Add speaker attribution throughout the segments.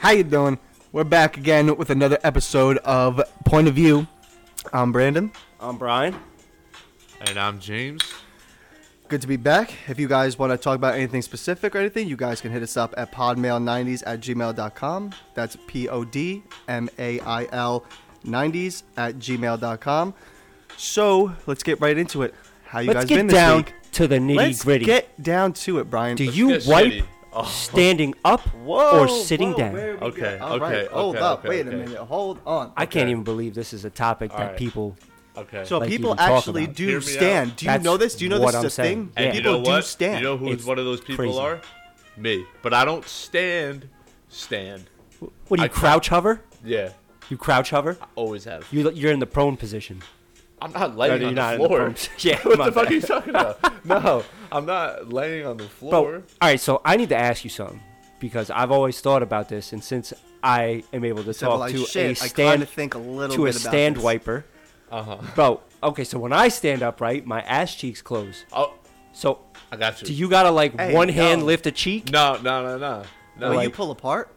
Speaker 1: How you doing? We're back again with another episode of Point of View. I'm Brandon.
Speaker 2: I'm Brian.
Speaker 3: And I'm James.
Speaker 1: Good to be back. If you guys want to talk about anything specific or anything, you guys can hit us up at podmail90s at gmail.com. That's P O D M A I L 90s at gmail.com. So let's get right into it. How you
Speaker 4: Let's
Speaker 1: guys been
Speaker 4: get
Speaker 1: this
Speaker 4: down
Speaker 1: week?
Speaker 4: to the nitty
Speaker 1: Let's
Speaker 4: gritty.
Speaker 1: get down to it, Brian.
Speaker 4: Do you
Speaker 3: get
Speaker 4: wipe
Speaker 3: shitty. Oh.
Speaker 4: standing up
Speaker 2: Whoa,
Speaker 4: or sitting
Speaker 2: whoa,
Speaker 4: down?
Speaker 2: where we
Speaker 3: Okay,
Speaker 2: go?
Speaker 1: All
Speaker 3: okay,
Speaker 1: right,
Speaker 3: okay.
Speaker 1: hold
Speaker 3: okay,
Speaker 1: up.
Speaker 3: okay,
Speaker 1: Wait
Speaker 3: okay.
Speaker 1: a minute. Hold on.
Speaker 4: I can't
Speaker 3: Okay.
Speaker 4: even believe this is a topic that
Speaker 3: right.
Speaker 4: people.
Speaker 3: Okay.
Speaker 1: So
Speaker 4: like
Speaker 1: people
Speaker 4: even talk
Speaker 1: actually
Speaker 4: about.
Speaker 1: do
Speaker 3: Hear me
Speaker 1: stand.
Speaker 3: out.
Speaker 1: Do you
Speaker 4: That's
Speaker 1: know this? Do you know
Speaker 4: what
Speaker 1: this is
Speaker 4: I'm
Speaker 1: a
Speaker 4: saying.
Speaker 1: thing?
Speaker 4: And
Speaker 3: and you
Speaker 1: people
Speaker 3: know what?
Speaker 1: do stand.
Speaker 3: You know who's
Speaker 4: It's
Speaker 3: one of those people
Speaker 4: crazy.
Speaker 3: are? Me. But I don't stand. Stand.
Speaker 4: What do you
Speaker 3: I-
Speaker 4: crouch hover?
Speaker 3: Yeah.
Speaker 4: You crouch hover?
Speaker 3: Always have.
Speaker 4: You you're in the prone position.
Speaker 3: I'm not
Speaker 4: No,
Speaker 3: laying
Speaker 4: you're
Speaker 3: on
Speaker 4: not
Speaker 3: the
Speaker 4: in the
Speaker 3: floor.
Speaker 4: prone position. Yeah,
Speaker 3: what
Speaker 4: my
Speaker 3: the fuck
Speaker 4: bad.
Speaker 3: are you talking about? no, I'm not laying on the
Speaker 4: Bro,
Speaker 3: floor.
Speaker 4: all right. So I need to ask you something because I've always thought about this, and since I am able to
Speaker 1: Except,
Speaker 4: talk
Speaker 1: like,
Speaker 4: to
Speaker 1: shit,
Speaker 4: a
Speaker 1: I kind
Speaker 4: stand
Speaker 1: of think a little
Speaker 4: to
Speaker 1: bit
Speaker 4: a
Speaker 1: about
Speaker 4: stand
Speaker 1: this.
Speaker 4: wiper,
Speaker 3: Uh huh.
Speaker 4: bro. Okay, so when I stand upright, my ass cheeks close.
Speaker 3: Oh,
Speaker 4: So
Speaker 3: I got you.
Speaker 4: do you gotta like
Speaker 1: Hey,
Speaker 4: one hand
Speaker 1: yo.
Speaker 4: lift a cheek?
Speaker 3: No, no, no, no. No.
Speaker 1: Will you
Speaker 4: like-
Speaker 1: pull apart?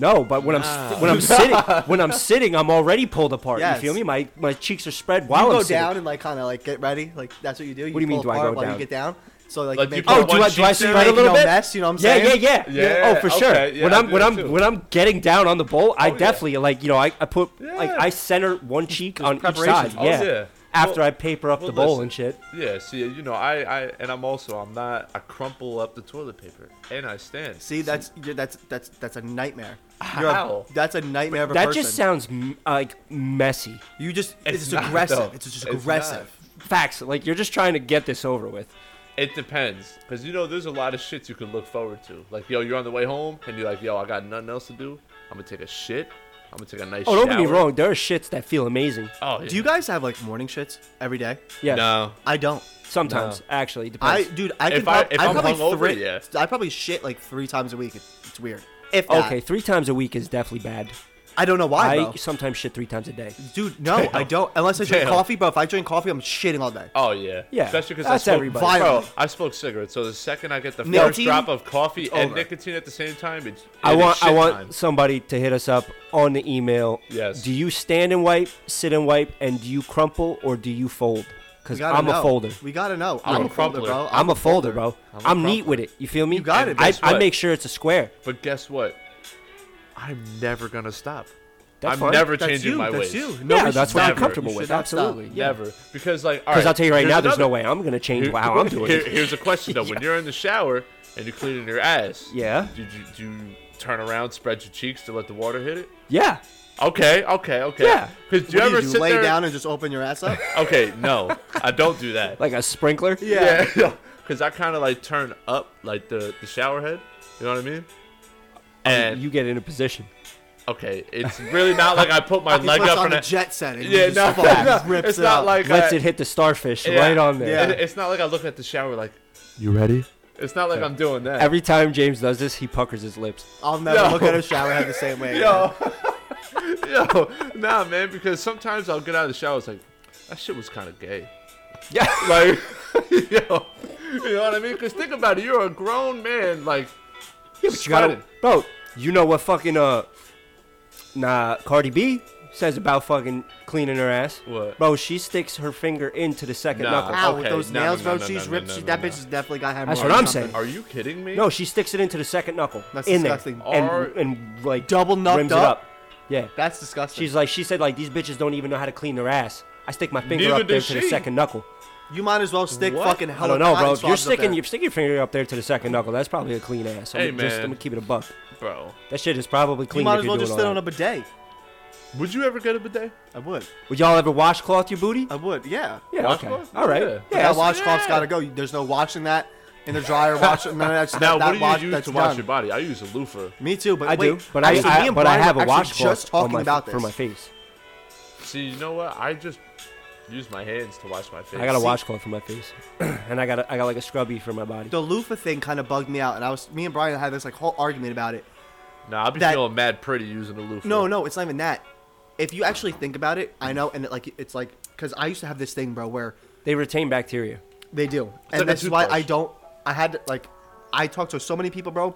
Speaker 4: No, but when I'm st- when I'm sitting when I'm sitting, I'm already pulled apart.
Speaker 1: Yes.
Speaker 4: You feel me? My my cheeks are spread
Speaker 1: You
Speaker 4: while I'm
Speaker 1: go
Speaker 4: sitting.
Speaker 1: down and like kind of like get ready. Like that's what you do. You
Speaker 4: What do you mean,
Speaker 1: pull
Speaker 4: do I go
Speaker 1: apart while you
Speaker 4: down?
Speaker 1: get down? So like,
Speaker 3: Like,
Speaker 1: make,
Speaker 3: you
Speaker 4: Oh,
Speaker 3: pull
Speaker 4: do
Speaker 3: one
Speaker 4: I do I
Speaker 3: cheek
Speaker 4: spread
Speaker 3: down,
Speaker 4: a
Speaker 1: make
Speaker 4: little
Speaker 1: no
Speaker 4: bit?
Speaker 1: mess. You know what I'm
Speaker 4: yeah, yeah,
Speaker 1: saying?
Speaker 4: yeah,
Speaker 3: Yeah,
Speaker 4: yeah. Oh, for
Speaker 3: okay,
Speaker 4: sure.
Speaker 3: yeah,
Speaker 4: when
Speaker 3: I
Speaker 4: I'm
Speaker 3: do
Speaker 4: when
Speaker 3: that
Speaker 4: I'm
Speaker 3: too. Oh,
Speaker 4: when I'm getting down on the bowl, I
Speaker 3: yeah.
Speaker 4: definitely like you know I, I put like
Speaker 3: Yeah.
Speaker 4: I center one cheek on each
Speaker 1: preparations.
Speaker 4: side.
Speaker 3: Oh,
Speaker 4: yeah.
Speaker 3: yeah.
Speaker 4: After
Speaker 3: Well-
Speaker 4: I paper up
Speaker 3: well,
Speaker 4: the bowl
Speaker 3: listen.
Speaker 4: and shit.
Speaker 3: Yeah. See, you know, I, I, and I'm also, I'm not. I crumple up the toilet paper and I stand.
Speaker 1: See, that's you're, that's that's that's a nightmare.
Speaker 3: How?
Speaker 1: A, that's a nightmare of a
Speaker 4: That
Speaker 1: person.
Speaker 4: just sounds m- like messy.
Speaker 1: you just it's,
Speaker 3: It's
Speaker 1: just
Speaker 3: not,
Speaker 1: aggressive.
Speaker 3: though.
Speaker 1: It's just
Speaker 3: It's not.
Speaker 1: aggressive.
Speaker 4: Facts. Like you're just trying to get this over with.
Speaker 3: It depends, cause you know there's a lot of shit you can look forward to. Like yo, you're on the way home and you're like, yo, I got nothing else to do. I'm gonna take a shit. I'm gonna take a nice.
Speaker 4: Oh, don't get me
Speaker 3: shower."
Speaker 4: wrong. There are shits that feel amazing.
Speaker 3: Oh, yeah.
Speaker 1: Do you guys have like morning shits every day?
Speaker 4: Yeah.
Speaker 3: No.
Speaker 1: I don't.
Speaker 4: Sometimes actually
Speaker 1: I
Speaker 4: depends.
Speaker 1: dude, I
Speaker 3: If
Speaker 1: can
Speaker 3: I-
Speaker 1: prob-
Speaker 3: if I'm
Speaker 1: probably
Speaker 3: hungover,
Speaker 1: three,
Speaker 3: yeah.
Speaker 1: I probably shit like three times a week. It's, it's weird. If that.
Speaker 4: okay, three times a week is definitely bad.
Speaker 1: I don't know why
Speaker 4: I
Speaker 1: though.
Speaker 4: sometimes shit three times a day.
Speaker 1: Dude, no, I don't. Unless I drink
Speaker 3: Damn.
Speaker 1: coffee, but if I drink coffee, I'm shitting all day.
Speaker 3: Oh yeah.
Speaker 4: Yeah,
Speaker 3: Especially because I
Speaker 4: that's
Speaker 3: smoke.
Speaker 4: everybody.
Speaker 3: Bro,
Speaker 1: Violently.
Speaker 3: I smoke cigarettes, so the second I get the first
Speaker 1: Nicotine?
Speaker 3: drop of coffee
Speaker 1: It's
Speaker 3: and
Speaker 1: over.
Speaker 3: nicotine at the same time, it's.
Speaker 4: I
Speaker 3: it is
Speaker 4: want I
Speaker 3: shit
Speaker 4: want
Speaker 3: time.
Speaker 4: somebody to hit us up on the email.
Speaker 3: Yes.
Speaker 4: Do you stand and wipe, sit and wipe, and do you crumple or do you fold? Because
Speaker 1: We gotta
Speaker 4: I'm
Speaker 1: know.
Speaker 4: a folder.
Speaker 1: We gotta know.
Speaker 3: I'm
Speaker 1: I'm,
Speaker 3: a
Speaker 1: a folder,
Speaker 3: crumpler.
Speaker 1: bro.
Speaker 4: I'm a folder, bro.
Speaker 3: I'm
Speaker 4: I'm,
Speaker 3: a
Speaker 4: neat
Speaker 3: crumpler.
Speaker 4: with it. You feel me?
Speaker 1: You got it.
Speaker 4: I,
Speaker 3: Guess
Speaker 4: I
Speaker 3: what?
Speaker 4: make sure it's a square.
Speaker 3: But guess what? I'm never gonna stop.
Speaker 4: That's
Speaker 3: I'm
Speaker 4: fine.
Speaker 3: never
Speaker 1: That's
Speaker 3: changing
Speaker 1: you,
Speaker 3: my
Speaker 1: that's
Speaker 3: ways.
Speaker 1: you.
Speaker 4: No,
Speaker 1: Nobody
Speaker 4: that's
Speaker 1: should
Speaker 4: what I'm
Speaker 1: stop.
Speaker 4: comfortely
Speaker 1: You
Speaker 4: with.
Speaker 1: should not stop.
Speaker 4: Absolutely. Yeah.
Speaker 3: Never. Because like, all
Speaker 4: Because
Speaker 3: right,
Speaker 4: I'll tell you right
Speaker 3: here's
Speaker 4: now, there's no
Speaker 3: another-
Speaker 4: way I'm gonna change
Speaker 3: Here-
Speaker 4: how I'm doing.
Speaker 3: here-
Speaker 4: it.
Speaker 3: here's a question though: When you're in the shower and you're cleaning your ass,
Speaker 4: Yeah.
Speaker 3: do you, do you turn around, spread your cheeks to let the water hit it?
Speaker 4: Yeah.
Speaker 3: Okay, okay, okay.
Speaker 4: Yeah.
Speaker 3: Because do you
Speaker 1: What
Speaker 3: ever
Speaker 1: do?
Speaker 3: sit
Speaker 1: lay
Speaker 3: there?
Speaker 1: down and just open your ass up?
Speaker 3: Okay, no, I don't do that.
Speaker 4: Like a sprinkler.
Speaker 3: yeah, because I kind of like turn up like the the shower head. You know what I mean? And
Speaker 4: You get in a position.
Speaker 3: okay, it's really not like I put my
Speaker 1: He
Speaker 3: leg
Speaker 1: puts
Speaker 3: up
Speaker 1: on
Speaker 3: and
Speaker 1: the
Speaker 3: I,
Speaker 1: jet set and
Speaker 3: yeah,
Speaker 1: he
Speaker 3: no,
Speaker 1: just fucking
Speaker 3: no,
Speaker 1: rips
Speaker 3: it's
Speaker 1: it
Speaker 3: not
Speaker 1: up.
Speaker 3: like
Speaker 4: Lets
Speaker 3: I,
Speaker 4: it hit the starfish
Speaker 3: yeah,
Speaker 4: right on there.
Speaker 1: Yeah.
Speaker 3: it- It's not like I look at the shower like
Speaker 5: You ready?
Speaker 3: it's not like I'm doing that.
Speaker 4: Every time James does this, he puckers his lips.
Speaker 1: I'll never
Speaker 3: Yo.
Speaker 1: look at a shower head the same way.
Speaker 3: Yo, yo, nah, man. Because sometimes I'll get out of the shower. It's like that shit was kind of gay.
Speaker 4: Yeah.
Speaker 3: Like, yo, you know what I mean? Because think about it. You're a grown man. Like,
Speaker 4: Yeah, but you gotta,
Speaker 3: Spread
Speaker 4: bro. You know what fucking uh, nah, Cardi B says about fucking cleaning her ass.
Speaker 3: What?
Speaker 4: bro? She sticks her finger into the second
Speaker 3: Nah.
Speaker 4: knuckle.
Speaker 1: Ow, with
Speaker 3: Okay,
Speaker 1: those
Speaker 3: no,
Speaker 1: nails,
Speaker 3: no, no,
Speaker 1: bro.
Speaker 3: no,
Speaker 1: She's
Speaker 3: no,
Speaker 1: ripped.
Speaker 3: no,
Speaker 1: she,
Speaker 3: no,
Speaker 1: that
Speaker 3: no.
Speaker 1: bitch has definitely got hemorrhoids.
Speaker 4: That's what I'm
Speaker 1: or something.
Speaker 4: saying.
Speaker 3: are you kidding me?
Speaker 4: No, she sticks it into the second knuckle.
Speaker 1: That's
Speaker 4: in
Speaker 1: disgusting.
Speaker 4: there and
Speaker 3: Are-
Speaker 4: and like
Speaker 1: Double knucked
Speaker 4: rims
Speaker 1: up?
Speaker 4: it up. Yeah,
Speaker 1: That's disgusting.
Speaker 4: she's like she said like these bitches don't even know how to clean their ass. I stick my finger
Speaker 3: Neither
Speaker 4: up there
Speaker 3: does
Speaker 4: to the
Speaker 3: she.
Speaker 4: second knuckle.
Speaker 1: you might as well stick
Speaker 3: What?
Speaker 1: fucking
Speaker 4: I
Speaker 1: hella
Speaker 4: don't know,
Speaker 1: cotton
Speaker 4: bro.
Speaker 1: swabs
Speaker 4: You're
Speaker 1: up
Speaker 4: sticking
Speaker 1: there.
Speaker 4: you're sticking your finger up there to the second knuckle. That's probably a clean ass. I'm
Speaker 3: Hey,
Speaker 4: just
Speaker 3: man.
Speaker 4: I'm gonna keep it a buck.
Speaker 3: bro.
Speaker 4: That shit is probably clean.
Speaker 1: You might
Speaker 4: if
Speaker 1: as
Speaker 4: you're
Speaker 1: well just
Speaker 4: doing
Speaker 1: sit
Speaker 4: all
Speaker 1: on a
Speaker 4: that.
Speaker 1: bidet.
Speaker 3: Would you ever get a bidet?
Speaker 1: I would.
Speaker 4: Would y'all ever washcloth your booty?
Speaker 1: I would. Yeah.
Speaker 4: Yeah. Okay.
Speaker 3: Washcloth?
Speaker 4: All right.
Speaker 3: Yeah.
Speaker 4: Yeah.
Speaker 3: But
Speaker 1: But that
Speaker 4: that's-
Speaker 1: washcloth's got to go. There's no washing that in the dryer. Wash none of that.
Speaker 3: Now,
Speaker 1: that
Speaker 3: what do you
Speaker 1: wash,
Speaker 3: use
Speaker 1: that's
Speaker 3: to wash
Speaker 1: done.
Speaker 3: your body? I use a loofah.
Speaker 1: Me too, but
Speaker 4: I
Speaker 1: wait,
Speaker 4: do, but I,
Speaker 1: actually, me
Speaker 4: I
Speaker 1: and
Speaker 4: but I
Speaker 1: Brian
Speaker 4: have
Speaker 1: were
Speaker 4: a
Speaker 1: actually
Speaker 4: washcloth
Speaker 1: just talking
Speaker 4: on my,
Speaker 1: about this.
Speaker 4: for my face.
Speaker 3: See, you know what? I just use my hands to wash my face.
Speaker 4: I got a
Speaker 1: See-
Speaker 4: washcloth for my face, and I got a, I got like a scrubby for my body.
Speaker 1: The loofah thing kind of bugged me out, and I was me and Brian had this like whole argument about it.
Speaker 3: Nah, I'll be
Speaker 1: that-
Speaker 3: feeling mad pretty using a loofah.
Speaker 1: No, no, it's not even that. If you actually think about it, I know, and it, like it's like because I used to have this thing, bro, where
Speaker 4: They retain bacteria.
Speaker 1: they do,
Speaker 3: like a
Speaker 1: and that's why
Speaker 3: toothbrush.
Speaker 1: I don't. I had like I talked to so many people, bro.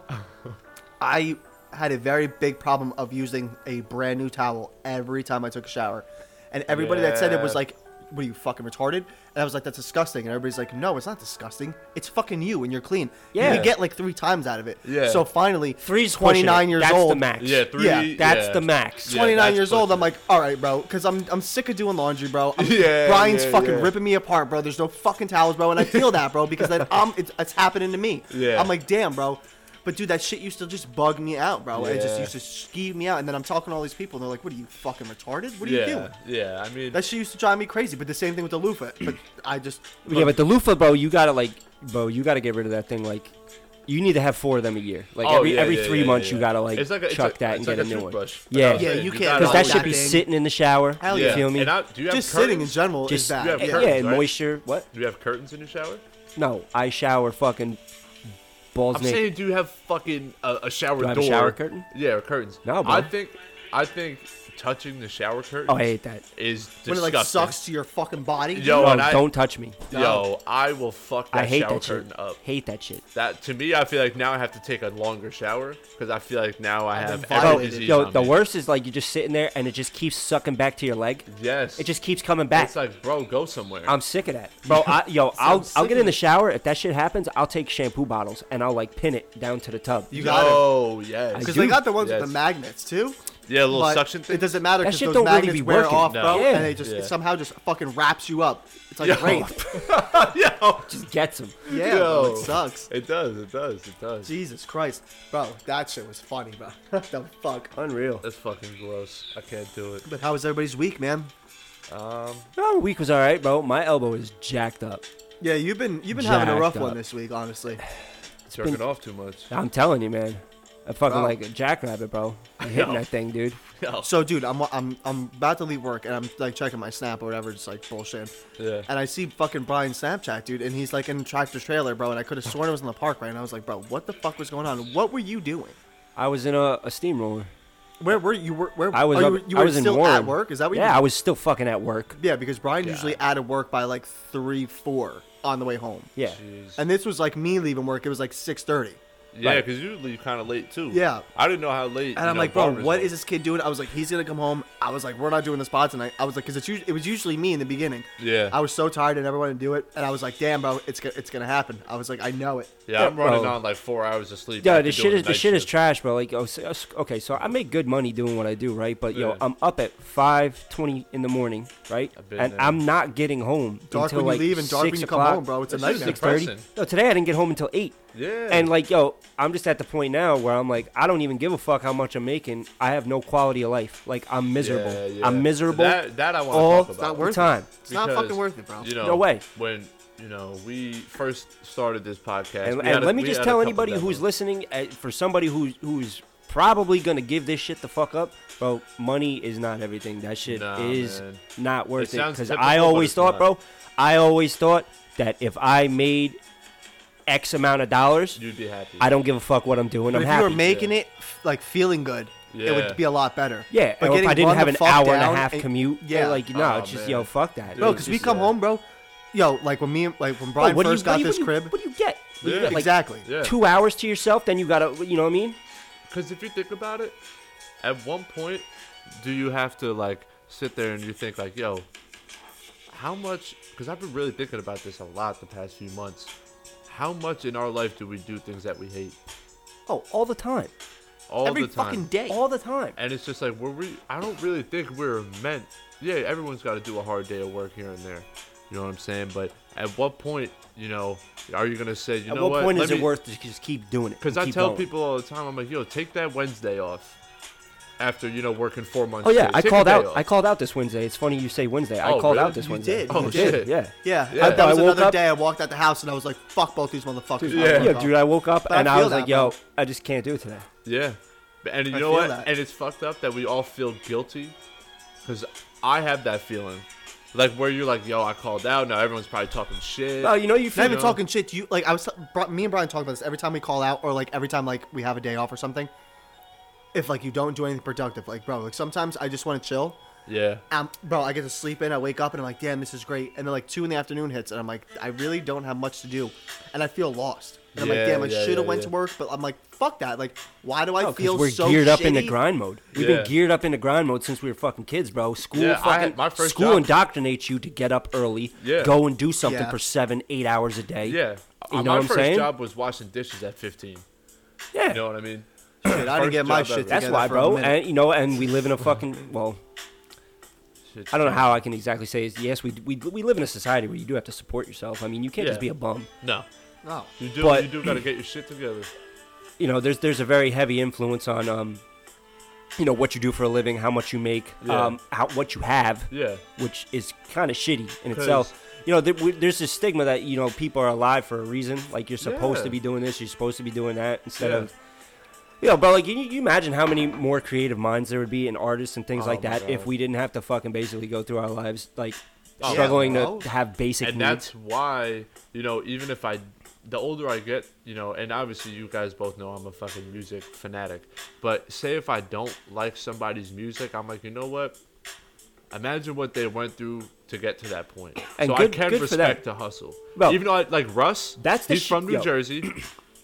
Speaker 1: I had a very big problem of using a brand new towel every time I took a shower, and everybody that said it was
Speaker 3: Yeah.
Speaker 1: like, "What are you fucking retarded?" And I was like, "That's disgusting," and everybody's like, "No, it's not disgusting. It's fucking you, and you're clean. you
Speaker 4: Yeah.
Speaker 1: could get like three times out of it."
Speaker 3: Yeah.
Speaker 1: So finally,
Speaker 4: Three's
Speaker 1: twenty
Speaker 4: pushing
Speaker 1: nine
Speaker 4: it.
Speaker 1: years
Speaker 4: That's
Speaker 1: old.
Speaker 4: the max.
Speaker 3: Yeah, three.
Speaker 1: Yeah,
Speaker 4: That's
Speaker 3: yeah.
Speaker 4: the max.
Speaker 3: Yeah,
Speaker 1: 29
Speaker 3: that's
Speaker 1: years old,
Speaker 3: pushing
Speaker 1: I'm like, all right, bro, because I'm I'm sick of doing laundry, bro. I'm-
Speaker 3: Yeah,
Speaker 1: Brian's
Speaker 3: yeah,
Speaker 1: fucking
Speaker 3: yeah.
Speaker 1: ripping me apart, bro. There's no fucking towels, bro, and I feel that, bro, because that um, it's, it's happening to me.
Speaker 3: Yeah.
Speaker 1: I'm like, damn, bro. But dude, that shit used to just bug me out, bro. It just
Speaker 3: Yeah.
Speaker 1: used to skeeve me out, and then I'm talking to all these people, and they're like, "What are you fucking retarded? What are
Speaker 3: yeah,
Speaker 1: you doing?"
Speaker 3: yeah. I mean,
Speaker 1: That shit used to drive me crazy. But the same thing with the loofah. But I just
Speaker 4: Yeah, but the loofah, bro, you gotta like, bro, you gotta get rid of that thing. Like, you need to have four of them a year. Like
Speaker 3: Oh,
Speaker 4: every
Speaker 3: yeah,
Speaker 4: every
Speaker 3: yeah,
Speaker 4: three
Speaker 3: yeah,
Speaker 4: months,
Speaker 3: yeah.
Speaker 4: you gotta like,
Speaker 3: It's like a- it's
Speaker 4: chuck
Speaker 3: like-
Speaker 4: that and
Speaker 3: it's
Speaker 4: get
Speaker 3: like
Speaker 4: a new one.
Speaker 3: toothbrush. Like I
Speaker 4: Yeah,
Speaker 3: was
Speaker 1: Yeah,
Speaker 3: saying,
Speaker 1: you can't-
Speaker 3: gotta
Speaker 4: because
Speaker 1: I like
Speaker 4: that
Speaker 3: always-
Speaker 4: should
Speaker 1: that
Speaker 4: be
Speaker 1: thing.
Speaker 4: sitting in the shower.
Speaker 1: Hell
Speaker 4: you
Speaker 1: yeah.
Speaker 4: feel me?
Speaker 3: And I, do you have
Speaker 1: just
Speaker 3: curtains?
Speaker 1: sitting in general
Speaker 4: Just
Speaker 1: is bad.
Speaker 3: you have
Speaker 4: yeah,
Speaker 3: curtains,
Speaker 4: yeah,
Speaker 3: right?
Speaker 4: moisture. What?
Speaker 3: Do you have curtains in your shower?
Speaker 4: No, I shower fucking balls
Speaker 3: I'm
Speaker 4: naked.
Speaker 3: saying, do you have fucking uh, a, a shower
Speaker 4: Do I have a
Speaker 3: door?
Speaker 4: shower curtain?
Speaker 3: Yeah, or curtains.
Speaker 4: No, bro.
Speaker 3: I think, I think touching the shower curtain.
Speaker 4: oh, I hate that.
Speaker 3: Is disgusting.
Speaker 1: when it like sucks to your fucking body.
Speaker 3: Yo,
Speaker 4: No,
Speaker 3: and I,
Speaker 4: don't touch me.
Speaker 3: Yo, I will fuck that
Speaker 4: I hate
Speaker 3: shower
Speaker 4: that
Speaker 3: curtain
Speaker 4: shit.
Speaker 3: up.
Speaker 4: Hate that shit.
Speaker 3: That to me, I feel like now I have to take a longer shower because I feel like now I
Speaker 1: I've
Speaker 3: have
Speaker 1: been
Speaker 4: Bro,
Speaker 3: every
Speaker 1: violated.
Speaker 3: disease.
Speaker 4: yo,
Speaker 3: on
Speaker 4: the
Speaker 3: me.
Speaker 4: worst is like you're just sitting there and it just keeps sucking back to your leg.
Speaker 3: Yes,
Speaker 4: It just keeps coming back.
Speaker 3: It's like, bro, go somewhere.
Speaker 4: I'm sick of that, bro. I, yo, I'll
Speaker 1: sick
Speaker 4: I'll get
Speaker 1: of
Speaker 4: in the
Speaker 1: it.
Speaker 4: shower if that shit happens. I'll take shampoo bottles and I'll like pin it down to the tub.
Speaker 1: You got it.
Speaker 3: Yo, yes.
Speaker 1: Because
Speaker 4: do.
Speaker 1: they got the ones with
Speaker 3: Yes.
Speaker 1: the magnets too.
Speaker 3: Yeah, a little
Speaker 1: but
Speaker 3: suction thing.
Speaker 1: It doesn't matter
Speaker 4: That
Speaker 1: because
Speaker 4: shit
Speaker 1: those
Speaker 4: don't really
Speaker 1: magnets
Speaker 4: be
Speaker 1: wear
Speaker 4: working.
Speaker 1: off,
Speaker 3: No.
Speaker 1: bro,
Speaker 4: Yeah.
Speaker 1: and it just
Speaker 3: Yeah.
Speaker 1: it somehow just fucking wraps you up. It's like
Speaker 3: Yo.
Speaker 1: rain.
Speaker 3: yo,
Speaker 4: Just gets them.
Speaker 1: Yeah, bro,
Speaker 3: Yo.
Speaker 1: it sucks.
Speaker 3: it does, it does, it does.
Speaker 1: Jesus Christ, bro, that shit was funny, bro. What the fuck.
Speaker 4: Unreal.
Speaker 3: That's fucking gross. I can't do it.
Speaker 1: But how was everybody's week, man?
Speaker 3: Um,
Speaker 4: Oh, week was all right, bro. My elbow is jacked up.
Speaker 1: Yeah, you've been you've been having a
Speaker 4: Jacked
Speaker 1: rough
Speaker 4: up.
Speaker 1: one this week, honestly.
Speaker 3: jerking
Speaker 4: been-
Speaker 3: off too much.
Speaker 4: I'm telling you, man. I'm fucking
Speaker 1: Wow.
Speaker 4: like a jackrabbit, bro. I'm hitting
Speaker 3: Yo.
Speaker 4: that thing, dude.
Speaker 3: Yo,
Speaker 1: So, dude, I'm I'm I'm about to leave work and I'm like checking my snap or whatever, just like bullshit.
Speaker 3: Yeah.
Speaker 1: And I see fucking Brian's Snapchat, dude, and he's like in a tractor trailer, bro. And I could have sworn it was in the park, right? And I was like, bro, what the fuck was going on? What were you doing?
Speaker 4: I was in a, a steamroller.
Speaker 1: Where were you? Were, where
Speaker 4: I was
Speaker 1: oh, you
Speaker 4: up,
Speaker 1: were- you,
Speaker 4: I
Speaker 1: were
Speaker 4: was in
Speaker 1: still
Speaker 4: Warren.
Speaker 1: at work? Is that what?
Speaker 4: Yeah,
Speaker 1: You
Speaker 4: I was still fucking at work.
Speaker 1: Yeah, because Brian
Speaker 3: Yeah.
Speaker 1: usually out of work by like three, four on the way home.
Speaker 4: Yeah.
Speaker 3: Jeez.
Speaker 1: And this was like me leaving work. It was like six thirty,
Speaker 3: yeah,
Speaker 4: right.
Speaker 3: because you leave kind of late too.
Speaker 1: Yeah.
Speaker 3: I didn't know how late. you
Speaker 1: and I'm
Speaker 3: know,
Speaker 1: like, bro,
Speaker 3: barbers
Speaker 1: what
Speaker 3: were.
Speaker 1: is this kid doing? I was like, he's gonna come home. I was like, we're not doing the spot tonight. I was like, because it's usually, it was usually me in the beginning.
Speaker 3: Yeah.
Speaker 1: I was so tired and everyone to do it, and I was like, damn, bro, it's go- it's gonna happen. I was like, I know it.
Speaker 3: Yeah, I'm
Speaker 4: Yeah,
Speaker 3: running
Speaker 4: bro.
Speaker 3: on like four hours of sleep.
Speaker 4: Yeah,
Speaker 3: after
Speaker 4: the shit
Speaker 3: doing
Speaker 4: is
Speaker 3: a
Speaker 4: the
Speaker 3: night
Speaker 4: shit is
Speaker 3: shift.
Speaker 4: trash, bro. Like, oh, so- s- okay, so I make good money doing what I do, right? But yo,
Speaker 3: Yeah.
Speaker 4: I'm up at five twenty in the morning, right?
Speaker 3: I've been
Speaker 4: And
Speaker 3: there.
Speaker 4: I'm not getting home
Speaker 1: Dark
Speaker 4: until
Speaker 1: when
Speaker 4: like
Speaker 1: you leave and dark
Speaker 4: six
Speaker 1: when you come
Speaker 4: o'clock.
Speaker 1: home, bro. It's a
Speaker 3: It's just
Speaker 1: nightmare.
Speaker 3: depressing.
Speaker 4: Thirty. No, today I didn't get home until eight.
Speaker 3: Yeah.
Speaker 4: And like, yo, I'm just at the point now where I'm like, I don't even give a fuck how much I'm making. I have no quality of life. Like, I'm miserable.
Speaker 3: Yeah, yeah.
Speaker 4: I'm miserable Oh,
Speaker 3: That, that I want to
Speaker 4: all
Speaker 3: talk about.
Speaker 1: not
Speaker 4: the
Speaker 1: worth it.
Speaker 4: time.
Speaker 1: It's not
Speaker 3: because,
Speaker 1: fucking worth it, bro.
Speaker 3: You know,
Speaker 4: No way.
Speaker 3: When you know we first started this podcast,
Speaker 4: And,
Speaker 3: we
Speaker 4: and
Speaker 3: had a-
Speaker 4: let me
Speaker 3: we
Speaker 4: just
Speaker 3: had a
Speaker 4: tell
Speaker 3: couple
Speaker 4: anybody who's
Speaker 3: demos.
Speaker 4: listening, uh, for somebody who's who's probably gonna give this shit the fuck up, bro. Money is not everything. That shit
Speaker 3: Nah,
Speaker 4: is
Speaker 3: man.
Speaker 4: not worth it.
Speaker 3: It sounds
Speaker 4: Because
Speaker 3: typical,
Speaker 4: I
Speaker 3: but
Speaker 4: always
Speaker 3: it's
Speaker 4: thought,
Speaker 3: not.
Speaker 4: bro, I always thought that if I made X amount of dollars,
Speaker 3: you'd be happy.
Speaker 4: I don't give a fuck what I'm doing.
Speaker 1: But
Speaker 4: I'm
Speaker 1: if
Speaker 4: happy.
Speaker 1: you were making it f- like feeling good, it
Speaker 3: Yeah.
Speaker 1: would be a lot better.
Speaker 4: yeah,
Speaker 1: but
Speaker 4: or if
Speaker 1: getting
Speaker 4: I didn't
Speaker 1: run
Speaker 4: have
Speaker 1: the
Speaker 4: an
Speaker 1: fuck
Speaker 4: hour and
Speaker 1: down
Speaker 4: a half commute,
Speaker 1: yeah.
Speaker 4: yeah, like no, nah,
Speaker 3: Oh,
Speaker 4: it's just
Speaker 3: man.
Speaker 4: yo, fuck that.
Speaker 1: bro,
Speaker 3: Dude,
Speaker 1: because
Speaker 3: it's
Speaker 1: we
Speaker 3: just,
Speaker 1: come
Speaker 3: uh,
Speaker 1: home, bro. Yo, like when me, and like when
Speaker 4: Bro,
Speaker 1: Brian
Speaker 4: what do you-
Speaker 1: first
Speaker 4: what
Speaker 1: got
Speaker 4: do you-
Speaker 1: this
Speaker 4: what do you-
Speaker 1: crib.
Speaker 4: What do you get? What do you
Speaker 3: Yeah.
Speaker 4: get, like,
Speaker 1: exactly.
Speaker 3: Yeah.
Speaker 4: Two hours to yourself, then you gotta, you know what I mean?
Speaker 3: Because if you think about it, at one point, do you have to like sit there and you think like, yo, how much? Because I've been really thinking about this a lot the past few months. How much in our life do we do things that we hate
Speaker 4: Oh, all the time,
Speaker 3: all
Speaker 1: Every
Speaker 3: the time?
Speaker 1: fucking day.
Speaker 4: all the time.
Speaker 3: And it's just like we're we I don't really think we're meant. Yeah, everyone's got to do a hard day of work here and there. You know what I'm saying? But at what point, you know, are you gonna say, you
Speaker 4: At
Speaker 3: know
Speaker 4: what,
Speaker 3: what?
Speaker 4: point
Speaker 3: let
Speaker 4: is
Speaker 3: me-
Speaker 4: it worth to just keep doing it?
Speaker 3: Because
Speaker 4: and
Speaker 3: I
Speaker 4: keep
Speaker 3: tell
Speaker 4: going?
Speaker 3: people all the time, I'm like, yo, take that Wednesday off. After you know working four months.
Speaker 4: Oh yeah,
Speaker 3: straight.
Speaker 4: I
Speaker 3: Take a
Speaker 4: called
Speaker 3: day
Speaker 4: out.
Speaker 3: off.
Speaker 4: I called out this Wednesday. It's funny you say Wednesday. I
Speaker 3: Oh,
Speaker 4: called
Speaker 3: really?
Speaker 4: out this
Speaker 1: You
Speaker 4: Wednesday.
Speaker 1: did,
Speaker 3: Oh,
Speaker 1: you
Speaker 3: shit.
Speaker 1: did.
Speaker 4: Yeah.
Speaker 1: Yeah,
Speaker 3: Yeah.
Speaker 1: I, that was
Speaker 4: I woke
Speaker 1: another
Speaker 4: up-
Speaker 1: day. I walked out the house and I was like, "Fuck both these motherfuckers." I
Speaker 3: Yeah.
Speaker 4: Yeah,
Speaker 1: woke up.
Speaker 4: dude. I woke up
Speaker 1: But I
Speaker 4: and I,
Speaker 1: feel
Speaker 4: was
Speaker 1: that,
Speaker 4: like, "Yo,
Speaker 1: bro.
Speaker 4: I just can't do it today."
Speaker 3: Yeah, and you
Speaker 1: I
Speaker 3: know
Speaker 1: feel
Speaker 3: what?
Speaker 1: that.
Speaker 3: And it's fucked up that we all feel guilty, because I have that feeling, like where you're like, yo, I called out. Now everyone's probably talking shit.
Speaker 4: Oh, you know you
Speaker 1: Not
Speaker 4: feel.
Speaker 1: even
Speaker 3: know?
Speaker 1: talking shit. to You like I was Bri- me and Brian talk about this every time we call out or like every time like we have a day off or something. If like you don't do anything productive, like bro, like sometimes I just want to chill.
Speaker 3: Yeah.
Speaker 1: Um, bro, I get to sleep in. I wake up and I'm like, damn, this is great. And then like two in the afternoon hits, and I'm like, I really don't have much to do, and I feel lost. And I'm like,
Speaker 3: Yeah,
Speaker 1: damn, I
Speaker 3: yeah,
Speaker 1: should have
Speaker 3: yeah,
Speaker 1: went
Speaker 3: yeah.
Speaker 1: to work, but I'm like, fuck that. Like, why do I
Speaker 4: No, Oh, 'cause
Speaker 1: feel
Speaker 4: we're
Speaker 1: so
Speaker 4: geared up into
Speaker 1: shitty?
Speaker 4: grind mode. We've
Speaker 3: Yeah.
Speaker 4: been geared up into grind mode since we were fucking kids, bro. School
Speaker 3: Yeah, I
Speaker 4: fucking
Speaker 3: had- my first
Speaker 4: school
Speaker 3: job-
Speaker 4: indoctrinates you to get up early,
Speaker 3: Yeah.
Speaker 4: go and do something
Speaker 1: Yeah.
Speaker 4: for seven, eight hours a day.
Speaker 3: Yeah.
Speaker 4: You
Speaker 3: Uh,
Speaker 4: know
Speaker 3: my
Speaker 4: what I'm
Speaker 3: first
Speaker 4: saying?
Speaker 3: job was washing dishes at 15.
Speaker 4: yeah.
Speaker 3: You know what I mean?
Speaker 1: Shit, I didn't
Speaker 3: First
Speaker 1: get my
Speaker 3: job ever.
Speaker 1: shit
Speaker 4: That's
Speaker 1: together
Speaker 4: why,
Speaker 1: for a
Speaker 4: bro. eh?
Speaker 1: minute.
Speaker 4: And you know, and we live in a fucking well.
Speaker 3: Shit.
Speaker 4: I don't know how I can exactly say it. yes. We, we we live in a society where you do have to support yourself. I mean, you can't
Speaker 3: Yeah.
Speaker 4: just be a bum.
Speaker 3: No.
Speaker 1: No.
Speaker 3: You do.
Speaker 4: But-
Speaker 3: you do gotta get your shit together.
Speaker 4: You know, there's there's a very heavy influence on um, you know, what you do for a living, how much you make,
Speaker 3: Yeah.
Speaker 4: um, how what you have,
Speaker 3: Yeah.
Speaker 4: which is kind of shitty in itself. You know, there, we, there's this stigma that you know people are alive for a reason. Like you're supposed
Speaker 3: Yeah.
Speaker 4: to be doing this, you're supposed to be doing that instead
Speaker 3: Yeah.
Speaker 4: of. You know, but like you, you imagine how many more creative minds there would be and artists and things
Speaker 3: Oh
Speaker 4: like
Speaker 3: my
Speaker 4: that if
Speaker 3: God.
Speaker 4: we didn't have to fucking basically go through our lives like
Speaker 3: Oh, yeah,
Speaker 4: struggling
Speaker 1: bro.
Speaker 4: to have basic
Speaker 3: and
Speaker 4: needs.
Speaker 3: that's why you know even if i the older i get you know and obviously you guys both know i'm a fucking music fanatic but say if i don't like somebody's music i'm like you know what imagine what they went through to get to that point
Speaker 4: And
Speaker 3: so
Speaker 4: good-
Speaker 3: i can
Speaker 4: good for them.
Speaker 3: respect the hustle
Speaker 4: Well,
Speaker 3: even though I, like russ
Speaker 4: that's the
Speaker 3: he's
Speaker 4: sh-
Speaker 3: from new
Speaker 4: yo.
Speaker 3: jersey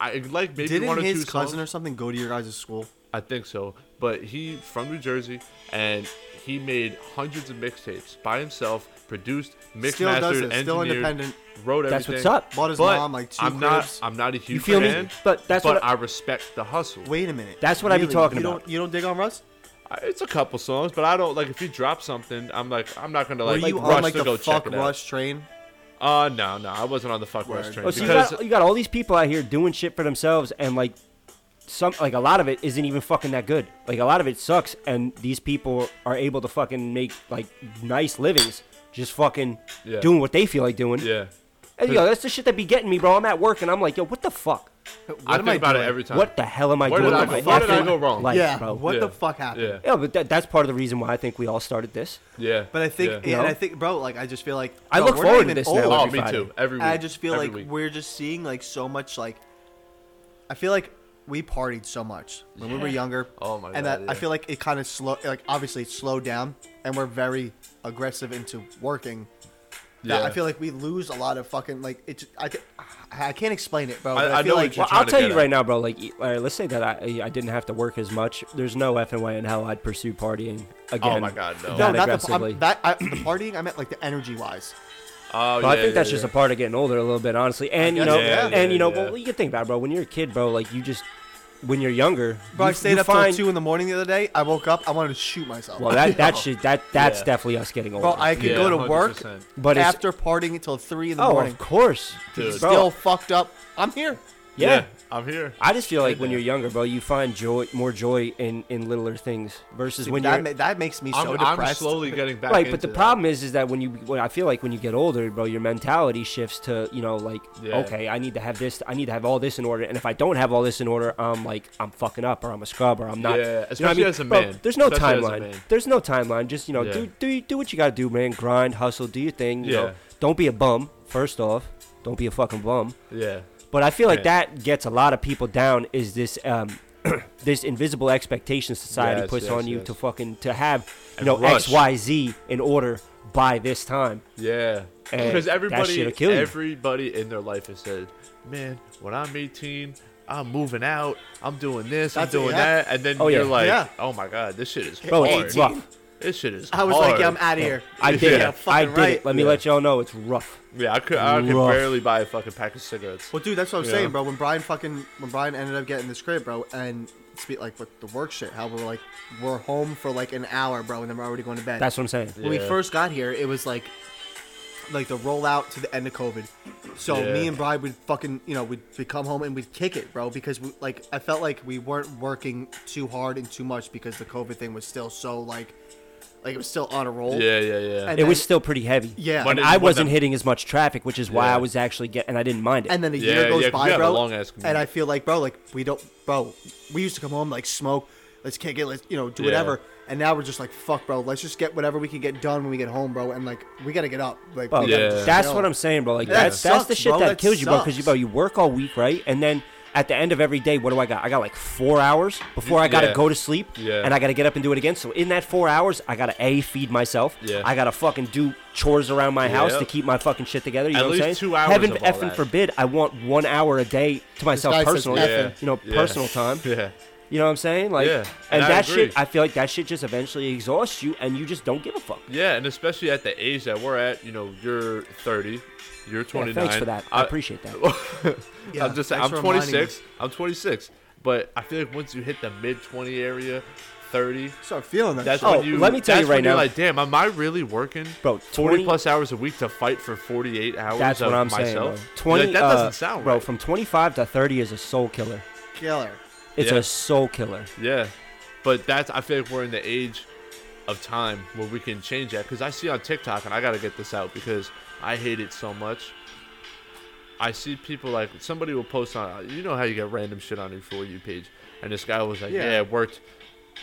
Speaker 3: i like maybe one
Speaker 1: Didn't
Speaker 3: or
Speaker 1: his
Speaker 3: two songs.
Speaker 1: cousin or something go to your guys' school?
Speaker 3: I think so. But he from New Jersey, and he made hundreds of mixtapes by himself, produced, mixed,
Speaker 1: Still does
Speaker 3: mastered,
Speaker 1: it, still
Speaker 3: engineered,
Speaker 1: independent.
Speaker 3: wrote everything.
Speaker 4: That's what's up.
Speaker 1: Bought his
Speaker 3: But
Speaker 1: mom like two
Speaker 3: I'm
Speaker 1: cribs.
Speaker 3: not. I'm not a huge
Speaker 4: feel me?
Speaker 3: fan.
Speaker 4: But that's
Speaker 3: but
Speaker 4: what I-
Speaker 3: I, respect the hustle.
Speaker 1: Wait a minute.
Speaker 4: That's what I be talking
Speaker 1: you
Speaker 4: about.
Speaker 1: Don't, you don't dig on Russ?
Speaker 3: I- It's a couple songs, but I don't like if you drop something. I'm like, I'm not gonna like
Speaker 1: Were you
Speaker 3: rush
Speaker 1: on like
Speaker 3: to
Speaker 1: the
Speaker 3: go
Speaker 1: fuck
Speaker 3: check it out.
Speaker 1: Rush train?
Speaker 3: Uh, no, no, I wasn't on the fuck rush
Speaker 1: Word.
Speaker 3: train
Speaker 4: Oh, so you
Speaker 3: because
Speaker 4: got, you got all these people out here doing shit for themselves, and like some, like a lot of it isn't even fucking that good. Like a lot of it sucks, and these people are able to fucking make like nice livings, just fucking
Speaker 3: Yeah.
Speaker 4: doing what they feel like doing.
Speaker 3: yeah,
Speaker 4: And, yo, that's the shit that be getting me, bro. I'm at work and I'm like, yo, what the fuck?
Speaker 3: I think
Speaker 1: am I
Speaker 3: about it
Speaker 1: doing?
Speaker 3: every time.
Speaker 4: What the hell am I
Speaker 3: Where
Speaker 4: doing?
Speaker 3: did I
Speaker 4: with my
Speaker 3: go- where did I
Speaker 4: effing
Speaker 3: go wrong?
Speaker 4: life,
Speaker 1: yeah.
Speaker 4: bro.
Speaker 1: What
Speaker 3: Yeah.
Speaker 1: the fuck happened?
Speaker 3: Yeah,
Speaker 4: Yeah, but that, that's part of the reason why I think we all started this.
Speaker 3: yeah.
Speaker 1: But I think,
Speaker 3: yeah.
Speaker 1: and
Speaker 4: No.
Speaker 1: I think, bro, like I just feel like
Speaker 4: I
Speaker 1: bro,
Speaker 4: look
Speaker 1: we're not
Speaker 4: forward to
Speaker 1: even
Speaker 4: this now.
Speaker 1: old.
Speaker 3: oh,
Speaker 4: every
Speaker 3: me
Speaker 4: Friday.
Speaker 3: too. Every week.
Speaker 1: I just feel
Speaker 3: every
Speaker 1: like
Speaker 3: week.
Speaker 1: we're just seeing like so much like I feel like we partied so much when we were younger.
Speaker 3: Oh my
Speaker 1: And
Speaker 3: God,
Speaker 1: that
Speaker 3: yeah.
Speaker 1: I feel like it kind of slow like obviously it slowed down and we're very aggressive into working. Yeah.
Speaker 3: Yeah.
Speaker 1: I feel like we lose a lot of fucking like it. just- I, ca- I can't explain it, bro.
Speaker 3: I-
Speaker 1: but
Speaker 3: I
Speaker 1: feel
Speaker 3: know what
Speaker 1: like
Speaker 3: you're
Speaker 4: Well, I'll
Speaker 3: trying to
Speaker 4: tell
Speaker 3: get
Speaker 4: you
Speaker 3: at.
Speaker 4: right now, bro. Like, e- all right, let's say that I I didn't have to work as much. There's no effing way in hell I'd pursue partying again.
Speaker 3: Oh my God, no.
Speaker 1: no,
Speaker 4: That
Speaker 1: not the,
Speaker 4: aggressively.
Speaker 1: I'm, that, I, the partying. I meant like the energy wise.
Speaker 3: Oh,
Speaker 4: But I
Speaker 3: yeah,
Speaker 4: think
Speaker 3: yeah,
Speaker 4: that's
Speaker 3: yeah.
Speaker 4: just a part of getting older, a little bit, honestly. And you
Speaker 1: guess
Speaker 4: know,
Speaker 1: so. Yeah,
Speaker 4: and you know,
Speaker 3: yeah,
Speaker 4: well,
Speaker 3: yeah.
Speaker 4: you think about, it, bro. When you're a kid, bro, like you just when you're younger,
Speaker 1: Bro,
Speaker 4: you,
Speaker 1: I stayed
Speaker 4: you
Speaker 1: up
Speaker 4: find,
Speaker 1: till two in the morning the other day. I woke up. I wanted to shoot myself.
Speaker 4: Well, that that
Speaker 1: Yo.
Speaker 4: shit that that's
Speaker 3: Yeah.
Speaker 4: definitely us getting older.
Speaker 1: Bro, I could
Speaker 3: Yeah,
Speaker 1: go to work,
Speaker 3: 100%.
Speaker 4: But it's-
Speaker 1: after partying until three in the
Speaker 4: oh,
Speaker 1: morning,
Speaker 4: of course,
Speaker 3: Dude.
Speaker 4: Bro,
Speaker 1: still fucked up. I'm here.
Speaker 4: yeah.
Speaker 3: I'm here.
Speaker 4: I just feel like when
Speaker 3: Yeah.
Speaker 4: you're younger, bro, you find joy, more joy in in littler things versus
Speaker 1: Dude,
Speaker 4: when
Speaker 1: that
Speaker 4: you're
Speaker 1: ma- that makes me
Speaker 3: I'm,
Speaker 1: so
Speaker 3: I'm
Speaker 1: depressed.
Speaker 3: slowly getting back.
Speaker 4: right but the
Speaker 3: into that.
Speaker 4: problem is, is that when you when i feel like when you get older bro your mentality shifts to you know like
Speaker 3: Yeah.
Speaker 4: okay i need to have this i need to have all this in order and if i don't have all this in order i'm like i'm fucking up or i'm a scrub or i'm not
Speaker 3: Yeah,
Speaker 4: you know what I
Speaker 3: especially
Speaker 4: mean?
Speaker 3: as a
Speaker 4: Bro,
Speaker 3: man.
Speaker 4: there's no
Speaker 3: Especially as a
Speaker 4: timeline
Speaker 3: man.
Speaker 4: there's no timeline just you know
Speaker 3: Yeah.
Speaker 4: do, do do what you gotta do man grind hustle do your thing you
Speaker 3: Yeah.
Speaker 4: know don't be a bum first off don't be a fucking bum
Speaker 3: Yeah.
Speaker 4: but I feel like
Speaker 3: Yeah.
Speaker 4: that gets a lot of people down. Is this um, this invisible expectation society
Speaker 3: Yes,
Speaker 4: puts
Speaker 3: yes,
Speaker 4: on you
Speaker 3: yes.
Speaker 4: to fuccking to have you
Speaker 3: And
Speaker 4: know
Speaker 3: rush.
Speaker 4: X Y Z in order by this time?
Speaker 3: Yeah.
Speaker 4: And
Speaker 3: because
Speaker 4: that
Speaker 3: everybody
Speaker 4: shit'll kill you.
Speaker 3: everybody in their life has said, Man, when I'm eighteen, I'm moving out, I'm doing this,
Speaker 1: That's it,
Speaker 3: I'm doing
Speaker 1: yeah.
Speaker 3: that and then
Speaker 4: Oh,
Speaker 3: you're
Speaker 4: yeah.
Speaker 3: like,
Speaker 1: Yeah.
Speaker 3: Oh my god, this shit is
Speaker 4: Bro,
Speaker 3: hard.
Speaker 4: it's rough.
Speaker 3: This shit is
Speaker 1: I was like,
Speaker 3: hard."
Speaker 1: yeah, I'm out of here.
Speaker 4: I did
Speaker 1: Yeah,
Speaker 4: it. I
Speaker 1: fucking
Speaker 4: did
Speaker 1: right.
Speaker 4: it. Let me
Speaker 3: Yeah.
Speaker 4: let y'all know it's rough.
Speaker 3: Yeah, I could I could
Speaker 4: Rough.
Speaker 3: barely buy a fucking pack of cigarettes.
Speaker 1: Well, dude, that's what I'm
Speaker 3: Yeah.
Speaker 1: saying, bro. When Brian fucking when Brian ended up getting this crib, bro, and speak like with the work shit, how we're like we're home for like an hour, bro, and then we're already going to bed.
Speaker 4: That's what I'm saying.
Speaker 1: when we
Speaker 3: Yeah.
Speaker 1: first got here. It was like like the rollout to the end of COVID. So
Speaker 3: Yeah.
Speaker 1: me and Brian would fucking you know we'd, we'd come home and we'd kick it, bro, because we, like I felt like we weren't working too hard and too much because the COVID thing was still so like like it was still on a roll.
Speaker 3: Yeah, yeah, yeah.
Speaker 1: And-
Speaker 4: It was
Speaker 1: then-
Speaker 4: still pretty heavy.
Speaker 1: Yeah.
Speaker 4: and
Speaker 1: When
Speaker 3: it-
Speaker 4: I
Speaker 3: when
Speaker 4: wasn't
Speaker 3: the-
Speaker 4: hitting as much traffic, which is why
Speaker 3: Yeah.
Speaker 4: I was actually getting, and I didn't mind it.
Speaker 1: and then a
Speaker 3: Yeah,
Speaker 1: year goes
Speaker 3: yeah, 'cause we
Speaker 1: by,
Speaker 3: have a
Speaker 1: bro.
Speaker 3: long-ass commute.
Speaker 1: and I feel like, bro, like we don't, bro. We used to come home like smoke, let's kick it, let's you know do
Speaker 3: Yeah.
Speaker 1: whatever. And now we're just like, fuck, bro. Let's just get whatever we can get done when we get home, bro. And like we gotta get up, like
Speaker 4: Bro,
Speaker 1: we gotta
Speaker 3: Yeah.
Speaker 1: just
Speaker 4: that's
Speaker 1: chill.
Speaker 4: what I'm saying, bro. Like
Speaker 1: That
Speaker 4: that's that's the
Speaker 1: sucks,
Speaker 4: shit
Speaker 1: bro.
Speaker 4: that,
Speaker 1: That
Speaker 4: kills you, bro. Because you
Speaker 1: sucks.
Speaker 4: bro, you work all week, right? And then at the end of every day, what do I got? I got like four hours before I gotta
Speaker 3: Yeah.
Speaker 4: go to sleep,
Speaker 3: Yeah.
Speaker 4: and I gotta get up and do it again. So in that four hours, I gotta a feed myself.
Speaker 3: Yeah.
Speaker 4: I gotta fucking do chores around my house
Speaker 3: Yep.
Speaker 4: to keep my fucking shit together. You
Speaker 3: At
Speaker 4: know what I'm
Speaker 3: least
Speaker 4: saying?
Speaker 3: two hours
Speaker 4: Heaven
Speaker 3: of all
Speaker 4: effing
Speaker 3: that.
Speaker 4: forbid, I want one hour a day to myself
Speaker 2: guy says
Speaker 4: personally.
Speaker 2: effing.
Speaker 4: You know,
Speaker 3: Yeah.
Speaker 4: personal time.
Speaker 3: Yeah.
Speaker 4: You know what I'm saying? Like,
Speaker 3: Yeah,
Speaker 4: and,
Speaker 3: and I
Speaker 4: that
Speaker 3: agree.
Speaker 4: shit, I feel like that shit just eventually exhausts you, and you just don't give a fuck.
Speaker 3: Yeah, and especially at the age that we're at, you know, you're 30, you're
Speaker 4: Yeah,
Speaker 3: 29.
Speaker 4: thanks for that. I, appreciate that.
Speaker 1: Yeah,
Speaker 3: I'm just
Speaker 1: thanks
Speaker 3: I'm
Speaker 1: for reminding
Speaker 3: 26. I'm 26, but I feel like once you hit the mid 20 area, 30,
Speaker 1: Start feeling that.
Speaker 3: that's
Speaker 1: shit.
Speaker 4: Oh,
Speaker 3: when you.
Speaker 4: let me tell you
Speaker 3: that's when
Speaker 4: right
Speaker 3: you're
Speaker 4: now.
Speaker 3: Like, damn, am I really working?
Speaker 4: Bro,
Speaker 3: 40
Speaker 4: 20
Speaker 3: plus hours a week to fight for 48 hours.
Speaker 4: That's
Speaker 3: of
Speaker 4: what I'm saying.
Speaker 3: myself?
Speaker 4: bro. 20,
Speaker 3: Like, that
Speaker 4: uh,
Speaker 3: doesn't sound
Speaker 4: bro.
Speaker 3: right.
Speaker 4: From 25 to 30 is a soul killer.
Speaker 1: killer.
Speaker 4: It's
Speaker 3: Yeah.
Speaker 4: a soul killer.
Speaker 3: Yeah, but that's I feel like we're in the age of time where we can change that because I see on TikTok and I gotta get this out because I hate it so much. I see people like somebody will post on you know how you get random shit on your for you page and this guy was like
Speaker 1: Yeah.
Speaker 3: yeah, I worked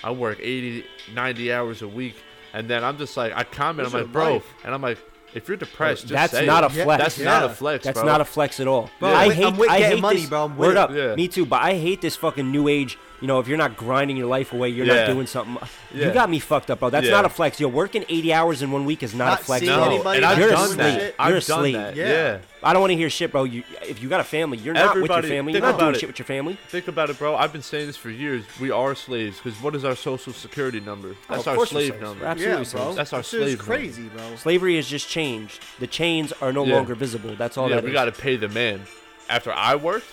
Speaker 3: I work 80 90 hours a week and then I'm just like I comment
Speaker 1: Those
Speaker 3: I'm
Speaker 1: are
Speaker 3: like bro
Speaker 1: life.
Speaker 3: and I'm like if you're depressed just
Speaker 4: That's
Speaker 3: say
Speaker 4: not
Speaker 3: it."
Speaker 4: a flex.
Speaker 3: that's
Speaker 1: Yeah.
Speaker 3: not a flex
Speaker 4: That's
Speaker 3: bro.
Speaker 4: not a flex at all.
Speaker 1: Bro,
Speaker 4: I
Speaker 1: I'm with-
Speaker 4: hate.
Speaker 1: I'm with
Speaker 4: I
Speaker 1: getting
Speaker 4: hate
Speaker 1: money,
Speaker 4: this-
Speaker 1: bro. I'm
Speaker 4: word
Speaker 1: with it.
Speaker 4: up.
Speaker 3: Yeah.
Speaker 4: Me too. But I hate this fucking new age. You know, if you're not grinding your life away, you're
Speaker 3: Yeah.
Speaker 4: not doing something.
Speaker 3: Yeah.
Speaker 4: You got me fucked up, bro. That's
Speaker 3: Yeah.
Speaker 4: not a flex. You're working 80 hours in one week is not,
Speaker 1: Not
Speaker 4: a flex,
Speaker 1: seeing
Speaker 4: bro.
Speaker 3: no
Speaker 1: anybody
Speaker 3: and I've
Speaker 4: you're
Speaker 1: doing
Speaker 3: done
Speaker 4: asleep.
Speaker 3: that
Speaker 1: shit.
Speaker 3: I've
Speaker 4: you're
Speaker 3: done
Speaker 4: asleep.
Speaker 3: that
Speaker 1: Yeah.
Speaker 3: yeah.
Speaker 4: I don't want to hear shit, bro. You, if you got a family, you're not with your
Speaker 3: Everybody-
Speaker 4: family. You're
Speaker 3: think
Speaker 4: not doing
Speaker 3: about it.
Speaker 4: shit with your family.
Speaker 3: Think about it, bro. I've been saying this for years. We are slaves because what is our social security number? That's
Speaker 4: of
Speaker 3: our
Speaker 4: course we're
Speaker 3: slave
Speaker 4: slaves.
Speaker 3: number.
Speaker 4: We're absolutely
Speaker 1: yeah, bro.
Speaker 4: slaves.
Speaker 3: That's our
Speaker 1: This shit is
Speaker 3: slave money.
Speaker 1: crazy, bro.
Speaker 4: Slavery has just changed. The chains are no
Speaker 3: Yeah.
Speaker 4: longer visible. That's all
Speaker 3: yeah,
Speaker 4: that
Speaker 3: we
Speaker 4: is.
Speaker 3: got to pay the man. After I worked,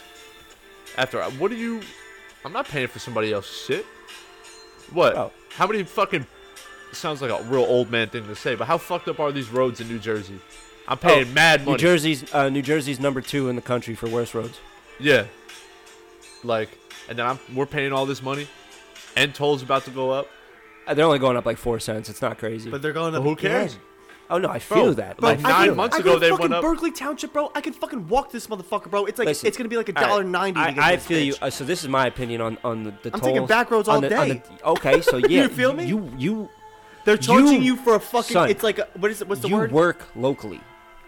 Speaker 3: after I, what do you? I'm not paying for somebody else's shit. What?
Speaker 4: Bro.
Speaker 3: How many fucking? Sounds like a real old man thing to say, but how fucked up are these roads in New Jersey? I'm paying mad
Speaker 4: Oh,
Speaker 3: money.
Speaker 4: New Jersey's uh, New Jersey's number two in the country for worst roads.
Speaker 3: Yeah. Like, and then I'm we're paying all this money, and tolls about to go up.
Speaker 4: Uh, They're only going up like four cents. It's not crazy.
Speaker 1: But they're going to.
Speaker 3: But who cares?
Speaker 4: oh no, I feel
Speaker 3: Bro,
Speaker 4: that.
Speaker 3: bro,
Speaker 4: Like,
Speaker 3: I nine
Speaker 1: I
Speaker 4: feel
Speaker 1: can,
Speaker 4: that.
Speaker 3: months
Speaker 1: I
Speaker 3: ago,
Speaker 1: can
Speaker 3: they
Speaker 1: fucking
Speaker 3: went up-
Speaker 1: Berkeley Township, bro. I can fucking walk this motherfucker, bro. It's like
Speaker 4: Listen.
Speaker 1: it's gonna be like a
Speaker 4: All right.
Speaker 1: dollar ninety. to
Speaker 4: I,
Speaker 1: get
Speaker 4: I
Speaker 1: this
Speaker 4: feel you.
Speaker 1: bitch.
Speaker 4: Uh, so this is my opinion on on the, the
Speaker 1: I'm
Speaker 4: tolls.
Speaker 1: taking back roads
Speaker 4: on
Speaker 1: all
Speaker 4: the- on
Speaker 1: day.
Speaker 4: the- okay, so yeah,
Speaker 1: You feel me?
Speaker 4: You you
Speaker 1: They're charging you,
Speaker 4: you-
Speaker 1: for a fucking.
Speaker 4: son,
Speaker 1: it's like a, what is it? What's the
Speaker 4: you
Speaker 1: word?
Speaker 4: work locally,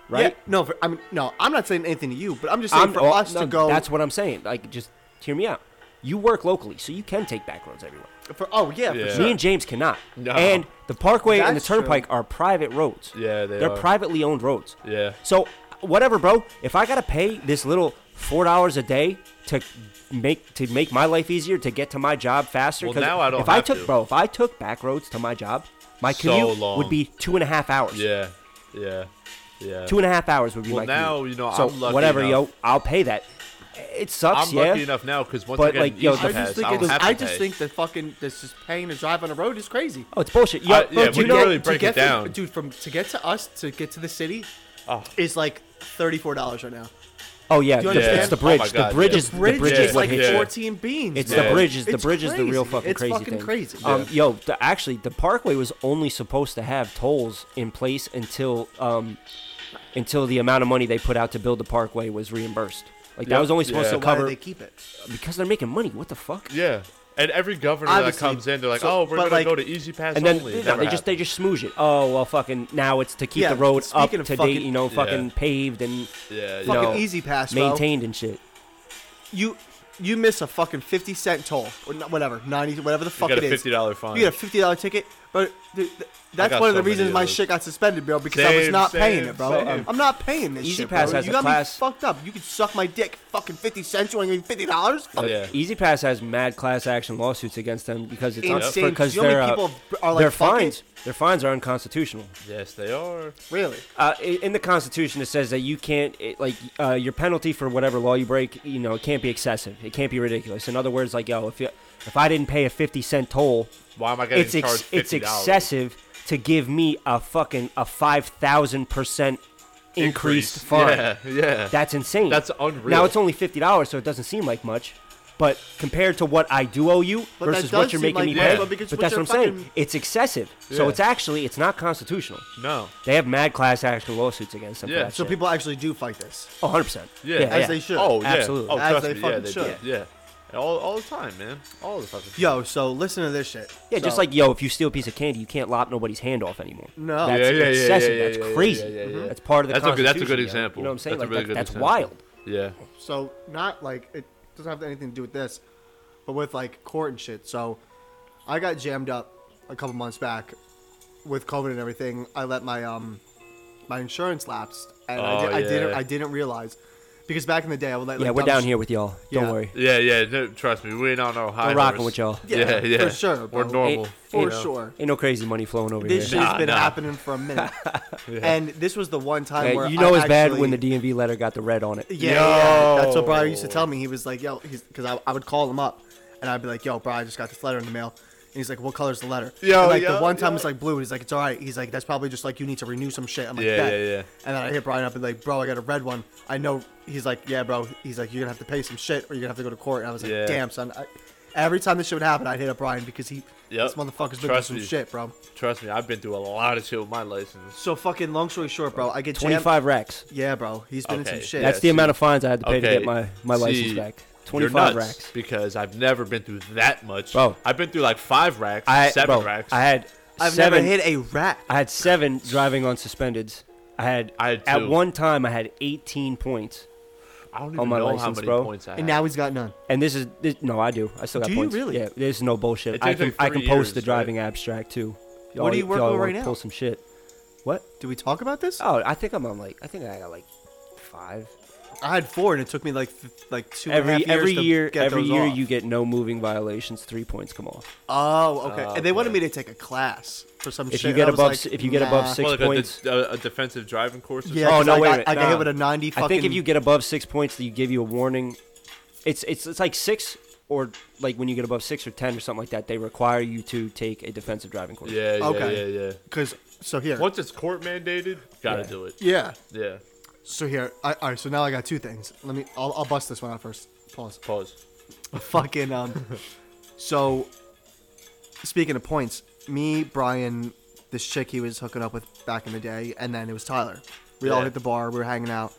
Speaker 4: right?
Speaker 1: Yeah, no, for, I mean, no. I'm not saying anything to you, but I'm just saying for
Speaker 4: oh,
Speaker 1: us
Speaker 4: no,
Speaker 1: to go.
Speaker 4: That's what I'm saying. Like, just hear me out. You work locally, so you can take back roads everywhere.
Speaker 1: For, oh yeah, for
Speaker 3: Yeah.
Speaker 1: sure.
Speaker 4: Me and James cannot.
Speaker 3: No.
Speaker 4: And the Parkway and the
Speaker 1: That's true.
Speaker 4: Turnpike are private roads.
Speaker 3: Yeah, they
Speaker 4: They're
Speaker 3: are.
Speaker 4: privately owned roads.
Speaker 3: Yeah.
Speaker 4: So whatever, bro. If I gotta pay this little four dollars a day to make to make my life easier to get to my job faster,
Speaker 3: Well,
Speaker 4: 'cause
Speaker 3: now I don't
Speaker 4: if I
Speaker 3: have
Speaker 4: took
Speaker 3: to.
Speaker 4: bro, if I took back roads to my job, my
Speaker 3: So
Speaker 4: commute
Speaker 3: long.
Speaker 4: would be two and a half hours.
Speaker 3: Yeah. Yeah. Yeah.
Speaker 4: Two and a half hours would be my
Speaker 3: Well, now,
Speaker 4: commute.
Speaker 3: you know,
Speaker 4: so
Speaker 3: I'm lucky
Speaker 4: whatever,
Speaker 3: enough.
Speaker 4: yo, I'll pay that. It sucks,
Speaker 3: I'm
Speaker 4: yeah.
Speaker 3: lucky enough now because once
Speaker 4: But,
Speaker 3: I get
Speaker 4: like,
Speaker 3: an
Speaker 4: yo,
Speaker 3: Easy
Speaker 4: the-
Speaker 1: I just
Speaker 3: Pass,
Speaker 1: think
Speaker 3: I don't
Speaker 1: it's-
Speaker 3: have to
Speaker 1: I just
Speaker 3: pay.
Speaker 1: think that fucking this just paying to drive on the road is crazy.
Speaker 4: Oh, it's bullshit. Yo,
Speaker 3: I-
Speaker 4: bro, do
Speaker 3: yeah, when
Speaker 4: you
Speaker 3: you
Speaker 4: know,
Speaker 3: really break
Speaker 1: to get
Speaker 3: it
Speaker 1: from-
Speaker 3: down.
Speaker 1: dude. From to get to us to get to the city
Speaker 3: Oh.
Speaker 1: is like thirty four dollars right now.
Speaker 4: oh yeah,
Speaker 1: you
Speaker 4: the- it's
Speaker 1: understand?
Speaker 4: the
Speaker 1: Oh
Speaker 4: bridge.
Speaker 3: my
Speaker 4: the
Speaker 3: God,
Speaker 4: bridge
Speaker 3: yeah.
Speaker 4: is
Speaker 1: the bridge,
Speaker 3: yeah.
Speaker 1: is like
Speaker 3: Yeah.
Speaker 1: fourteen beans.
Speaker 4: It's
Speaker 1: bro.
Speaker 3: Yeah.
Speaker 4: the bridge. Is the
Speaker 1: It's
Speaker 4: bridge is the real
Speaker 1: crazy.
Speaker 4: fucking
Speaker 1: It's
Speaker 4: crazy
Speaker 1: fucking
Speaker 4: thing.
Speaker 1: crazy.
Speaker 4: Um, yo, the, actually, the Parkway was only supposed to have tolls in place until um, until the amount of money they put out to build the Parkway was reimbursed. Like that
Speaker 3: Yep.
Speaker 4: was only supposed
Speaker 3: Yeah.
Speaker 1: So
Speaker 4: to
Speaker 1: why do
Speaker 4: cover
Speaker 1: they keep it?
Speaker 4: because they're making money. What the fuck?
Speaker 3: Yeah, and every governor
Speaker 1: Obviously.
Speaker 3: that comes in, they're like,
Speaker 1: So-
Speaker 3: "Oh, we're
Speaker 1: but,
Speaker 3: gonna
Speaker 1: like-
Speaker 3: go to Easy Pass
Speaker 4: And then
Speaker 3: only."
Speaker 4: no,
Speaker 3: Never
Speaker 4: they just they
Speaker 3: happened.
Speaker 4: just smooge it. Oh well, fucking now it's to keep
Speaker 1: Yeah,
Speaker 4: the road
Speaker 1: speaking
Speaker 4: up to
Speaker 1: of
Speaker 4: date,
Speaker 1: fucking-
Speaker 4: you know,
Speaker 3: Yeah.
Speaker 4: fucking paved and
Speaker 3: yeah,
Speaker 4: you
Speaker 3: yeah.
Speaker 1: Fucking
Speaker 4: know,
Speaker 1: Easy Pass, bro.
Speaker 4: maintained and shit.
Speaker 1: You you miss a fucking fifty cent toll or not, whatever ninety whatever the fuck
Speaker 3: got
Speaker 1: it
Speaker 3: a
Speaker 1: is.
Speaker 3: $50 fine.
Speaker 1: You get a fifty dollar ticket, but th- th- that's
Speaker 3: got
Speaker 1: one of
Speaker 3: so
Speaker 1: the
Speaker 3: many
Speaker 1: reasons
Speaker 3: of
Speaker 1: my
Speaker 3: those.
Speaker 1: shit got suspended, bro, because I
Speaker 3: Same,
Speaker 1: was not
Speaker 3: same,
Speaker 1: paying it, bro.
Speaker 3: same.
Speaker 1: I'm not paying this
Speaker 4: Easy
Speaker 1: shit.
Speaker 4: Pass
Speaker 1: bro.
Speaker 4: has
Speaker 1: you
Speaker 4: a
Speaker 1: got
Speaker 4: class-
Speaker 1: me fucked up. You can suck my dick, fucking fifty cents. You want to give me fifty dollars?
Speaker 3: Yeah.
Speaker 4: Easy Pass has mad class action lawsuits against them because it's
Speaker 1: Insane.
Speaker 4: because
Speaker 1: You know how
Speaker 4: their
Speaker 1: many
Speaker 4: uh,
Speaker 1: people are like,
Speaker 4: their
Speaker 1: "Fuck it."
Speaker 4: fines their fines are unconstitutional.
Speaker 3: yes, they are.
Speaker 1: Really?
Speaker 4: Uh, i- in the Constitution, it says that you can't it, like uh, your penalty for whatever law you break. You know, it can't be excessive. It can't be ridiculous. In other words, like yo, if you, if I didn't pay a fifty cent toll,
Speaker 3: Why am I getting
Speaker 4: it's
Speaker 3: charged
Speaker 4: ex-
Speaker 3: fifty
Speaker 4: it's
Speaker 3: dollars?
Speaker 4: excessive to give me a fucking a five thousand percent increased fine.
Speaker 3: Yeah, yeah.
Speaker 4: That's insane.
Speaker 3: That's unreal.
Speaker 4: Now it's only fifty dollars, so it doesn't seem like much. But compared to what I do owe you
Speaker 1: But that
Speaker 4: versus
Speaker 1: does
Speaker 4: what you're
Speaker 1: seem
Speaker 4: making
Speaker 1: like
Speaker 4: me
Speaker 1: much,
Speaker 4: pay,
Speaker 1: but because
Speaker 4: but
Speaker 1: what
Speaker 4: that's what
Speaker 1: you're
Speaker 4: I'm saying.
Speaker 1: fucking-
Speaker 4: It's excessive, so
Speaker 3: Yeah.
Speaker 4: it's actually it's not constitutional.
Speaker 3: no.
Speaker 4: They have mad class action lawsuits against them.
Speaker 3: Yeah.
Speaker 4: for that
Speaker 1: So
Speaker 3: So
Speaker 4: shit.
Speaker 1: people actually do fight this.
Speaker 4: Oh, 100%.
Speaker 3: Yeah,
Speaker 4: yeah,
Speaker 1: as
Speaker 4: yeah.
Speaker 1: they should.
Speaker 3: Oh yeah,
Speaker 4: Absolutely.
Speaker 3: Oh,
Speaker 1: As
Speaker 3: trust
Speaker 1: they
Speaker 3: me, yeah,
Speaker 1: fucking
Speaker 3: they
Speaker 1: should.
Speaker 3: do. Yeah, all all the time, man. All the fucking.
Speaker 1: Yo, so listen to this shit.
Speaker 4: Yeah, just
Speaker 1: So-
Speaker 4: like yo, if you steal a piece of candy, you can't lop nobody's hand off anymore.
Speaker 1: No.
Speaker 4: that's
Speaker 3: Yeah, yeah, yeah,
Speaker 4: excessive.
Speaker 3: yeah, yeah,
Speaker 4: that's
Speaker 3: yeah, yeah,
Speaker 4: crazy. Mm-hmm.
Speaker 3: yeah, yeah, yeah.
Speaker 4: That's part of the
Speaker 3: That's a good- that's a
Speaker 4: Constitution,
Speaker 3: good
Speaker 4: yo.
Speaker 3: example.
Speaker 4: You know what I'm saying?
Speaker 3: That's
Speaker 4: like
Speaker 3: a really
Speaker 4: that-
Speaker 3: good
Speaker 4: that's
Speaker 3: example.
Speaker 4: wild.
Speaker 3: Yeah,
Speaker 1: so not like it, doesn't have anything to do with this, but with like court and shit. So I got jammed up a couple months back with COVID and everything. I let my um my insurance lapse, and I,
Speaker 3: Oh,
Speaker 1: did, I didn't
Speaker 3: yeah.
Speaker 1: I didn't realize because back in the day I would let like,
Speaker 4: yeah, we're
Speaker 1: dumb
Speaker 4: down
Speaker 1: sh-
Speaker 4: here with y'all.
Speaker 1: Yeah.
Speaker 4: Don't worry.
Speaker 3: Yeah, yeah. No, trust me, we ain't on our high.
Speaker 4: We're rocking
Speaker 3: horse.
Speaker 4: with y'all.
Speaker 3: Yeah, yeah,
Speaker 1: for sure,
Speaker 3: We're
Speaker 1: bro.
Speaker 3: normal
Speaker 1: for
Speaker 3: you know?
Speaker 1: sure.
Speaker 4: Ain't no crazy money flowing over
Speaker 1: This
Speaker 4: here.
Speaker 1: shit's
Speaker 3: Nah,
Speaker 1: been
Speaker 3: nah.
Speaker 1: happening for a minute, and this was the one time
Speaker 4: Yeah,
Speaker 1: where
Speaker 4: you know
Speaker 1: I
Speaker 4: it's bad when the
Speaker 1: actually-
Speaker 4: DMV letter got the red on it.
Speaker 1: Yeah, yeah, yeah. that's what Brian
Speaker 3: Yo.
Speaker 1: used to tell me. He was like, "Yo," because I, I would call him up, and I'd be like, "Yo, Brian, I just got this letter in the mail." And he's like, "What color's the letter?"
Speaker 3: Yo,
Speaker 1: and like
Speaker 3: yo,
Speaker 1: the one time
Speaker 3: yo.
Speaker 1: it's like blue, and he's like, "It's all right." He's like, "That's probably just like you need to renew some shit." I'm like,
Speaker 3: Yeah,
Speaker 1: "Bet."
Speaker 3: yeah, yeah.
Speaker 1: And then I hit Brian up and like, "Bro, I got a red one. I know." He's like, "Yeah, bro." He's like, "You're gonna have to pay some shit, or you're gonna have to go to court." And I was like,
Speaker 3: Yeah.
Speaker 1: "Damn, son." I, every time this shit would happen, I'd hit up Brian because he,
Speaker 3: Yep.
Speaker 1: this motherfucker's been through
Speaker 3: Trust
Speaker 1: some
Speaker 3: me.
Speaker 1: shit, bro.
Speaker 3: Trust me, I've been through a lot of shit with my license.
Speaker 1: So fucking long story short, bro, I get jammed-
Speaker 4: 25 racks.
Speaker 1: Yeah, bro, he's been in
Speaker 3: Okay,
Speaker 1: some shit.
Speaker 4: That's the
Speaker 3: Yeah, see.
Speaker 4: amount of fines I had to pay to
Speaker 3: Okay,
Speaker 4: get my, my license
Speaker 3: see,
Speaker 4: back.
Speaker 3: You're
Speaker 4: 25
Speaker 3: nuts,
Speaker 4: racks.
Speaker 3: because I've never been through that much.
Speaker 4: Bro.
Speaker 3: I've been through like five racks,
Speaker 4: I
Speaker 3: seven
Speaker 4: bro,
Speaker 3: racks.
Speaker 4: I had
Speaker 1: I've
Speaker 4: seven
Speaker 1: never hit a rack.
Speaker 4: I had 7 driving on suspendeds. I had,
Speaker 3: I had
Speaker 4: at
Speaker 3: two.
Speaker 4: one time I had 18 points.
Speaker 3: I don't
Speaker 4: on
Speaker 3: even
Speaker 4: my
Speaker 3: know how
Speaker 4: license,
Speaker 3: many
Speaker 4: bro.
Speaker 3: points I have.
Speaker 1: And now he's got none.
Speaker 4: And this is this, no, I do. I still got
Speaker 1: Do you
Speaker 4: points.
Speaker 1: really?
Speaker 4: Yeah, there's no bullshit.
Speaker 3: It
Speaker 4: I
Speaker 3: takes
Speaker 4: can
Speaker 3: like
Speaker 4: I can
Speaker 3: three
Speaker 4: post the
Speaker 3: years,
Speaker 4: driving abstract too.
Speaker 1: What do you work
Speaker 4: y'all
Speaker 1: on
Speaker 4: wanna
Speaker 1: right now?
Speaker 4: Pull some shit. What?
Speaker 1: Do we talk about this?
Speaker 4: Oh, I think I'm on like I think I got like five.
Speaker 1: I had four, and it took me like f- like two and a half
Speaker 4: Every every
Speaker 1: years to
Speaker 4: year
Speaker 1: get
Speaker 4: every
Speaker 1: those
Speaker 4: year
Speaker 1: off.
Speaker 4: you get no moving violations. Three points come off.
Speaker 1: Oh, okay.
Speaker 3: Oh,
Speaker 1: and they wanted me
Speaker 3: okay.
Speaker 1: to take a class for some
Speaker 4: If
Speaker 1: shit.
Speaker 4: you
Speaker 1: and
Speaker 4: get
Speaker 1: I was
Speaker 4: above
Speaker 1: like,
Speaker 4: s- if you get above
Speaker 1: nah.
Speaker 4: six-
Speaker 3: Well, like a de-
Speaker 4: points.
Speaker 3: a, a defensive driving course. Or
Speaker 1: Yeah.
Speaker 3: something?
Speaker 4: oh
Speaker 1: 'cause
Speaker 4: no,
Speaker 1: I
Speaker 4: wait
Speaker 1: got-
Speaker 4: a minute.
Speaker 1: I got hit
Speaker 4: Nah.
Speaker 1: with a 90
Speaker 4: I think
Speaker 1: fucking-
Speaker 4: if you get above six points, they give you a warning. It's it's it's like six or like when you get above six or ten or something like that, they require you to take a defensive driving course.
Speaker 3: Yeah, yeah,
Speaker 1: Okay.
Speaker 3: yeah, yeah.
Speaker 1: Cause so here,
Speaker 3: Once it's court mandated, gotta
Speaker 4: Yeah.
Speaker 3: do it.
Speaker 1: yeah.
Speaker 3: Yeah.
Speaker 1: So here, I, all right. So now I got two things. Let me. I'll, I'll bust this one out first. Pause.
Speaker 3: Pause.
Speaker 1: fucking um. so speaking of points, me, Brian, this chick he was hooking up with back in the day, and then it was Tyler. We all
Speaker 3: Yeah.
Speaker 1: hit the bar. We were hanging out,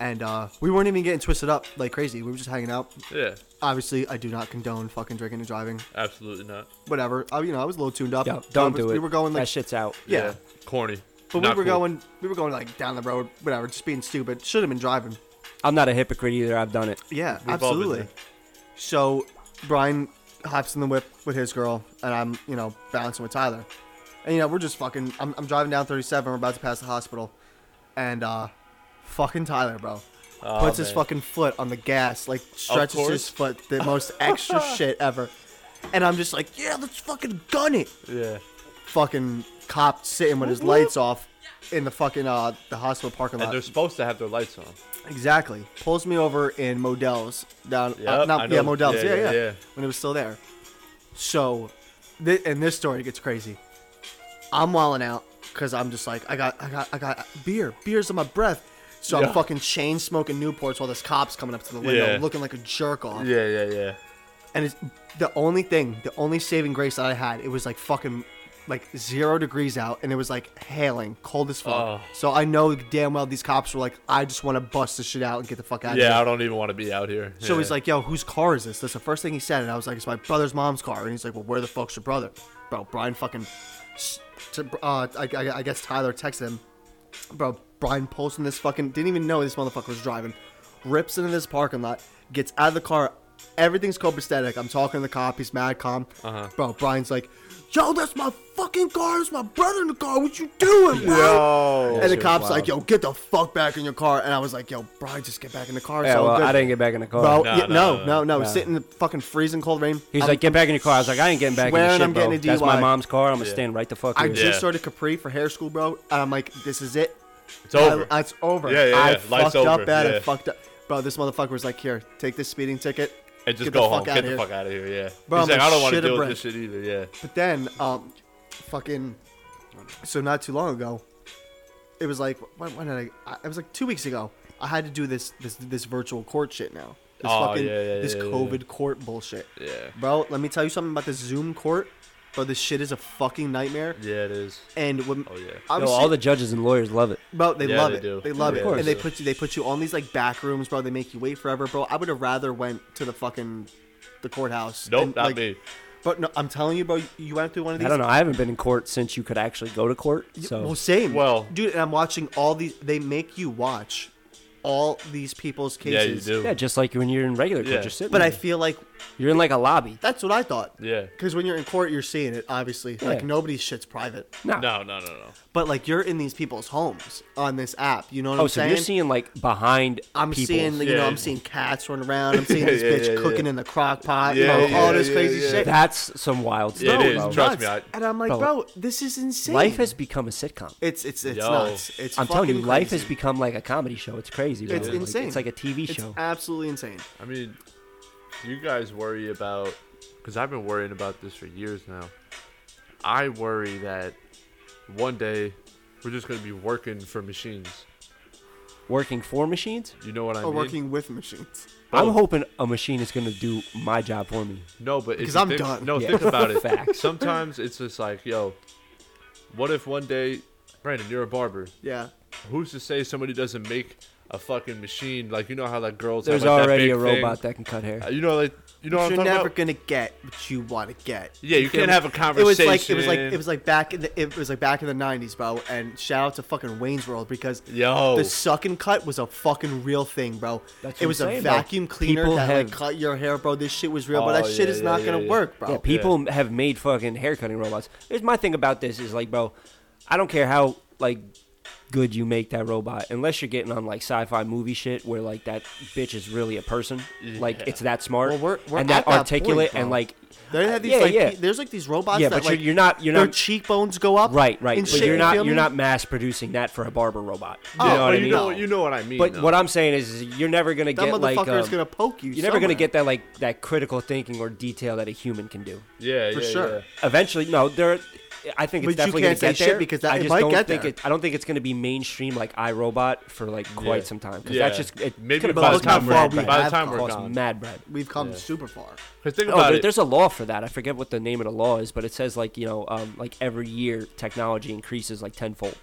Speaker 1: and uh, we weren't even getting twisted up like crazy. We were just hanging out.
Speaker 3: Yeah.
Speaker 1: Obviously, I do not condone fucking drinking and driving.
Speaker 3: Absolutely not.
Speaker 1: Whatever. I, you know, I was a little tuned up.
Speaker 4: Yo,
Speaker 1: So
Speaker 4: don't
Speaker 1: I was-
Speaker 4: do it.
Speaker 1: We were going like,
Speaker 4: that shit's out.
Speaker 1: Yeah.
Speaker 3: Corny.
Speaker 1: but we
Speaker 3: Not
Speaker 1: were
Speaker 3: cool.
Speaker 1: going, we were going like down the road, whatever, just being stupid. Should have been driving.
Speaker 4: I'm not a hypocrite either. I've done it.
Speaker 1: Yeah,
Speaker 3: been
Speaker 1: absolutely.
Speaker 3: there.
Speaker 1: So Brian hops in the whip with his girl, and I'm, you know, bouncing with Tyler. And, you know, we're just fucking, I'm, I'm driving down 37, we're about to pass the hospital. And, uh, fucking Tyler, bro.
Speaker 3: Aw,
Speaker 1: puts his
Speaker 3: Oh, man.
Speaker 1: fucking foot on the gas, like stretches
Speaker 3: course.
Speaker 1: his foot, the most extra shit ever. And I'm just like, yeah, let's fucking gun it.
Speaker 3: Yeah.
Speaker 1: Fucking cop sitting with his lights off in the fucking uh the hospital parking
Speaker 3: And
Speaker 1: lot.
Speaker 3: they're supposed to have their lights on.
Speaker 1: Exactly. Pulls me over in Modell's down. uh,
Speaker 3: Yep, I
Speaker 1: not, yeah,
Speaker 3: know.
Speaker 1: Modell's. Yeah
Speaker 3: Yeah,
Speaker 1: yeah,
Speaker 3: yeah, yeah.
Speaker 1: When it was still there. So, th- and this story gets crazy. I'm walling out because I'm just like I got I got I got beer. Beer's on my breath. So
Speaker 3: Yeah.
Speaker 1: I'm fucking chain smoking Newports while this cop's coming up to the window
Speaker 3: Yeah.
Speaker 1: looking like a jerk off.
Speaker 3: Yeah, yeah, yeah.
Speaker 1: And it's the only thing, the only saving grace that I had, it was like fucking like zero degrees out and it was like hailing, cold as fuck.
Speaker 3: Oh.
Speaker 1: So I know damn well these cops were like, I just want to bust this shit out and get the fuck out of here.
Speaker 3: Yeah, I don't even want to be out here.
Speaker 1: So
Speaker 3: yeah.
Speaker 1: he's like, "Yo, whose car is this?" That's the first thing he said, and I was like, "It's my brother's mom's car." And he's like, "Well, where the fuck's your brother, bro?" Brian fucking, s- to, uh, I, I, I guess Tyler texted him, bro. Brian pulls in this fucking didn't even know this motherfucker was driving, rips into this parking lot, gets out of the car. Everything's copacetic. I'm talking to the cop. He's mad calm.
Speaker 3: Uh-huh.
Speaker 1: Bro, Brian's like, "Yo, that's my fucking car. It's my brother in the car. What you doing, bro?" And
Speaker 4: That
Speaker 1: the
Speaker 4: shit was
Speaker 1: cop's
Speaker 4: wild.
Speaker 1: like, "Yo, get the fuck back in your car." And I was like, "Yo, Brian, just get back in the car."
Speaker 4: Yeah,
Speaker 1: so
Speaker 4: well,
Speaker 1: good.
Speaker 4: I didn't get back in the car.
Speaker 1: Bro,
Speaker 3: Oh, No,
Speaker 1: yeah, no,
Speaker 3: no,
Speaker 1: no, no,
Speaker 3: no,
Speaker 4: no.
Speaker 1: Sit in the fucking freezing cold rain.
Speaker 4: He was
Speaker 1: I'm-
Speaker 4: like, "Get back in your car." I was like, "I ain't getting back in your
Speaker 1: Swearing
Speaker 4: shit,
Speaker 1: I'm getting
Speaker 4: bro.
Speaker 1: a
Speaker 4: That's my
Speaker 1: DUI.
Speaker 4: mom's car. I'm gonna
Speaker 3: Yeah.
Speaker 4: stand right the fuck
Speaker 1: I
Speaker 4: here."
Speaker 1: just
Speaker 3: Yeah.
Speaker 1: started Capri for hair school, bro. And I'm like, this is it.
Speaker 3: it's over.
Speaker 1: I, it's over.
Speaker 3: Yeah, yeah,
Speaker 1: I
Speaker 3: yeah. Life's
Speaker 1: fucked up
Speaker 3: over.
Speaker 1: bad. I
Speaker 3: Yeah.
Speaker 1: fucked up. Bro, this motherfucker was like, here, take this speeding ticket.
Speaker 3: and just
Speaker 1: get
Speaker 3: go
Speaker 1: the
Speaker 3: home.
Speaker 1: fuck
Speaker 3: Get
Speaker 1: outta
Speaker 3: the
Speaker 1: here.
Speaker 3: fuck out of here. Yeah.
Speaker 1: Bro,
Speaker 3: he's
Speaker 1: I'm
Speaker 3: like, I
Speaker 1: like
Speaker 3: don't want
Speaker 1: shit
Speaker 3: to deal
Speaker 1: of
Speaker 3: with this shit either. Yeah.
Speaker 1: But then, um, fucking, so not too long ago, it was like, when, when did I, I? It was like two weeks ago. I had to do this this this virtual court shit now. This
Speaker 3: Oh,
Speaker 1: fucking
Speaker 3: yeah, yeah,
Speaker 1: this
Speaker 3: yeah, yeah.
Speaker 1: COVID court bullshit.
Speaker 3: Yeah.
Speaker 1: Bro, let me tell you something about this Zoom court. Bro, this shit is a fucking nightmare.
Speaker 3: Yeah, it is.
Speaker 1: And when,
Speaker 3: Oh, yeah.
Speaker 4: Yo,
Speaker 1: obviously-
Speaker 4: all the judges and lawyers love it.
Speaker 1: Bro, they
Speaker 3: Yeah,
Speaker 1: love
Speaker 3: they
Speaker 1: it.
Speaker 3: do.
Speaker 1: They love
Speaker 3: Yeah,
Speaker 1: it,
Speaker 3: of course.
Speaker 1: and they put you. They put you on these like back rooms, bro. They make you wait forever, bro. I would have rather went to the fucking the courthouse.
Speaker 3: Nope,
Speaker 1: and,
Speaker 3: not
Speaker 1: like-
Speaker 3: me.
Speaker 1: But no, I'm telling you, bro. You went through one of these.
Speaker 4: I don't know. I haven't been in court since you could actually go to court.
Speaker 1: Y-
Speaker 4: So
Speaker 1: Well, same.
Speaker 3: Well-
Speaker 1: dude, and I'm watching all these. They make you watch all these people's
Speaker 3: Yeah, you
Speaker 1: cases.
Speaker 3: do.
Speaker 4: Yeah, just like when you're in regular court,
Speaker 3: Yeah.
Speaker 4: you're sitting.
Speaker 1: But I
Speaker 4: there.
Speaker 1: feel like
Speaker 4: you're in like a lobby.
Speaker 1: that's what I thought.
Speaker 3: Yeah.
Speaker 1: Because when you're in court, you're seeing it, obviously. Like,
Speaker 4: Yeah.
Speaker 1: nobody's shit's private.
Speaker 4: No.
Speaker 3: No, no, no, no.
Speaker 1: But, like, you're in these people's homes on this app. You know what
Speaker 4: Oh,
Speaker 1: I'm
Speaker 4: so
Speaker 1: saying?
Speaker 4: you're seeing like behind.
Speaker 1: I'm
Speaker 4: people.
Speaker 1: seeing, like, you know,
Speaker 3: Yeah.
Speaker 1: I'm seeing cats running around. I'm seeing
Speaker 3: Yeah,
Speaker 1: this
Speaker 3: yeah,
Speaker 1: bitch
Speaker 3: yeah, yeah.
Speaker 1: cooking in the crock pot.
Speaker 3: Yeah,
Speaker 1: you know,
Speaker 3: yeah,
Speaker 1: all this
Speaker 3: yeah,
Speaker 1: crazy
Speaker 3: yeah.
Speaker 1: shit.
Speaker 4: That's some wild
Speaker 3: Yeah,
Speaker 4: stuff.
Speaker 3: it is.
Speaker 4: though.
Speaker 3: Trust me, I-
Speaker 1: and I'm like,
Speaker 4: Bro.
Speaker 1: bro, this is insane.
Speaker 4: Life has become a sitcom.
Speaker 1: It's it's it's
Speaker 3: Yo.
Speaker 1: nuts. It's
Speaker 4: I'm telling you,
Speaker 1: fucking
Speaker 4: life has
Speaker 1: crazy.
Speaker 4: become like a comedy show. It's crazy. bro.
Speaker 1: It's
Speaker 4: Like,
Speaker 1: insane.
Speaker 4: it's like a TV
Speaker 1: It's
Speaker 4: show.
Speaker 1: absolutely insane.
Speaker 3: I mean, do you guys worry about? Because I've been worrying about this for years now. I worry that one day we're just going to be working for machines.
Speaker 4: Working for machines.
Speaker 3: You know what I
Speaker 1: Or
Speaker 3: mean?
Speaker 1: working with machines.
Speaker 4: I'm
Speaker 3: Oh.
Speaker 4: hoping a machine is gonna do my job for me.
Speaker 3: No, but if
Speaker 1: Because
Speaker 3: you
Speaker 1: I'm
Speaker 3: think-
Speaker 1: done.
Speaker 3: No,
Speaker 4: Yeah.
Speaker 3: think about it.
Speaker 4: Fact.
Speaker 3: Sometimes it's just like, yo, what if one day, Brandon, you're a barber.
Speaker 1: Yeah.
Speaker 3: Who's to say somebody doesn't make a fucking machine? Like you know how like girls.
Speaker 4: There's
Speaker 3: have, like,
Speaker 4: already
Speaker 3: that
Speaker 4: a
Speaker 3: big thing?
Speaker 4: robot that can cut hair.
Speaker 3: Uh, You know, like you know what I'm
Speaker 1: You're
Speaker 3: talking
Speaker 1: never
Speaker 3: about.
Speaker 1: gonna get what you want to get.
Speaker 3: Yeah, you
Speaker 1: feel
Speaker 3: can't
Speaker 1: me?
Speaker 3: have a
Speaker 1: It was like it was like it
Speaker 3: conversation.
Speaker 1: was like back in the it was like back in the '90s, bro. And shout out to fucking Wayne's World because
Speaker 3: Yo.
Speaker 1: the suck and cut was a fucking real thing, bro.
Speaker 4: That's what
Speaker 1: it
Speaker 4: I'm
Speaker 1: was a
Speaker 4: saying, bro.
Speaker 1: vacuum cleaner
Speaker 4: People
Speaker 1: that like
Speaker 4: have-
Speaker 1: cut your hair, bro. This shit was real,
Speaker 3: Oh,
Speaker 1: but that shit
Speaker 3: yeah,
Speaker 1: is
Speaker 3: yeah,
Speaker 1: not
Speaker 3: yeah,
Speaker 1: gonna
Speaker 3: yeah.
Speaker 1: work, bro.
Speaker 4: Yeah, people have made fucking hair cutting robots. Here's my thing about this is like, bro, I don't care how like good you make that robot, unless you're getting on like sci-fi movie shit where like that bitch is really a person, like
Speaker 3: Yeah.
Speaker 4: it's that smart
Speaker 1: Well, we're- we're
Speaker 4: and
Speaker 1: at that
Speaker 4: that
Speaker 1: point,
Speaker 4: articulate
Speaker 1: bro.
Speaker 4: and like
Speaker 1: They have these
Speaker 4: yeah,
Speaker 1: like
Speaker 4: yeah.
Speaker 1: pe- there's like these robots
Speaker 4: Yeah,
Speaker 1: that
Speaker 4: but you're-
Speaker 1: like
Speaker 4: you're not- you're
Speaker 1: their
Speaker 4: not-
Speaker 1: cheekbones go up
Speaker 4: right, right.
Speaker 1: and
Speaker 4: But
Speaker 1: shit,
Speaker 4: you're not
Speaker 1: feel
Speaker 4: you're
Speaker 1: me?
Speaker 4: not mass producing that for a barber robot. You
Speaker 1: Oh,
Speaker 4: know
Speaker 3: but
Speaker 4: what I
Speaker 3: you
Speaker 4: mean?
Speaker 3: know you know what I mean.
Speaker 4: But
Speaker 3: though.
Speaker 4: what I'm saying is, is you're never gonna
Speaker 1: that
Speaker 4: get like
Speaker 1: motherfucker is
Speaker 4: um,
Speaker 1: gonna poke you
Speaker 4: you're never gonna
Speaker 1: somewhere.
Speaker 4: get that like that critical thinking or detail that a human can do.
Speaker 3: yeah,
Speaker 1: for
Speaker 3: yeah,
Speaker 1: sure.
Speaker 3: yeah.
Speaker 4: Eventually, no, there. I think
Speaker 1: But you
Speaker 4: it's definitely
Speaker 1: can't
Speaker 4: gonna
Speaker 1: say
Speaker 4: get
Speaker 1: shit
Speaker 4: there
Speaker 1: because that-
Speaker 4: I
Speaker 1: it
Speaker 4: just
Speaker 1: might
Speaker 4: don't
Speaker 1: get
Speaker 4: think
Speaker 1: there.
Speaker 4: it. I don't think it's gonna be mainstream like iRobot for like quite
Speaker 3: Yeah.
Speaker 4: some time because
Speaker 3: Yeah.
Speaker 4: that's just it
Speaker 3: Maybe
Speaker 4: could've
Speaker 3: by the
Speaker 4: cost
Speaker 3: time
Speaker 1: we're-
Speaker 4: mad
Speaker 1: by the
Speaker 4: bread.
Speaker 3: time we're
Speaker 4: Cost
Speaker 3: gone.
Speaker 4: mad bread.
Speaker 1: We've come
Speaker 3: Yeah.
Speaker 1: super far.
Speaker 3: 'Cause think
Speaker 4: Oh,
Speaker 3: about
Speaker 4: there,
Speaker 3: it.
Speaker 4: there's a law for that. I forget what the name of the law is, but it says like you know, um, like every year technology increases like tenfold.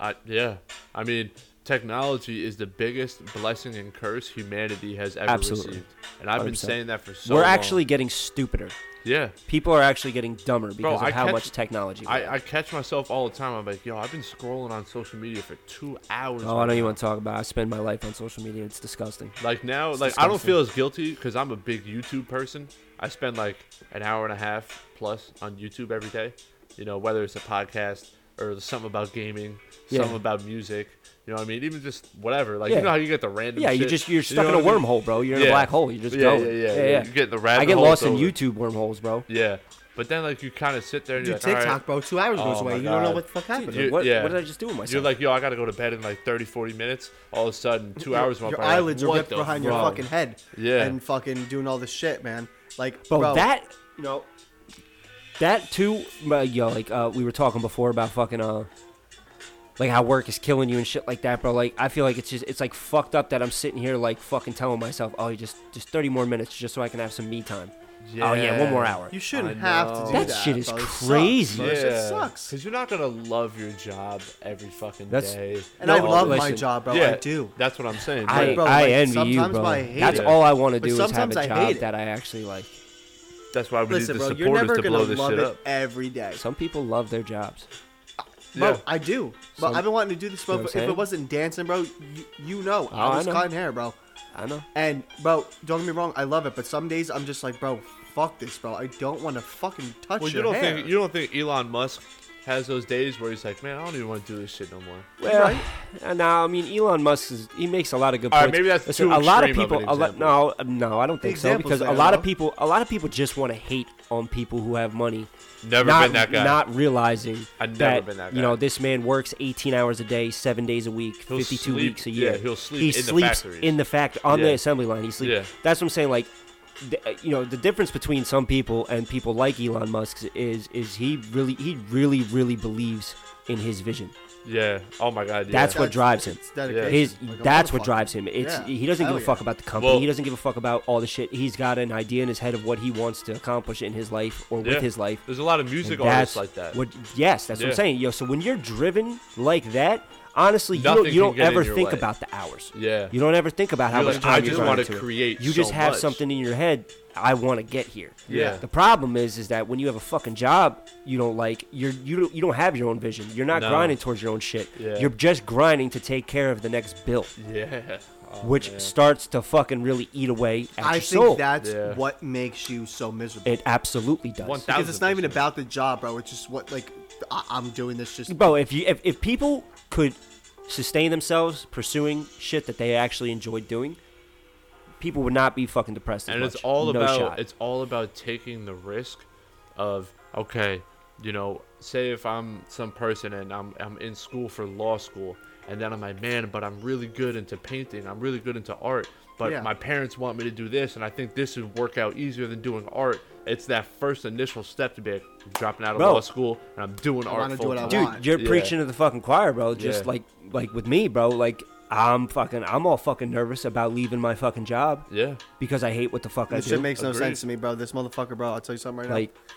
Speaker 3: I, yeah, I mean, technology is the biggest blessing and curse humanity has ever
Speaker 4: Absolutely.
Speaker 3: received, and I've been
Speaker 4: 100%.
Speaker 3: saying that for so.
Speaker 4: we're
Speaker 3: long.
Speaker 4: actually getting stupider.
Speaker 3: yeah.
Speaker 4: People are actually getting dumber because of
Speaker 3: I
Speaker 4: how
Speaker 3: catch-
Speaker 4: much technology. we have.
Speaker 3: I, I catch myself all the time. I'm like, yo, I've been scrolling on social media for two hours.
Speaker 4: oh, I don't
Speaker 3: right
Speaker 4: even
Speaker 3: now.
Speaker 4: want to talk about. It. I spend my life on social media. It's disgusting.
Speaker 3: Like now,
Speaker 4: It's
Speaker 3: like I don't
Speaker 4: disgusting.
Speaker 3: feel as guilty because I'm a big YouTube person. I spend like an hour and a half plus on YouTube every day. You know, whether it's a podcast or something about gaming,
Speaker 4: Yeah.
Speaker 3: something about music. You know what I mean? Even just whatever. Like
Speaker 4: Yeah.
Speaker 3: you know how you get the random.
Speaker 4: Yeah, you
Speaker 3: shit?
Speaker 4: just you're stuck
Speaker 3: know
Speaker 4: in a
Speaker 3: what I mean?
Speaker 4: wormhole, bro. You're in
Speaker 3: Yeah.
Speaker 4: a black hole. You're just
Speaker 3: yeah,
Speaker 4: going.
Speaker 3: yeah, yeah, yeah, You get the rabbit
Speaker 4: I get
Speaker 3: hole,
Speaker 4: lost in
Speaker 3: it's over.
Speaker 4: YouTube wormholes, bro.
Speaker 3: Yeah, but then like you kind of sit there and
Speaker 1: Dude,
Speaker 3: you're like, all
Speaker 1: TikTok,
Speaker 3: right.
Speaker 1: bro, two hours goes
Speaker 3: Oh
Speaker 1: away.
Speaker 3: my
Speaker 1: You don't know
Speaker 3: God.
Speaker 1: what the fuck happened.
Speaker 3: Dude, You-
Speaker 4: what,
Speaker 3: yeah.
Speaker 4: what did I just do with myself?
Speaker 3: You're like, yo, I gotta go to bed in like 30, 40 minutes. All of a sudden, two hours went
Speaker 1: your
Speaker 3: by.
Speaker 1: eyelids
Speaker 3: like,
Speaker 1: are
Speaker 3: what
Speaker 1: ripped
Speaker 3: the
Speaker 1: behind your
Speaker 3: fuck?
Speaker 1: fucking head.
Speaker 3: Yeah.
Speaker 1: And fucking doing all this shit, man. Like,
Speaker 4: bro,
Speaker 1: bro,
Speaker 4: that
Speaker 1: you know,
Speaker 4: that too, uh, yo. Like uh, we were talking before about fucking uh, like how work is killing you and shit like that, bro. Like I feel like it's just it's like fucked up that I'm sitting here like fucking telling myself, oh, you just just 30 more minutes just so I can have some me time. Oh yeah, one more hour.
Speaker 1: you shouldn't
Speaker 3: I
Speaker 1: have to
Speaker 3: know.
Speaker 1: do that.
Speaker 4: That shit is
Speaker 1: bro. It sucks,
Speaker 4: crazy.
Speaker 1: bro. That shit sucks.
Speaker 3: Because you're not gonna love your job every fucking
Speaker 4: That's-
Speaker 3: day.
Speaker 1: And
Speaker 4: No,
Speaker 1: I love my
Speaker 4: listen.
Speaker 1: job, bro.
Speaker 3: yeah,
Speaker 1: I do.
Speaker 3: That's what I'm saying.
Speaker 4: I,
Speaker 3: yeah.
Speaker 1: bro,
Speaker 4: I
Speaker 1: like,
Speaker 4: envy you,
Speaker 1: sometimes
Speaker 4: bro.
Speaker 1: I hate
Speaker 4: That's
Speaker 3: it.
Speaker 4: all I want to
Speaker 1: But
Speaker 4: do is have
Speaker 1: sometimes
Speaker 4: a
Speaker 1: I
Speaker 4: job
Speaker 1: hate it.
Speaker 4: that I actually like.
Speaker 3: that's why we
Speaker 1: Listen,
Speaker 3: need the
Speaker 1: bro, you're
Speaker 3: supporters
Speaker 1: never
Speaker 3: to blow
Speaker 1: gonna
Speaker 3: this
Speaker 1: love
Speaker 3: shit
Speaker 1: it
Speaker 3: up.
Speaker 1: every day.
Speaker 4: Some people love their jobs.
Speaker 1: Bro,
Speaker 3: Yeah.
Speaker 1: I do. But
Speaker 4: Some-
Speaker 1: I've been wanting to do this, bro.
Speaker 4: You know what
Speaker 1: but
Speaker 4: I'm
Speaker 1: if it
Speaker 4: saying?
Speaker 1: wasn't dancing, bro, you, you know,
Speaker 4: Oh,
Speaker 1: I
Speaker 4: I
Speaker 1: was
Speaker 4: know.
Speaker 1: cutting hair, bro.
Speaker 4: I know.
Speaker 1: And bro, don't get me wrong, I love it. But some days I'm just like, bro, fuck this, bro. I don't want to fucking touch
Speaker 3: Well, you
Speaker 1: your
Speaker 3: don't
Speaker 1: hair.
Speaker 3: think you don't think Elon Musk has those days where he's like, man, I don't even want to do this shit no more.
Speaker 4: Well,
Speaker 1: Right.
Speaker 4: uh, no, I mean Elon Musk is he makes a lot of good
Speaker 3: All right,
Speaker 4: points.
Speaker 3: maybe that's
Speaker 4: Listen,
Speaker 3: too
Speaker 4: a lot of
Speaker 3: extreme of
Speaker 4: people.
Speaker 3: an
Speaker 4: a lot, no, uh, no, I don't think so
Speaker 1: Example's
Speaker 4: because
Speaker 1: there,
Speaker 4: a lot of
Speaker 1: though.
Speaker 4: people, a lot of people just want to hate on people who have money.
Speaker 3: Never
Speaker 4: not,
Speaker 3: been that guy.
Speaker 4: Not realizing
Speaker 3: I've never
Speaker 4: that,
Speaker 3: been that
Speaker 4: you
Speaker 3: guy.
Speaker 4: know this man works 18 hours a day, seven days a week,
Speaker 3: He'll
Speaker 4: 52
Speaker 3: sleep-
Speaker 4: weeks a
Speaker 3: yeah,
Speaker 4: year.
Speaker 3: he'll sleep
Speaker 4: he
Speaker 3: in the
Speaker 4: sleeps
Speaker 3: factories.
Speaker 4: in the fact on the
Speaker 3: Yeah.
Speaker 4: assembly line. He sleeps.
Speaker 3: Yeah.
Speaker 4: That's what I'm saying. Like, th- uh, you know, the difference between some people and people like Elon Musk is is he really he really really believes in his vision.
Speaker 3: Yeah. Oh my god. Yeah.
Speaker 4: That's what drives him.
Speaker 1: It's dedication.
Speaker 4: His,
Speaker 1: Like a
Speaker 4: that's
Speaker 1: motherfucker.
Speaker 4: what drives him. It's
Speaker 1: Yeah.
Speaker 4: he doesn't
Speaker 1: Hell
Speaker 4: give a
Speaker 1: yeah.
Speaker 4: fuck about the company.
Speaker 3: Well-
Speaker 4: he doesn't give a fuck about all the shit. He's got an idea in his head of what he wants to accomplish in his life or
Speaker 3: Yeah.
Speaker 4: with his life.
Speaker 3: There's a lot of music
Speaker 4: And
Speaker 3: artists like that.
Speaker 4: What, yes, that's what
Speaker 3: Yeah.
Speaker 4: I'm saying. Yo, so when you're driven like that, honestly, you don't,
Speaker 3: Nothing
Speaker 4: you
Speaker 3: can
Speaker 4: don't
Speaker 3: get in
Speaker 4: ever
Speaker 3: your
Speaker 4: think
Speaker 3: way.
Speaker 4: about the hours.
Speaker 3: Yeah.
Speaker 4: You don't ever think about how
Speaker 3: You're
Speaker 4: much
Speaker 3: like,
Speaker 4: time
Speaker 3: I
Speaker 4: you're
Speaker 3: just
Speaker 4: going
Speaker 3: wanna
Speaker 4: into it.
Speaker 3: create
Speaker 4: You
Speaker 3: so
Speaker 4: just have
Speaker 3: much.
Speaker 4: something in your head. I want to get here.
Speaker 3: Yeah.
Speaker 4: The problem is, is that when you have a fucking job you don't like, you're you don't, you don't have your own vision. You're not
Speaker 3: No.
Speaker 4: grinding towards your own shit.
Speaker 3: Yeah.
Speaker 4: You're just grinding to take care of the next bill.
Speaker 3: yeah.
Speaker 4: which starts to fucking really eat away at
Speaker 1: I
Speaker 4: your
Speaker 1: think
Speaker 4: soul.
Speaker 1: that's
Speaker 3: Yeah.
Speaker 1: what makes you so miserable.
Speaker 4: it absolutely does.
Speaker 3: One thou-
Speaker 1: because it's not even
Speaker 3: 1000%.
Speaker 1: about the job, bro. It's just what like I- I'm doing this just
Speaker 4: Bro, if you if, if people could sustain themselves pursuing shit that they actually enjoyed doing, people would not be fucking depressed. As
Speaker 3: and
Speaker 4: much.
Speaker 3: it's all
Speaker 4: No
Speaker 3: about
Speaker 4: shot.
Speaker 3: it's all about taking the risk of okay you know say if i'm some person and i'm i'm in school for law school and then i'm like man but i'm really good into painting i'm really good into art but
Speaker 1: Yeah.
Speaker 3: my parents want me to do this and i think this would work out easier than doing art it's that first initial step to be like, I'm dropping out of
Speaker 4: Bro.
Speaker 3: law school and i'm doing art
Speaker 1: wanna do what I
Speaker 3: full-time.
Speaker 1: want.
Speaker 4: dude, you're
Speaker 3: Yeah.
Speaker 4: preaching to the fucking choir, bro. Just
Speaker 3: Yeah.
Speaker 4: like like with me, bro. Like I'm fucking I'm all fucking nervous about leaving my fucking job
Speaker 3: yeah
Speaker 4: because I hate what the fuck I
Speaker 1: This
Speaker 4: do.
Speaker 1: shit makes no
Speaker 3: Agreed.
Speaker 1: sense to me, bro. This motherfucker, bro. I'll tell you something right
Speaker 4: like
Speaker 1: now.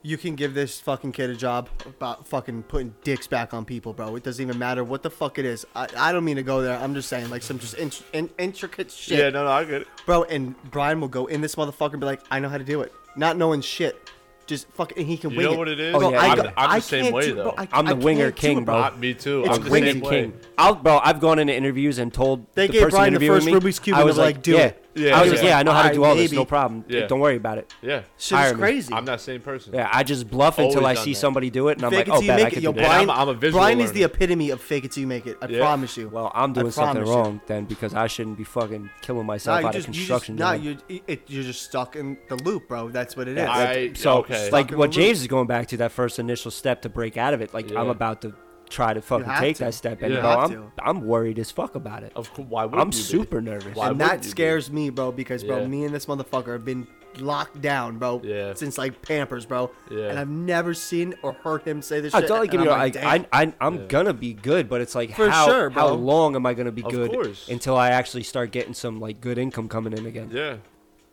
Speaker 1: You can give this fucking kid a job about fucking putting dicks back on people, bro. It doesn't even matter what the fuck it is. I, I don't mean to go there. I'm just saying, like, some just in, in, intricate shit.
Speaker 3: yeah no no i get it
Speaker 1: Bro, and Brian will go in this motherfucker and be like, I know how to do it. Not knowing shit. Just fucking, he can
Speaker 3: You
Speaker 1: wing
Speaker 3: know
Speaker 1: it.
Speaker 3: what it is?
Speaker 4: Oh, yeah, I'm
Speaker 1: go-
Speaker 4: the-
Speaker 3: I'm the same
Speaker 1: can't
Speaker 3: way,
Speaker 1: do- bro,
Speaker 3: though.
Speaker 1: I-
Speaker 4: I'm the
Speaker 1: I
Speaker 4: winger
Speaker 1: can't do
Speaker 4: king,
Speaker 1: it,
Speaker 4: bro.
Speaker 3: Uh, me too
Speaker 1: It's
Speaker 3: i'm the
Speaker 4: winging
Speaker 3: same
Speaker 1: winging
Speaker 3: way
Speaker 4: Oh. king. I'll bro, I've gone into interviews and told
Speaker 1: They
Speaker 4: the
Speaker 1: gave
Speaker 4: person
Speaker 1: Brian the
Speaker 4: interviewing
Speaker 1: first
Speaker 4: me,
Speaker 1: Rubik's Cube
Speaker 4: I
Speaker 1: and
Speaker 4: was
Speaker 1: was
Speaker 4: like,
Speaker 1: like, "Do
Speaker 4: yeah.
Speaker 1: it."
Speaker 3: Yeah,
Speaker 4: I was like,
Speaker 3: yeah.
Speaker 4: yeah, I know how to do all this,
Speaker 1: Maybe.
Speaker 4: no problem.
Speaker 3: Yeah.
Speaker 4: Don't worry about it.
Speaker 3: yeah
Speaker 1: Shit
Speaker 4: Hire
Speaker 1: is
Speaker 4: me.
Speaker 1: crazy.
Speaker 3: i'm that same person
Speaker 4: Yeah, I just bluff
Speaker 3: Always
Speaker 4: until I
Speaker 3: done
Speaker 4: see
Speaker 3: that.
Speaker 4: somebody do it, and I'm
Speaker 1: fake
Speaker 4: like, oh,
Speaker 1: it till
Speaker 4: bet
Speaker 1: you
Speaker 4: I
Speaker 1: make
Speaker 4: can
Speaker 1: it.
Speaker 4: do
Speaker 1: Yo,
Speaker 4: that.
Speaker 3: And I'm-
Speaker 1: Brian,
Speaker 3: I'm a visual
Speaker 1: Brian is the
Speaker 3: learner.
Speaker 1: epitome of fake it till you make it. I
Speaker 3: Yeah.
Speaker 1: promise you.
Speaker 4: Well, I'm
Speaker 1: I
Speaker 4: doing something
Speaker 1: promise you.
Speaker 4: wrong then because I shouldn't be fucking killing myself
Speaker 1: Nah, you
Speaker 4: out of
Speaker 1: just,
Speaker 4: construction.
Speaker 1: You just, nah,
Speaker 4: job.
Speaker 1: you're, it, you're just stuck in the loop, bro. That's what it is.
Speaker 3: I-
Speaker 4: so
Speaker 3: okay.
Speaker 4: like
Speaker 1: Stuck in
Speaker 4: what
Speaker 1: the loop.
Speaker 4: James is going back to that first initial step to break out of it. Like I'm
Speaker 3: Yeah.
Speaker 4: about to try to fucking
Speaker 1: have
Speaker 4: take
Speaker 1: to.
Speaker 4: that step, and
Speaker 3: You
Speaker 4: bro,
Speaker 1: have
Speaker 4: I'm
Speaker 1: to.
Speaker 4: I'm worried as fuck about it.
Speaker 3: of course why would
Speaker 4: I'm super nervous.
Speaker 3: Why
Speaker 1: and
Speaker 3: wouldn't
Speaker 1: that
Speaker 3: you be?
Speaker 1: scares me, bro, because bro,
Speaker 3: Yeah.
Speaker 1: me and this motherfucker have been locked down, bro,
Speaker 3: Yeah.
Speaker 1: since like Pampers, bro.
Speaker 3: Yeah.
Speaker 1: And I've never seen or heard him say this
Speaker 4: I
Speaker 1: shit.
Speaker 4: don't like
Speaker 1: and
Speaker 4: you know,
Speaker 1: I'm
Speaker 4: like, I,
Speaker 1: damn.
Speaker 4: I, I'm
Speaker 3: Yeah.
Speaker 4: gonna be good, but it's like
Speaker 1: For
Speaker 4: how
Speaker 1: sure,
Speaker 4: how
Speaker 1: bro.
Speaker 4: long am I gonna be
Speaker 3: Of
Speaker 4: good
Speaker 3: course.
Speaker 4: until I actually start getting some like good income coming in again?
Speaker 3: Yeah,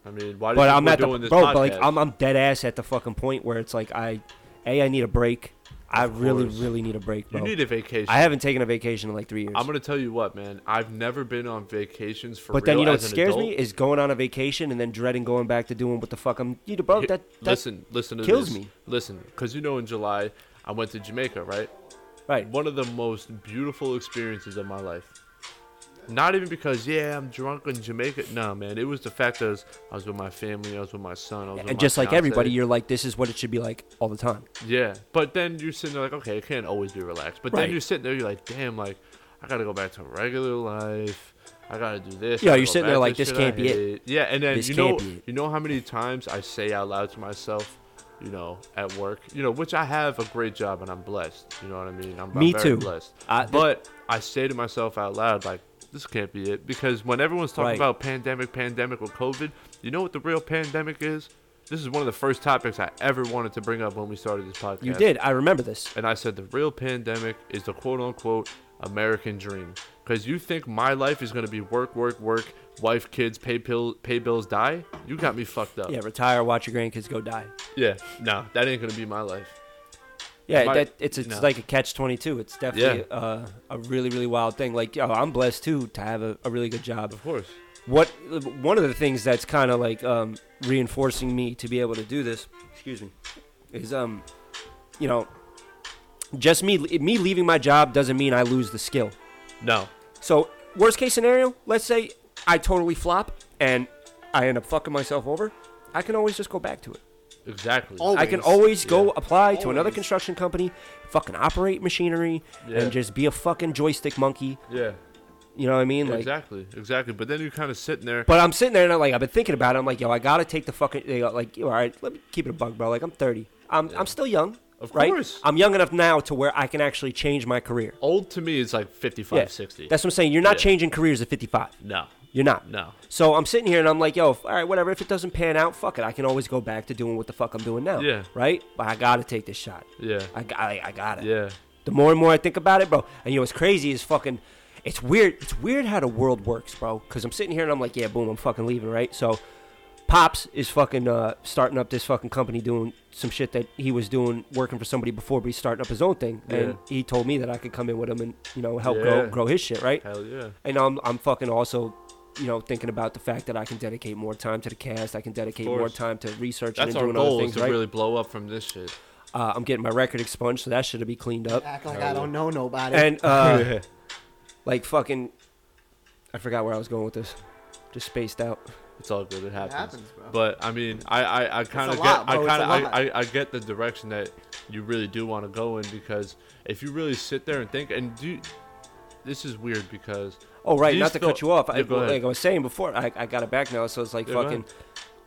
Speaker 3: I mean, why? Do
Speaker 4: But
Speaker 3: you think
Speaker 4: I'm
Speaker 3: we're
Speaker 4: at the
Speaker 3: doing
Speaker 4: bro,
Speaker 3: this
Speaker 4: but like
Speaker 3: podcast?
Speaker 4: I'm I'm dead ass at the fucking point where it's like I, a I need a break. I
Speaker 3: Of
Speaker 4: really
Speaker 3: course.
Speaker 4: really need a break,
Speaker 3: You
Speaker 4: bro.
Speaker 3: need a vacation.
Speaker 4: I haven't taken a vacation in like three years.
Speaker 3: I'm gonna tell you what, man. I've never been on vacations for.
Speaker 4: but
Speaker 3: real
Speaker 4: then you know what
Speaker 3: as an
Speaker 4: scares me
Speaker 3: adult.
Speaker 4: is going on a vacation and then dreading going back to doing what the fuck I'm. You know, bro,
Speaker 3: Here-
Speaker 4: that, that
Speaker 3: listen, listen to
Speaker 4: kills
Speaker 3: this.
Speaker 4: me.
Speaker 3: Listen, because you know, in July, I went to Jamaica, right?
Speaker 4: right.
Speaker 3: One of the most beautiful experiences of my life. Not even because yeah, I'm drunk in Jamaica. No, man, it was the fact that I was, I was with my family, I was with my son, I was with
Speaker 4: And
Speaker 3: my
Speaker 4: just like everybody,
Speaker 3: fiancée.
Speaker 4: you're like, this is what it should be like all the time.
Speaker 3: Yeah, but then you're sitting there like, okay, it can't always be relaxed. But
Speaker 4: Right.
Speaker 3: then you're sitting there, you're like, damn, like I gotta go back to regular life. I gotta do this.
Speaker 4: Yeah,
Speaker 3: I gotta
Speaker 4: you're
Speaker 3: go
Speaker 4: sitting
Speaker 3: back
Speaker 4: there
Speaker 3: to
Speaker 4: like, this
Speaker 3: shit
Speaker 4: can't
Speaker 3: I
Speaker 4: be it.
Speaker 3: hate. Yeah, and then
Speaker 4: This
Speaker 3: you
Speaker 4: can't
Speaker 3: know,
Speaker 4: be it.
Speaker 3: you know how many times I say out loud to myself, you know, at work, you know, which I have a great job and I'm blessed. You know what I mean? I'm,
Speaker 4: Me
Speaker 3: I'm very
Speaker 4: too.
Speaker 3: blessed.
Speaker 4: I- th-
Speaker 3: but I say to myself out loud like. This can't be it because when everyone's talking
Speaker 4: Right.
Speaker 3: about pandemic, pandemic or COVID, you know what the real pandemic is? This is one of the first topics I ever wanted to bring up when we started this podcast
Speaker 4: You did. I remember this.
Speaker 3: and I said the real pandemic is the quote unquote American dream. Cause you think my life is gonna be work, work, work, wife, kids, pay pill, pay bills, die? You got me fucked up.
Speaker 4: Yeah, retire, watch your grandkids go die.
Speaker 3: Yeah. No, that ain't gonna be my life.
Speaker 4: Yeah,
Speaker 3: Am I-
Speaker 4: that it's it's
Speaker 3: no.
Speaker 4: like a catch twenty two. It's definitely uh, a really really wild thing. Like, yo, I'm blessed too to have a, a really good job.
Speaker 3: Of course.
Speaker 4: What one of the things that's kind of like um, reinforcing me to be able to do this, excuse me, is um, you know, just me me leaving my job doesn't mean I lose the skill.
Speaker 3: No.
Speaker 4: So worst case scenario, let's say I totally flop and I end up fucking myself over. I can always just go back to it.
Speaker 3: Exactly.
Speaker 1: Oh,
Speaker 4: I can
Speaker 1: Always.
Speaker 4: always go
Speaker 3: Yeah.
Speaker 4: apply to another
Speaker 1: Always.
Speaker 4: construction company, fucking operate machinery,
Speaker 3: Yeah.
Speaker 4: and just be a fucking joystick monkey.
Speaker 3: yeah.
Speaker 4: You know what I mean? Like,
Speaker 3: exactly. Exactly. But then you're kind of sitting there.
Speaker 4: but I'm sitting there and I'm like, I've been thinking about it. I'm like, yo, I gotta take the fucking. They got like, all right, let me keep it a bug, bro. Like, I'm 30. I'm I'm still young.
Speaker 3: Of
Speaker 4: right?
Speaker 3: course.
Speaker 4: I'm young enough now to where I can actually change my career.
Speaker 3: old to me is like 55, 60.
Speaker 4: That's what I'm saying. You're not
Speaker 3: Yeah.
Speaker 4: changing careers at 55.
Speaker 3: no.
Speaker 4: You're not.
Speaker 3: No.
Speaker 4: So I'm sitting here and I'm like, yo, if- all right, whatever. If it doesn't pan out, fuck it. I can always go back to doing what the fuck I'm doing now.
Speaker 3: Yeah.
Speaker 4: Right? But I gotta take this shot.
Speaker 3: Yeah.
Speaker 4: I, g- I, I got it.
Speaker 3: yeah.
Speaker 4: The more and more I think about it, bro, and you know what's crazy is fucking, it's weird. It's weird how the world works, bro. Cause I'm sitting here and I'm like, yeah, boom, I'm fucking leaving, right? So, pops is fucking uh, starting up this fucking company, doing some shit that he was doing working for somebody before, but he's starting up his own thing.
Speaker 3: Yeah.
Speaker 4: And he told me that I could come in with him and you know help
Speaker 3: Yeah.
Speaker 4: grow grow his shit, right?
Speaker 3: Hell yeah.
Speaker 4: And I'm I'm fucking also. You know, thinking about the fact that I can dedicate more time to the cast, I can dedicate more
Speaker 3: course.
Speaker 4: time to research and
Speaker 3: That's our
Speaker 4: doing other
Speaker 3: goal is
Speaker 4: things.
Speaker 3: to
Speaker 4: Right?
Speaker 3: really blow up from this shit.
Speaker 4: uh, I'm getting my record expunged, so that should be cleaned up.
Speaker 1: Act like I don't know nobody.
Speaker 4: And uh, like fucking, I forgot where I was going with this. Just spaced out.
Speaker 3: It's all good. It happens.
Speaker 1: happens, bro.
Speaker 3: But I mean, I I, I kind
Speaker 1: a
Speaker 3: of get
Speaker 1: lot,
Speaker 3: I
Speaker 1: bro. It's
Speaker 3: kind of
Speaker 1: a lot.
Speaker 3: I, I, I get the direction that you really do want to go in because if you really sit there and think and do, this is weird because
Speaker 4: Oh right,
Speaker 3: You
Speaker 4: not to
Speaker 3: still-
Speaker 4: cut you off.
Speaker 3: Yeah,
Speaker 4: I,
Speaker 3: go ahead.
Speaker 4: like I was saying before, I, I got it back now, so it's like
Speaker 3: Yeah, go
Speaker 4: fucking.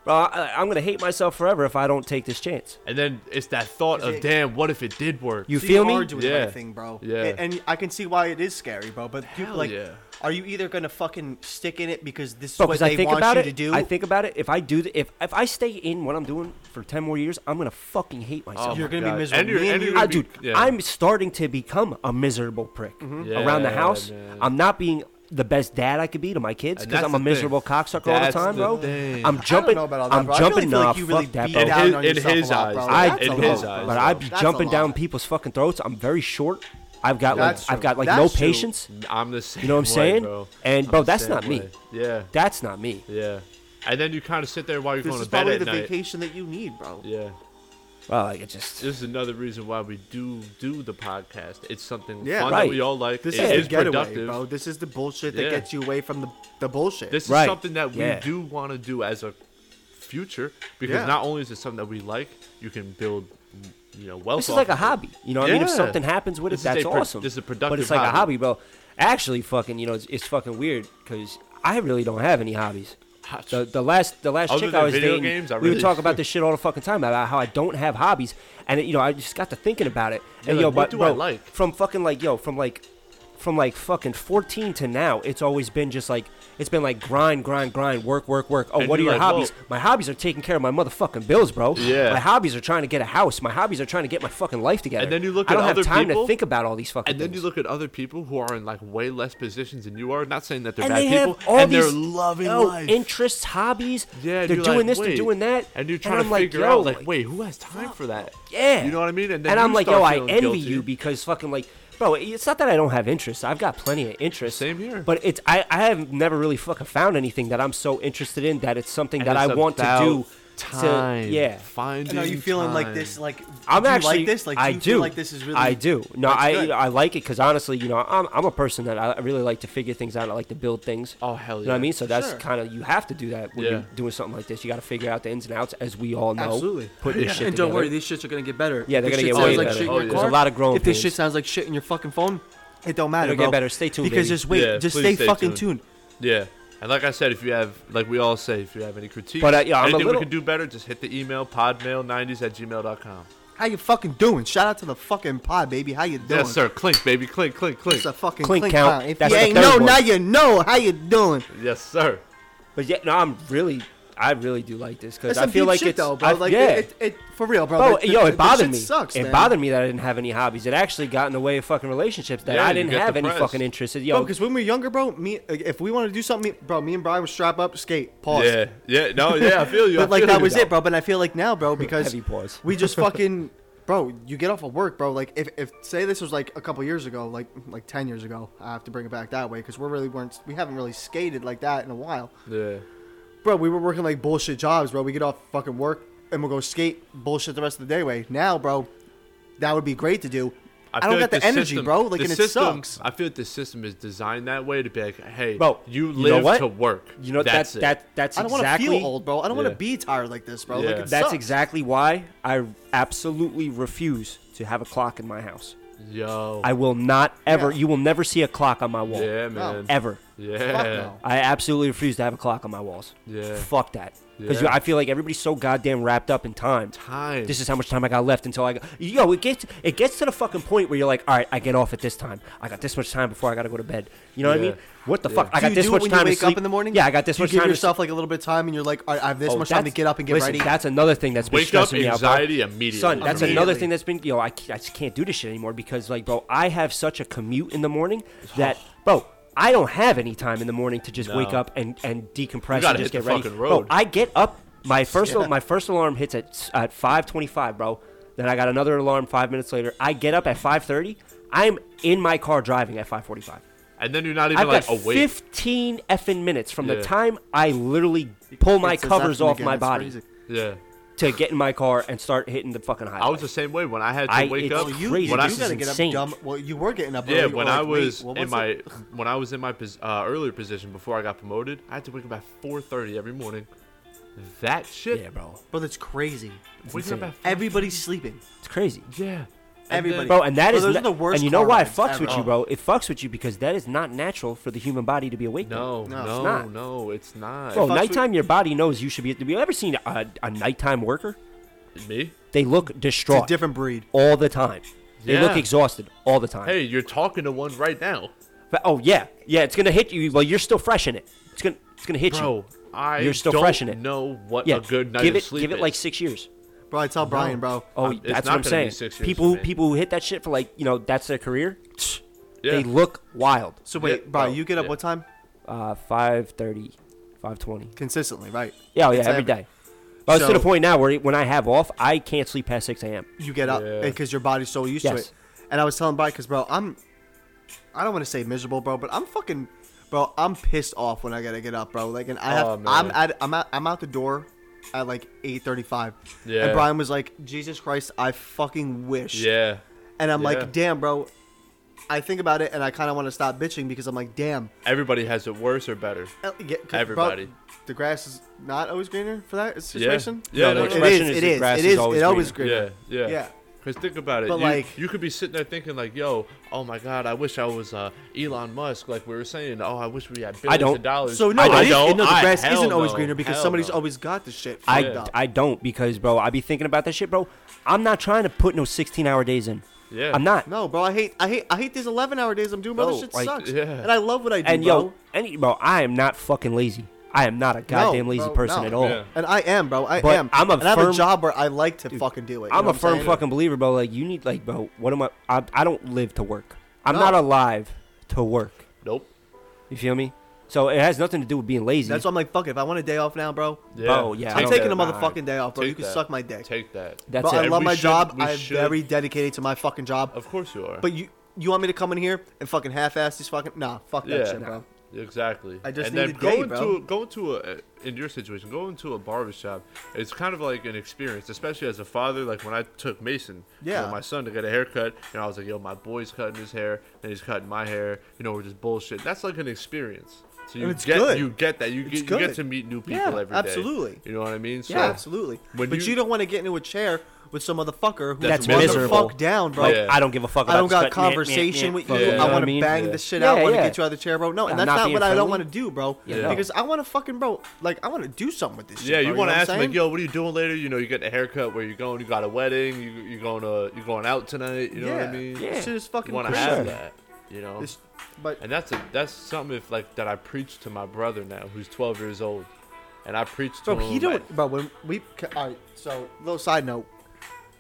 Speaker 4: Bro, I, I'm gonna hate myself forever if I don't take this chance.
Speaker 3: and then it's that thought
Speaker 1: 'Cause
Speaker 3: of
Speaker 1: it-
Speaker 3: damn, what if it did work?
Speaker 4: You
Speaker 1: See,
Speaker 4: feel me?
Speaker 1: are doing the
Speaker 3: Yeah.
Speaker 1: right thing, bro.
Speaker 3: Yeah.
Speaker 1: And, and I can see why it is scary, bro. But you,
Speaker 3: Hell
Speaker 1: like,
Speaker 3: yeah.
Speaker 1: are you either gonna fucking stick in it because this is
Speaker 4: Bro,
Speaker 1: what
Speaker 4: because
Speaker 1: they
Speaker 4: I think
Speaker 1: want
Speaker 4: about
Speaker 1: you
Speaker 4: it.
Speaker 1: to do?
Speaker 4: I think about it. If I do, th- if if I stay in what I'm doing for ten more years, I'm gonna fucking hate myself.
Speaker 1: You're
Speaker 3: Oh my
Speaker 1: gonna be
Speaker 3: God.
Speaker 1: miserable.
Speaker 3: And you're-
Speaker 1: Me and
Speaker 3: and
Speaker 1: you-
Speaker 3: you're
Speaker 4: I,
Speaker 3: gonna
Speaker 4: dude,
Speaker 3: be- yeah.
Speaker 4: I'm starting to become a miserable prick
Speaker 1: Mm-hmm.
Speaker 4: around the
Speaker 3: Yeah,
Speaker 4: house.
Speaker 3: man.
Speaker 4: I'm not being the best dad I could be to my kids
Speaker 3: And
Speaker 4: because I'm
Speaker 3: that's
Speaker 4: a
Speaker 3: the
Speaker 4: miserable
Speaker 3: thing.
Speaker 4: cocksucker
Speaker 3: That's
Speaker 4: all the time,
Speaker 3: the
Speaker 4: bro.
Speaker 3: thing. I
Speaker 4: I'm
Speaker 3: don't
Speaker 4: jumping.
Speaker 1: know about all that,
Speaker 4: I'm
Speaker 1: bro. I really
Speaker 4: jumping.
Speaker 1: feel
Speaker 4: nah,
Speaker 1: like you really
Speaker 4: fuck that,
Speaker 1: beat
Speaker 4: bro.
Speaker 1: it down
Speaker 3: In
Speaker 1: on
Speaker 3: his- in
Speaker 1: yourself
Speaker 3: his
Speaker 1: a lot, bro.
Speaker 3: eyes,
Speaker 4: I
Speaker 1: That's
Speaker 4: in
Speaker 1: a
Speaker 4: his
Speaker 1: lot,
Speaker 3: eyes,
Speaker 4: but
Speaker 1: bro.
Speaker 4: I be
Speaker 1: That's a
Speaker 4: jumping
Speaker 1: lot.
Speaker 4: down people's fucking throats. I'm very short. I've got
Speaker 1: That's
Speaker 4: like
Speaker 1: true.
Speaker 4: I've got like
Speaker 1: That's
Speaker 4: no
Speaker 1: true.
Speaker 4: patience.
Speaker 3: I'm the same.
Speaker 4: You know what I'm
Speaker 3: way,
Speaker 4: saying?
Speaker 3: bro.
Speaker 4: And
Speaker 3: I'm
Speaker 4: bro,
Speaker 3: the
Speaker 4: that's
Speaker 3: same
Speaker 4: not me.
Speaker 3: way. Yeah,
Speaker 4: That's not me.
Speaker 3: yeah. And then you kind of sit there while you're
Speaker 1: This
Speaker 3: going
Speaker 1: is
Speaker 3: to bed
Speaker 1: probably
Speaker 3: at
Speaker 1: the
Speaker 3: night.
Speaker 1: vacation that you need, bro.
Speaker 3: Yeah.
Speaker 4: Well, like it just
Speaker 3: This is another reason why we do do the podcast. It's something
Speaker 1: Yeah,
Speaker 3: fun
Speaker 4: right.
Speaker 3: that we all like.
Speaker 1: This
Speaker 3: It
Speaker 1: is
Speaker 3: is
Speaker 1: the getaway,
Speaker 3: productive.
Speaker 1: bro. This is the bullshit that
Speaker 3: Yeah.
Speaker 1: gets you away from the, the bullshit.
Speaker 3: This is
Speaker 4: Right.
Speaker 3: something that we
Speaker 4: Yeah.
Speaker 3: do want to do as a future because
Speaker 1: Yeah.
Speaker 3: not only is it something that we like, you can build, you know, wealth.
Speaker 4: this is
Speaker 3: off
Speaker 4: like a
Speaker 3: of it.
Speaker 4: hobby. You know, what I mean, if
Speaker 3: Yeah.
Speaker 4: something happens with it,
Speaker 3: This is
Speaker 4: that's
Speaker 3: a pro-
Speaker 4: awesome.
Speaker 3: this is a
Speaker 4: But it's
Speaker 3: productive
Speaker 4: like a
Speaker 3: hobby.
Speaker 4: hobby, bro. Actually, fucking, you know, it's, it's fucking weird because I really don't have any hobbies.
Speaker 3: Hot
Speaker 4: The, the last the last
Speaker 3: Other
Speaker 4: chick
Speaker 3: than
Speaker 4: I was
Speaker 3: video
Speaker 4: dating,
Speaker 3: games, I
Speaker 4: we would
Speaker 3: really-
Speaker 4: talk about this shit all the fucking time about how I don't have hobbies, and it, you know I just got to thinking about it. and
Speaker 3: like,
Speaker 4: yo,
Speaker 3: what
Speaker 4: but
Speaker 3: do I
Speaker 4: bro,
Speaker 3: like?
Speaker 4: from fucking like yo, from like from like fucking 14 to now, it's always been just like it's been like grind, grind, grind, work, work, work. Oh,
Speaker 3: And
Speaker 4: what are
Speaker 3: you're
Speaker 4: your
Speaker 3: like,
Speaker 4: hobbies?
Speaker 3: whoa.
Speaker 4: My hobbies are taking care of my motherfucking bills, bro.
Speaker 3: Yeah.
Speaker 4: My hobbies are trying to get a house. My hobbies are trying to get my fucking life together.
Speaker 3: And then you look
Speaker 4: I
Speaker 3: at
Speaker 4: don't have
Speaker 3: other
Speaker 4: time to
Speaker 3: people,
Speaker 4: think about all these fucking
Speaker 3: And then you
Speaker 4: things.
Speaker 3: look at other people who are in like way less positions than you are. Not saying that they're
Speaker 4: and
Speaker 3: bad
Speaker 4: they
Speaker 3: people,
Speaker 4: have all
Speaker 3: and
Speaker 4: these
Speaker 3: they're loving
Speaker 4: yo,
Speaker 3: life.
Speaker 4: interests, hobbies.
Speaker 3: yeah, and
Speaker 4: they're
Speaker 3: you're
Speaker 4: doing
Speaker 3: like,
Speaker 4: this,
Speaker 3: wait.
Speaker 4: they're doing that,
Speaker 3: and you're trying
Speaker 4: I'm
Speaker 3: to
Speaker 4: like,
Speaker 3: figure
Speaker 4: yo,
Speaker 3: out like,
Speaker 4: like,
Speaker 3: wait, who has time for that?
Speaker 4: Yeah.
Speaker 3: you know what I mean. And, then
Speaker 4: and
Speaker 3: you
Speaker 4: I'm like,
Speaker 3: start
Speaker 4: yo, I
Speaker 3: feeling
Speaker 4: envy
Speaker 3: guilty.
Speaker 4: you because fucking like, bro, it's not that I don't have interests. I've got plenty of interests.
Speaker 3: Same here.
Speaker 4: But it's I, I have never really fucking found anything that I'm so interested in that it's something that
Speaker 3: And
Speaker 4: I
Speaker 3: it's
Speaker 4: want to
Speaker 3: about
Speaker 4: do.
Speaker 3: Time,
Speaker 4: To, yeah.
Speaker 3: finding.
Speaker 1: And are you feeling like
Speaker 3: time.
Speaker 1: this? Like,
Speaker 4: I'm
Speaker 1: do you
Speaker 4: actually
Speaker 1: like this? Like, do
Speaker 4: I
Speaker 1: you
Speaker 4: do.
Speaker 1: feel like this is really?
Speaker 4: I do. No,
Speaker 1: That's
Speaker 4: I
Speaker 1: good.
Speaker 4: I like it because honestly, you know, I'm I'm a person that I really like to figure things out. I like to build things.
Speaker 3: Oh, hell
Speaker 4: You know what I
Speaker 3: yeah.
Speaker 4: mean? So that's
Speaker 1: Sure.
Speaker 4: kind of you have to do that when
Speaker 3: Yeah.
Speaker 4: you're doing something like this. You got to figure out the ins and outs, as we all know.
Speaker 1: Absolutely.
Speaker 4: Put this shit
Speaker 1: and
Speaker 4: together.
Speaker 1: don't worry, these shits are gonna get better.
Speaker 4: Yeah, they're
Speaker 1: If
Speaker 4: gonna
Speaker 1: shit
Speaker 4: get
Speaker 1: sounds
Speaker 4: way
Speaker 1: like
Speaker 4: better.
Speaker 1: Shit in
Speaker 3: Oh,
Speaker 1: your
Speaker 3: yeah.
Speaker 1: car,
Speaker 4: There's a lot of growing
Speaker 1: If this shit
Speaker 4: pains.
Speaker 1: sounds like shit in your fucking phone, it don't matter.
Speaker 4: It'll get
Speaker 1: bro.
Speaker 4: better. Stay tuned,
Speaker 1: Because
Speaker 4: baby.
Speaker 1: just wait.
Speaker 3: Yeah,
Speaker 1: just
Speaker 3: please
Speaker 1: stay,
Speaker 3: stay
Speaker 1: fucking tuned.
Speaker 3: tuned. Yeah. And like I said, if you have, like we all say, if you have any critiques,
Speaker 4: But, uh, yeah, I'm a
Speaker 3: anything
Speaker 4: little-
Speaker 3: we can do better, just hit the email, podmail90s at gmail.com.
Speaker 1: How you fucking doing? Shout out to the fucking pod, baby. How you doing?
Speaker 3: Yes, sir. Clink, baby. Clink, clink, clink.
Speaker 1: It's a fucking
Speaker 4: Clink
Speaker 1: clink
Speaker 4: count.
Speaker 1: count. If
Speaker 4: That's
Speaker 1: you
Speaker 4: the
Speaker 1: ain't
Speaker 4: third
Speaker 1: know,
Speaker 4: one.
Speaker 1: now you know. How you doing?
Speaker 3: Yes, sir.
Speaker 4: But yeah, no, I'm really, I really do like this because
Speaker 1: That's
Speaker 4: I
Speaker 1: some
Speaker 4: feel
Speaker 1: deep
Speaker 4: like
Speaker 1: shit
Speaker 4: it's,
Speaker 1: though, bro.
Speaker 4: I-
Speaker 1: like,
Speaker 4: yeah.
Speaker 1: it, it, it- for real, bro.
Speaker 4: Bro,
Speaker 1: That- that-
Speaker 4: yo,
Speaker 1: that
Speaker 4: it bothered
Speaker 1: shit
Speaker 4: me.
Speaker 1: Sucks.
Speaker 4: it
Speaker 1: man.
Speaker 4: bothered me that I didn't have any hobbies. It actually got in the way of fucking relationships that
Speaker 3: Yeah,
Speaker 4: I
Speaker 3: you
Speaker 4: didn't
Speaker 3: get
Speaker 4: have any
Speaker 3: depressed.
Speaker 4: fucking interest in.
Speaker 1: Bro,
Speaker 4: Yo,
Speaker 1: because when we were younger, bro, me like, if we wanted to do something, me- bro, me and Brian would strap up, skate, pause.
Speaker 3: Yeah. Yeah. No, yeah, I feel you. I
Speaker 1: But like
Speaker 3: feel
Speaker 1: that
Speaker 3: you.
Speaker 1: was it, bro. But I feel like now, bro, because
Speaker 4: Heavy pause.
Speaker 1: we just fucking, bro, you get off of work, bro. Like if, if say this was like a couple years ago, like like ten years ago, I have to bring it back that way because we really weren't, we haven't really skated like that in a while,
Speaker 3: Yeah.
Speaker 1: bro. We were working like bullshit jobs, bro. We get off fucking work and we'll go skate bullshit the rest of the day. Way now, bro, that would be great to do. I,
Speaker 3: feel
Speaker 1: don't
Speaker 3: like
Speaker 1: got the, energy,
Speaker 3: system-
Speaker 1: bro. Like
Speaker 3: the
Speaker 1: and it
Speaker 3: system,
Speaker 1: sucks.
Speaker 3: I feel like the system is designed that way to be like, hey,
Speaker 4: Bro,
Speaker 3: you
Speaker 4: you know
Speaker 3: live
Speaker 4: what?
Speaker 3: to work.
Speaker 4: you know
Speaker 3: that's
Speaker 4: that
Speaker 3: it.
Speaker 4: that that's
Speaker 1: I don't
Speaker 4: exactly
Speaker 1: want to feel old, bro. I don't want
Speaker 3: Yeah.
Speaker 1: to be tired like this, bro.
Speaker 3: Yeah.
Speaker 1: Like, it
Speaker 4: that's
Speaker 1: sucks.
Speaker 4: exactly why I absolutely refuse to have a clock in my house.
Speaker 3: Yo.
Speaker 4: I will not ever.
Speaker 1: Yeah.
Speaker 4: You will never see a clock on my wall.
Speaker 3: yeah, man.
Speaker 4: Ever.
Speaker 3: Yeah.
Speaker 1: Fuck no.
Speaker 4: I absolutely refuse to have a clock on my walls.
Speaker 3: Yeah.
Speaker 4: Fuck that. Because
Speaker 3: Yeah.
Speaker 4: I feel like everybody's so goddamn wrapped up in time.
Speaker 3: Time.
Speaker 4: This is how much time I got left until I go. Yo, it gets it gets to the fucking point where you're like, all right, I get off at this time. I got this much time before I gotta go to bed. You know what I
Speaker 3: Yeah.
Speaker 4: mean? What the
Speaker 3: Yeah.
Speaker 4: fuck? I
Speaker 1: Do
Speaker 4: got
Speaker 1: you
Speaker 4: this
Speaker 1: do it
Speaker 4: much
Speaker 1: when
Speaker 4: time
Speaker 1: you wake
Speaker 4: to sleep.
Speaker 1: up in the morning?
Speaker 4: Yeah, I got this
Speaker 1: Do you
Speaker 4: much
Speaker 1: give
Speaker 4: time
Speaker 1: yourself like a little bit of time, and you're like, all right, I have this
Speaker 4: to sleep. Oh,
Speaker 1: much time to
Speaker 4: that's-
Speaker 1: get up and get
Speaker 4: listen,
Speaker 1: ready.
Speaker 4: That's another thing that's been
Speaker 3: Wake up,
Speaker 4: stressing me out. bro.
Speaker 3: anxiety immediately.
Speaker 4: Son, that's
Speaker 1: Immediately.
Speaker 4: another thing that's been, yo, I, ca- I just can't do this shit anymore because, like, bro, I have such a commute in the morning that, bro, I don't have any time in the morning to just wake
Speaker 3: No.
Speaker 4: up and, and decompress and
Speaker 3: gotta
Speaker 4: just
Speaker 3: hit
Speaker 4: get
Speaker 3: the
Speaker 4: ready.
Speaker 3: fucking
Speaker 4: Bro,
Speaker 3: road.
Speaker 4: I get up. My first al- my first alarm hits at s- at 5:25, bro. Then I got another alarm five minutes later. I get up at 5:30. I'm in my car driving at 5:45.
Speaker 3: And then you're not even
Speaker 4: I've
Speaker 3: like
Speaker 4: got
Speaker 3: awake.
Speaker 4: 15 effing minutes from
Speaker 3: Yeah.
Speaker 4: the time I literally pull my
Speaker 1: It's- it's
Speaker 4: covers
Speaker 1: happened
Speaker 4: off
Speaker 1: again.
Speaker 4: my
Speaker 1: It's
Speaker 4: body.
Speaker 1: crazy.
Speaker 3: Yeah.
Speaker 4: to get in my car and start hitting the fucking highway.
Speaker 3: I was the same way when I had to
Speaker 4: I-
Speaker 3: wake
Speaker 4: it's
Speaker 3: up.
Speaker 4: Oh,
Speaker 1: you,
Speaker 4: crazy.
Speaker 1: you
Speaker 3: When I-
Speaker 4: This
Speaker 1: gotta
Speaker 4: is
Speaker 1: get
Speaker 4: insane.
Speaker 1: up dumb. Well, you were getting up.
Speaker 3: Yeah,
Speaker 1: early,
Speaker 3: when
Speaker 1: or
Speaker 3: I
Speaker 1: like,
Speaker 3: was
Speaker 1: wait, what
Speaker 3: in
Speaker 1: was
Speaker 3: my
Speaker 1: it?
Speaker 3: when I was in my pos- uh, earlier position before I got promoted, I had to wake up at 4:30 every morning. That shit.
Speaker 4: yeah, bro.
Speaker 1: But it's crazy.
Speaker 3: waking
Speaker 4: insane.
Speaker 3: up at 4:30.
Speaker 1: Everybody's sleeping.
Speaker 4: It's crazy.
Speaker 3: Yeah.
Speaker 1: Everybody.
Speaker 3: Bro,
Speaker 4: Bro, and that
Speaker 1: Bro,
Speaker 4: is
Speaker 1: those
Speaker 4: na-
Speaker 1: are the worst
Speaker 4: And you know
Speaker 1: car
Speaker 4: why it
Speaker 1: rides
Speaker 4: fucks
Speaker 1: ever.
Speaker 4: with you, bro? It fucks with you because that is not natural for the human body to be awake.
Speaker 3: no,
Speaker 1: No,
Speaker 3: no,
Speaker 1: it's
Speaker 3: no,
Speaker 4: not.
Speaker 3: it's not.
Speaker 4: Bro,
Speaker 1: fucks with-
Speaker 4: nighttime, your body knows you should be. Have you ever seen a, a nighttime worker?
Speaker 3: Me?
Speaker 4: They look
Speaker 1: It's a
Speaker 4: distraught
Speaker 1: different breed.
Speaker 4: all the time. They look
Speaker 3: Yeah.
Speaker 4: exhausted all the time.
Speaker 3: Hey, you're talking to one right now,
Speaker 4: But, oh yeah, yeah, it's gonna hit you. Well, you're still fresh in it. It's gonna, it's gonna hit you.
Speaker 3: bro. I
Speaker 4: You're still
Speaker 3: don't
Speaker 4: fresh in it.
Speaker 3: know what
Speaker 4: Yeah,
Speaker 3: a good night
Speaker 4: give
Speaker 3: of
Speaker 4: it,
Speaker 3: sleep
Speaker 4: give it
Speaker 3: is.
Speaker 4: like six years.
Speaker 1: Bro, I tell Brian, bro.
Speaker 4: Oh,
Speaker 3: it's
Speaker 4: that's
Speaker 3: not
Speaker 4: what I'm
Speaker 3: gonna be
Speaker 4: saying.
Speaker 3: six years
Speaker 4: people,
Speaker 3: for me.
Speaker 4: people who hit that shit for like, you know, that's their career.
Speaker 3: Yeah.
Speaker 4: They look wild.
Speaker 1: So wait,
Speaker 3: yeah,
Speaker 1: Brian,
Speaker 3: bro,
Speaker 1: you get up
Speaker 3: yeah.
Speaker 1: what time?
Speaker 4: Uh, 5.30, 5.20.
Speaker 1: Consistently, right?
Speaker 4: Yeah, oh, yeah,
Speaker 1: It's
Speaker 4: every day. Well, it's to the
Speaker 1: So-
Speaker 4: point now where when I have off, I can't sleep past 6 a.m.
Speaker 1: You get up
Speaker 3: Yeah.
Speaker 1: because your body's so used to
Speaker 4: Yes.
Speaker 1: it. And I was telling Brian, because bro, I'm, I don't want to say miserable, bro, but I'm fucking, bro, I'm pissed off when I gotta get up, bro. Like, and I have,
Speaker 3: Oh, man.
Speaker 1: I'm at, I'm out, I'm out the door at like 8:35.
Speaker 3: Yeah.
Speaker 1: And Brian was like, Jesus Christ, I fucking wish.
Speaker 3: yeah.
Speaker 1: And I'm
Speaker 3: Yeah.
Speaker 1: like, damn, bro. I think about it, and I kind of want to stop bitching because I'm like, damn.
Speaker 3: Everybody has it worse or better.
Speaker 1: Uh, yeah, 'cause, bro,
Speaker 3: Everybody.
Speaker 1: the grass is not always greener for that situation.
Speaker 3: Yeah,
Speaker 4: the
Speaker 3: no,
Speaker 1: it
Speaker 4: expression
Speaker 1: is.
Speaker 4: is
Speaker 1: It
Speaker 4: the
Speaker 1: is.
Speaker 4: grass
Speaker 1: It
Speaker 4: is
Speaker 1: is.
Speaker 4: always
Speaker 1: It always
Speaker 3: Yeah,
Speaker 1: greener.
Speaker 3: yeah,
Speaker 1: Yeah.
Speaker 3: Because think about it,
Speaker 1: But,
Speaker 3: you,
Speaker 1: like-
Speaker 3: you could be sitting there thinking like, "Yo, oh my God, I wish I was uh, Elon Musk." Like we were saying, "Oh, I wish we had billions
Speaker 4: don't.
Speaker 3: of dollars."
Speaker 1: So no,
Speaker 3: I
Speaker 1: it is,
Speaker 3: don't.
Speaker 1: no, the
Speaker 3: I-
Speaker 1: grass
Speaker 3: hell
Speaker 1: isn't always
Speaker 3: no.
Speaker 1: greener because
Speaker 3: Hell
Speaker 1: somebody's
Speaker 3: no.
Speaker 1: always got this shit.
Speaker 4: I,
Speaker 1: fucked up.
Speaker 4: I don't because, bro, I be thinking about that shit, bro. I'm not trying to put no 16-hour days in.
Speaker 3: Yeah.
Speaker 4: I'm not.
Speaker 1: no, bro, I hate, I hate, I hate these eleven-hour days I'm doing. Bro, this
Speaker 4: No,
Speaker 1: shit
Speaker 4: like,
Speaker 1: sucks.
Speaker 3: yeah.
Speaker 1: And I love what I do,
Speaker 4: And,
Speaker 1: bro.
Speaker 4: yo, any, bro, I am not fucking lazy. I am not a goddamn lazy
Speaker 1: bro,
Speaker 4: person
Speaker 1: no.
Speaker 4: at all.
Speaker 3: Yeah.
Speaker 1: and I am, bro. I
Speaker 4: But
Speaker 1: am.
Speaker 4: I'm a
Speaker 1: and I have a
Speaker 4: firm-
Speaker 1: job where I like to fucking do it. you
Speaker 4: I'm
Speaker 1: know
Speaker 4: a
Speaker 1: what
Speaker 4: firm
Speaker 1: saying?
Speaker 4: fucking believer, bro. Like you need, like, bro. What am I? I, I don't live to work. I'm
Speaker 1: No.
Speaker 4: not alive to work.
Speaker 3: Nope.
Speaker 4: You feel me? So it has nothing to do with being lazy.
Speaker 1: That's why I'm like, fuck it. If I want a day off now, bro,
Speaker 3: Yeah.
Speaker 4: Oh, yeah, I
Speaker 1: I'm
Speaker 4: don't
Speaker 3: Take
Speaker 1: taking a
Speaker 3: that.
Speaker 4: mind.
Speaker 1: motherfucking day off, bro.
Speaker 3: Take
Speaker 1: You can
Speaker 3: that.
Speaker 1: suck my dick.
Speaker 3: Take that.
Speaker 4: That's
Speaker 1: Bro, I
Speaker 4: it.
Speaker 3: And
Speaker 1: love
Speaker 3: we
Speaker 1: my
Speaker 3: should-
Speaker 1: job.
Speaker 3: we
Speaker 1: I'm
Speaker 3: should-
Speaker 1: very dedicated to my fucking job.
Speaker 3: Of course you are.
Speaker 1: But you you want me to come in here and fucking half-ass these fucking nah fuck that
Speaker 3: yeah.
Speaker 1: shit, bro.
Speaker 3: Exactly.
Speaker 1: I just
Speaker 3: and
Speaker 1: need
Speaker 3: then
Speaker 1: a day,
Speaker 3: going
Speaker 1: bro.
Speaker 3: to going to a in your situation, going to a barbershop, it's kind of like an experience, especially as a father. Like when I took Mason, you know,
Speaker 1: Yeah.
Speaker 3: my son to get a haircut, and I was like, "Yo, my boy's cutting his hair, and he's cutting my hair." You know, we're just bullshit. That's like an experience. So you
Speaker 1: it's
Speaker 3: get
Speaker 1: good.
Speaker 3: you get that you
Speaker 1: It's
Speaker 3: get you
Speaker 1: good.
Speaker 3: get to meet new people
Speaker 1: Yeah,
Speaker 3: every day.
Speaker 1: absolutely.
Speaker 3: You know what I mean? So,
Speaker 1: Yeah, absolutely.
Speaker 3: when
Speaker 1: but you,
Speaker 3: you-
Speaker 1: don't want to get into a chair with some motherfucker who
Speaker 4: That's
Speaker 1: that's wants to
Speaker 4: miserable.
Speaker 1: fuck down, bro.
Speaker 4: Like,
Speaker 3: Yeah.
Speaker 4: I don't give a fuck. About
Speaker 1: I don't got
Speaker 4: this, but meh, meh,
Speaker 1: conversation
Speaker 4: meh,
Speaker 1: with you.
Speaker 4: fuck,
Speaker 3: Yeah.
Speaker 1: I
Speaker 4: know
Speaker 1: want
Speaker 4: what
Speaker 1: to
Speaker 4: mean?
Speaker 1: bang
Speaker 4: Yeah.
Speaker 1: the shit
Speaker 4: Yeah,
Speaker 1: out. I want to
Speaker 4: yeah.
Speaker 1: get you out of the chair, bro. No, and
Speaker 4: I'm
Speaker 1: that's
Speaker 4: not
Speaker 1: not,
Speaker 4: being
Speaker 1: what I don't
Speaker 4: friendly.
Speaker 1: want to do, bro.
Speaker 4: Yeah, no.
Speaker 1: Because I want to fucking, bro. Like I want to do something with this shit. bro,
Speaker 3: Yeah, you want to
Speaker 1: know what
Speaker 3: ask
Speaker 1: I'm
Speaker 3: him like,
Speaker 1: saying?
Speaker 3: "Yo, what are you doing later? You know, you get a haircut. Where you going? You got a wedding. You you going to you going out tonight? You know what I mean?
Speaker 1: Yeah, This shit is
Speaker 3: You
Speaker 1: fucking
Speaker 3: want to
Speaker 1: crazy.
Speaker 3: have that. You know.
Speaker 1: This- but
Speaker 3: And that's a, that's something if like that I preach to my brother now, who's 12 years old, and I preach to
Speaker 1: Bro,
Speaker 3: him.
Speaker 1: he don't. Bro, when we all right. So, little side note,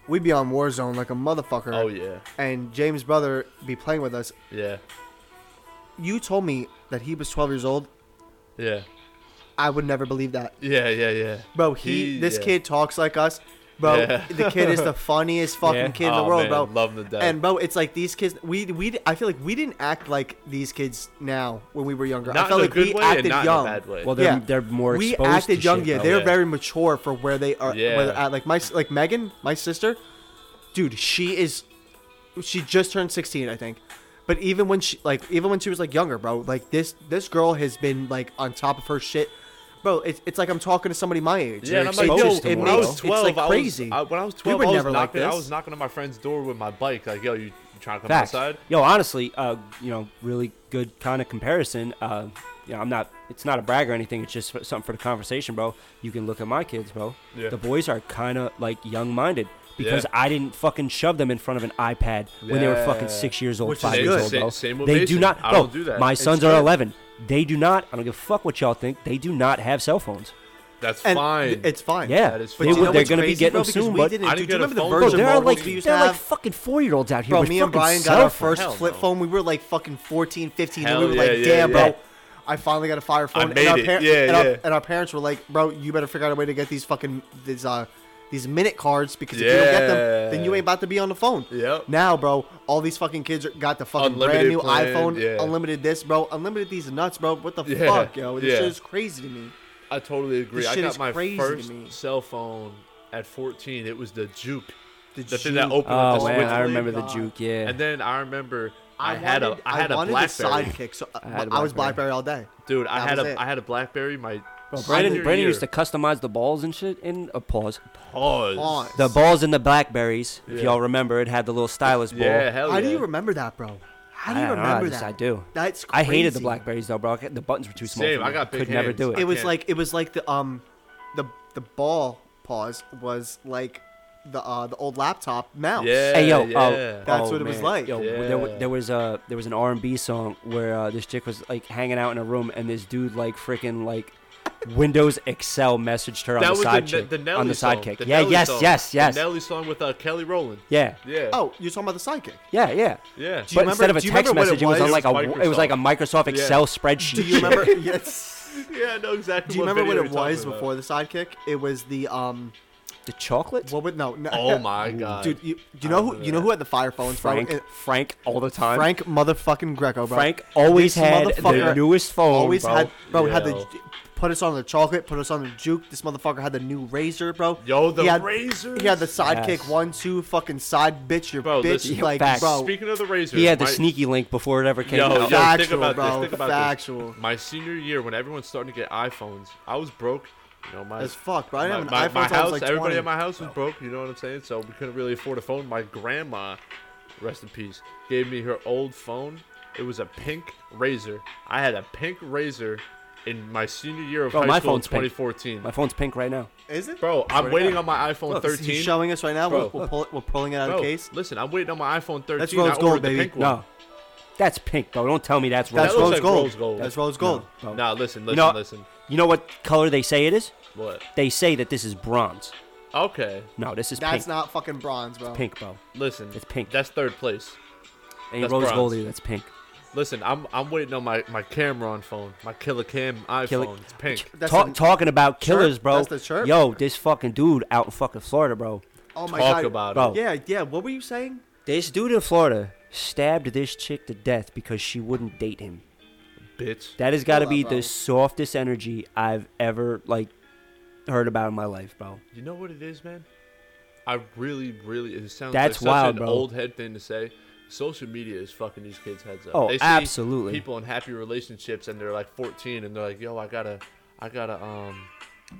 Speaker 1: we be on Warzone like a motherfucker.
Speaker 3: oh yeah,
Speaker 1: And James' brother be playing with us.
Speaker 3: yeah,
Speaker 1: You told me that he was 12 years old.
Speaker 3: yeah,
Speaker 1: I would never believe that,
Speaker 3: yeah, yeah, yeah.
Speaker 1: bro. He, this
Speaker 3: yeah.
Speaker 1: kid talks like us, bro.
Speaker 3: Yeah.
Speaker 1: The kid is the funniest fucking
Speaker 4: Yeah.
Speaker 1: kid in the
Speaker 3: Oh,
Speaker 1: world,
Speaker 3: man,
Speaker 1: bro.
Speaker 3: love him to death.
Speaker 1: And bro, it's like these kids. We we I feel like we didn't act like these kids now when we were younger.
Speaker 3: Not
Speaker 1: I felt
Speaker 3: in a
Speaker 1: like
Speaker 3: good
Speaker 1: we
Speaker 3: way and
Speaker 1: acted
Speaker 3: not in a
Speaker 1: young.
Speaker 3: bad way.
Speaker 4: Well, they're
Speaker 1: Yeah.
Speaker 4: they're more
Speaker 1: we
Speaker 4: exposed
Speaker 1: acted
Speaker 4: to
Speaker 1: young.
Speaker 4: shit,
Speaker 1: yeah,
Speaker 4: bro.
Speaker 1: they're
Speaker 3: Yeah.
Speaker 1: very mature for where they are.
Speaker 3: Yeah.
Speaker 1: Where they're at. Like my s- like Megan, my sister, dude, she is, she just turned sixteen, I think. But even when she like even when she was like younger, bro, like this this girl has been like on top of her shit. Bro, it's, it's like I'm talking to somebody my age.
Speaker 3: Yeah, and I'm
Speaker 1: It's-
Speaker 3: like,
Speaker 1: it's
Speaker 3: yo,
Speaker 1: just- it
Speaker 3: when I
Speaker 1: makes-
Speaker 3: was 12,
Speaker 1: it's like crazy.
Speaker 3: I was, I, when I was
Speaker 1: We
Speaker 3: 12,
Speaker 1: were
Speaker 3: I, was
Speaker 1: never like
Speaker 3: knocking, I
Speaker 1: this.
Speaker 3: was knocking on my friend's door with my bike, like, yo, you, you trying to come
Speaker 4: Facts.
Speaker 3: outside?
Speaker 4: Yo, honestly, uh, you know, really good kind of comparison. Uh, you know, I'm not. It's not a brag or anything. It's just for, something for the conversation, bro. You can look at my kids, bro.
Speaker 3: Yeah.
Speaker 4: The boys are kind of like young-minded because
Speaker 3: Yeah.
Speaker 4: I didn't fucking shove them in front of an iPad when they were fucking
Speaker 3: Yeah.
Speaker 4: six years old,
Speaker 1: Which is
Speaker 4: five
Speaker 1: good.
Speaker 4: years old,
Speaker 3: Same-
Speaker 4: bro.
Speaker 3: same with
Speaker 4: they do
Speaker 3: Mason.
Speaker 4: not.
Speaker 3: I
Speaker 4: bro,
Speaker 3: don't do that.
Speaker 4: My
Speaker 3: It's
Speaker 4: sons are
Speaker 1: good.
Speaker 4: 11. They do not. I don't give a fuck what y'all think. They do not have cell phones.
Speaker 3: That's
Speaker 1: and
Speaker 3: fine.
Speaker 1: It's fine.
Speaker 4: Yeah.
Speaker 3: That is
Speaker 1: But
Speaker 3: fine.
Speaker 1: you
Speaker 3: They-
Speaker 1: know
Speaker 4: they're
Speaker 1: what's
Speaker 4: gonna be
Speaker 1: crazy,
Speaker 4: getting
Speaker 1: bro?
Speaker 4: them
Speaker 1: Because
Speaker 4: soon,
Speaker 1: we
Speaker 4: but-
Speaker 1: didn't-
Speaker 3: I
Speaker 1: dude,
Speaker 3: didn't
Speaker 1: do you
Speaker 3: get a
Speaker 1: remember the
Speaker 3: phone
Speaker 4: Bro,
Speaker 1: Virgin
Speaker 3: till
Speaker 4: they're
Speaker 1: Mobiles
Speaker 4: like
Speaker 1: we used
Speaker 4: they're
Speaker 1: to
Speaker 4: like
Speaker 1: have?
Speaker 4: fucking four-year-olds out here
Speaker 1: Bro,
Speaker 4: with
Speaker 1: me and
Speaker 4: fucking
Speaker 1: Brian
Speaker 4: cell
Speaker 1: got our
Speaker 4: phones.
Speaker 1: first
Speaker 3: Hell
Speaker 1: flip
Speaker 3: no.
Speaker 1: phone. We were like fucking 14, 15,
Speaker 3: Hell
Speaker 1: and we were
Speaker 3: yeah,
Speaker 1: like,
Speaker 3: yeah,
Speaker 1: damn,
Speaker 3: yeah.
Speaker 1: bro. I finally got a fire phone.
Speaker 3: made
Speaker 1: and our
Speaker 3: it. Yeah,
Speaker 1: and
Speaker 3: yeah.
Speaker 1: Our, and our parents were like, bro, you better figure out a way to get these fucking these uh these minute cards because if you don't get them, then you
Speaker 3: Yeah.
Speaker 1: ain't about to be on the phone.
Speaker 3: Yep.
Speaker 1: Now, bro, all these fucking kids are- got the fucking brand
Speaker 3: Unlimited
Speaker 1: new
Speaker 3: plan,
Speaker 1: iPhone,
Speaker 3: yeah.
Speaker 1: unlimited this, bro, unlimited these nuts, bro. What the
Speaker 3: Yeah,
Speaker 1: fuck, yo? This
Speaker 3: yeah.
Speaker 1: shit is crazy to me.
Speaker 3: I totally agree.
Speaker 1: This
Speaker 3: I
Speaker 1: shit
Speaker 3: got
Speaker 1: is
Speaker 3: my
Speaker 1: crazy to
Speaker 3: first
Speaker 1: me.
Speaker 3: cell phone at 14, it was the juke.
Speaker 1: The
Speaker 3: The thing that
Speaker 1: Juke.
Speaker 3: opened up
Speaker 4: Oh
Speaker 3: the
Speaker 4: man,
Speaker 3: Switch
Speaker 4: I remember the
Speaker 1: God.
Speaker 4: juke. Yeah.
Speaker 3: And then I remember I,
Speaker 1: wanted,
Speaker 3: had a I had a
Speaker 1: wanted
Speaker 3: BlackBerry.
Speaker 1: a sidekick, so I,
Speaker 4: had a
Speaker 1: I was BlackBerry
Speaker 4: Blackberry.
Speaker 1: all day.
Speaker 3: Dude, I
Speaker 1: That
Speaker 3: had
Speaker 1: was
Speaker 3: a
Speaker 1: it.
Speaker 3: I had a BlackBerry. My
Speaker 4: Brandon,
Speaker 3: senior
Speaker 4: Brandon
Speaker 3: year.
Speaker 4: used to customize the balls and shit in a pause.
Speaker 3: pause.
Speaker 1: Pause.
Speaker 4: The balls and the blackberries, if
Speaker 3: Yeah.
Speaker 4: y'all remember, it had the little stylus ball.
Speaker 3: Yeah, hell yeah.
Speaker 1: How do you remember that, bro? How do you
Speaker 4: I don't know, I
Speaker 1: remember
Speaker 4: just-
Speaker 1: that?
Speaker 4: I do.
Speaker 1: That's
Speaker 4: I
Speaker 1: crazy.
Speaker 4: hated the blackberries though, bro. The buttons were too small.
Speaker 3: Same,
Speaker 4: for me.
Speaker 3: I got big
Speaker 4: Could never do
Speaker 3: hands.
Speaker 4: it.
Speaker 1: It was
Speaker 3: can't.
Speaker 1: like it was like the um, the the ball pause was like the uh the old laptop mouse.
Speaker 3: Yeah.
Speaker 4: Hey yo,
Speaker 3: yeah.
Speaker 4: oh,
Speaker 1: That's
Speaker 4: oh,
Speaker 1: what it was
Speaker 4: man.
Speaker 1: like.
Speaker 4: Yo,
Speaker 3: Yeah.
Speaker 4: there, wa- there was a there was an R and B song where uh, this chick was like hanging out in a room, and this dude like freaking like Windows Excel messaged her on
Speaker 3: that
Speaker 4: the
Speaker 3: was
Speaker 4: side
Speaker 3: the, Ne-
Speaker 4: chick
Speaker 3: the Nelly
Speaker 4: on the
Speaker 3: song.
Speaker 4: sidekick.
Speaker 3: The
Speaker 4: yeah,
Speaker 3: Nelly
Speaker 4: yes,
Speaker 3: song.
Speaker 4: yes, yes,
Speaker 3: The Nelly song with uh, Kelly Rowland.
Speaker 4: yeah,
Speaker 3: Yeah.
Speaker 1: Oh, you're talking about the sidekick.
Speaker 4: yeah, yeah.
Speaker 3: yeah.
Speaker 1: Do
Speaker 4: But
Speaker 1: you remember-
Speaker 4: instead of a
Speaker 1: do you
Speaker 4: text
Speaker 1: remember what
Speaker 4: message,
Speaker 1: it
Speaker 4: it was, on
Speaker 1: was?
Speaker 4: like a
Speaker 3: It was
Speaker 4: it was like a Microsoft
Speaker 3: Yeah.
Speaker 4: Excel spreadsheet.
Speaker 1: Do you remember? yes.
Speaker 3: yeah, I know exactly.
Speaker 1: Do you
Speaker 3: what
Speaker 1: remember what
Speaker 3: video
Speaker 1: it
Speaker 3: you're
Speaker 1: was
Speaker 3: talking
Speaker 1: before the sidekick? It was the um.
Speaker 4: the chocolate?
Speaker 1: What would no? no
Speaker 3: Oh my god,
Speaker 1: Dude, you, you know who
Speaker 3: remember
Speaker 1: you know
Speaker 3: that.
Speaker 1: who had the fire phones, bro?
Speaker 4: Frank,
Speaker 1: It-
Speaker 4: Frank, all the time.
Speaker 1: Frank motherfucking Greco, bro.
Speaker 4: Frank always
Speaker 1: This
Speaker 4: had the
Speaker 1: motherfucker
Speaker 4: newest phone.
Speaker 1: always
Speaker 4: bro.
Speaker 1: had bro had
Speaker 3: Yo.
Speaker 1: the put us on the chocolate, put us on the juke. This motherfucker had the new razor, bro.
Speaker 3: Yo, the
Speaker 1: he had,
Speaker 3: razors?
Speaker 1: He had the sidekick
Speaker 4: Yes.
Speaker 1: one two fucking side bitch, your
Speaker 3: Bro,
Speaker 1: bitch.
Speaker 3: listen,
Speaker 1: like
Speaker 4: facts.
Speaker 1: bro,
Speaker 3: Speaking of the razors,
Speaker 4: he had the
Speaker 3: my-
Speaker 4: sneaky link before it ever came
Speaker 3: Yo,
Speaker 4: out.
Speaker 3: yo, think
Speaker 1: Factual,
Speaker 3: about this.
Speaker 1: bro,
Speaker 3: Think about
Speaker 1: factual.
Speaker 3: this. My senior year, when everyone's starting to get iPhones, I was broke. You know, my
Speaker 1: as fuck, bro. I
Speaker 3: my,
Speaker 1: didn't
Speaker 3: my,
Speaker 1: have an
Speaker 3: my
Speaker 1: iPhone till I
Speaker 3: house,
Speaker 1: was like
Speaker 3: everybody
Speaker 1: 20.
Speaker 3: at my house was broke. You know what I'm saying? So we couldn't really afford a phone. My grandma, rest in peace, gave me her old phone. It was a pink razor. I had a pink razor in my senior year of
Speaker 4: Bro,
Speaker 3: high
Speaker 4: my
Speaker 3: school, in
Speaker 4: phone's pink.
Speaker 3: 2014.
Speaker 4: My phone's pink right now.
Speaker 1: Is it?
Speaker 3: Bro, I'm
Speaker 4: Right
Speaker 3: waiting
Speaker 4: now.
Speaker 3: on my iPhone
Speaker 1: Look,
Speaker 3: 13.
Speaker 1: He's showing us right now.
Speaker 3: Bro.
Speaker 1: We're, we're, pull, we're pulling it out
Speaker 3: Bro,
Speaker 1: of the case.
Speaker 3: listen, I'm waiting on my iPhone 13.
Speaker 1: That's
Speaker 3: I
Speaker 1: rose
Speaker 3: ordered
Speaker 1: gold,
Speaker 3: the
Speaker 1: baby.
Speaker 3: pink one.
Speaker 4: No, that's pink, bro. Don't tell me that's
Speaker 1: That's
Speaker 4: rose.
Speaker 3: that looks
Speaker 1: rose,
Speaker 3: like
Speaker 1: gold.
Speaker 3: rose gold.
Speaker 1: That's rose gold.
Speaker 4: No,
Speaker 3: Nah, listen,
Speaker 4: You
Speaker 3: listen,
Speaker 4: know-
Speaker 3: listen.
Speaker 4: You know what color they say it is?
Speaker 3: What?
Speaker 4: They say that this is bronze.
Speaker 3: Okay,
Speaker 4: No, this is
Speaker 1: That's
Speaker 4: pink.
Speaker 1: not fucking bronze, bro.
Speaker 4: pink, bro.
Speaker 3: listen.
Speaker 4: It's pink.
Speaker 3: That's third place.
Speaker 4: Ain't
Speaker 3: That's
Speaker 4: rose
Speaker 3: bronze.
Speaker 4: gold either. That's pink.
Speaker 3: Listen, I'm I'm waiting on my my Cameron phone, my killer cam iPhone.
Speaker 4: Killer-
Speaker 3: It's pink.
Speaker 1: That's
Speaker 4: Talk,
Speaker 1: a-
Speaker 4: talking about killers, bro.
Speaker 1: That's the chirp.
Speaker 4: Yo, this fucking dude out in fucking Florida, bro.
Speaker 1: Oh my
Speaker 3: Talk
Speaker 1: god.
Speaker 3: about
Speaker 4: Bro.
Speaker 3: it.
Speaker 1: Yeah, yeah. What were you saying?
Speaker 4: This dude in Florida stabbed this chick to death because she wouldn't date him.
Speaker 3: bitch.
Speaker 4: That has got to
Speaker 1: Hold
Speaker 4: be
Speaker 1: up, bro.
Speaker 4: the softest energy I've ever like heard about in my life, bro.
Speaker 3: You know what it is, man? I really, really. It sounds
Speaker 4: That's
Speaker 3: like
Speaker 4: wild,
Speaker 3: such an
Speaker 4: bro.
Speaker 3: old head thing to say. Social media is fucking these kids' heads up.
Speaker 4: Oh,
Speaker 3: they see
Speaker 4: absolutely.
Speaker 3: People in happy relationships, and they're like 14, and they're like, "Yo, I gotta, I gotta, um,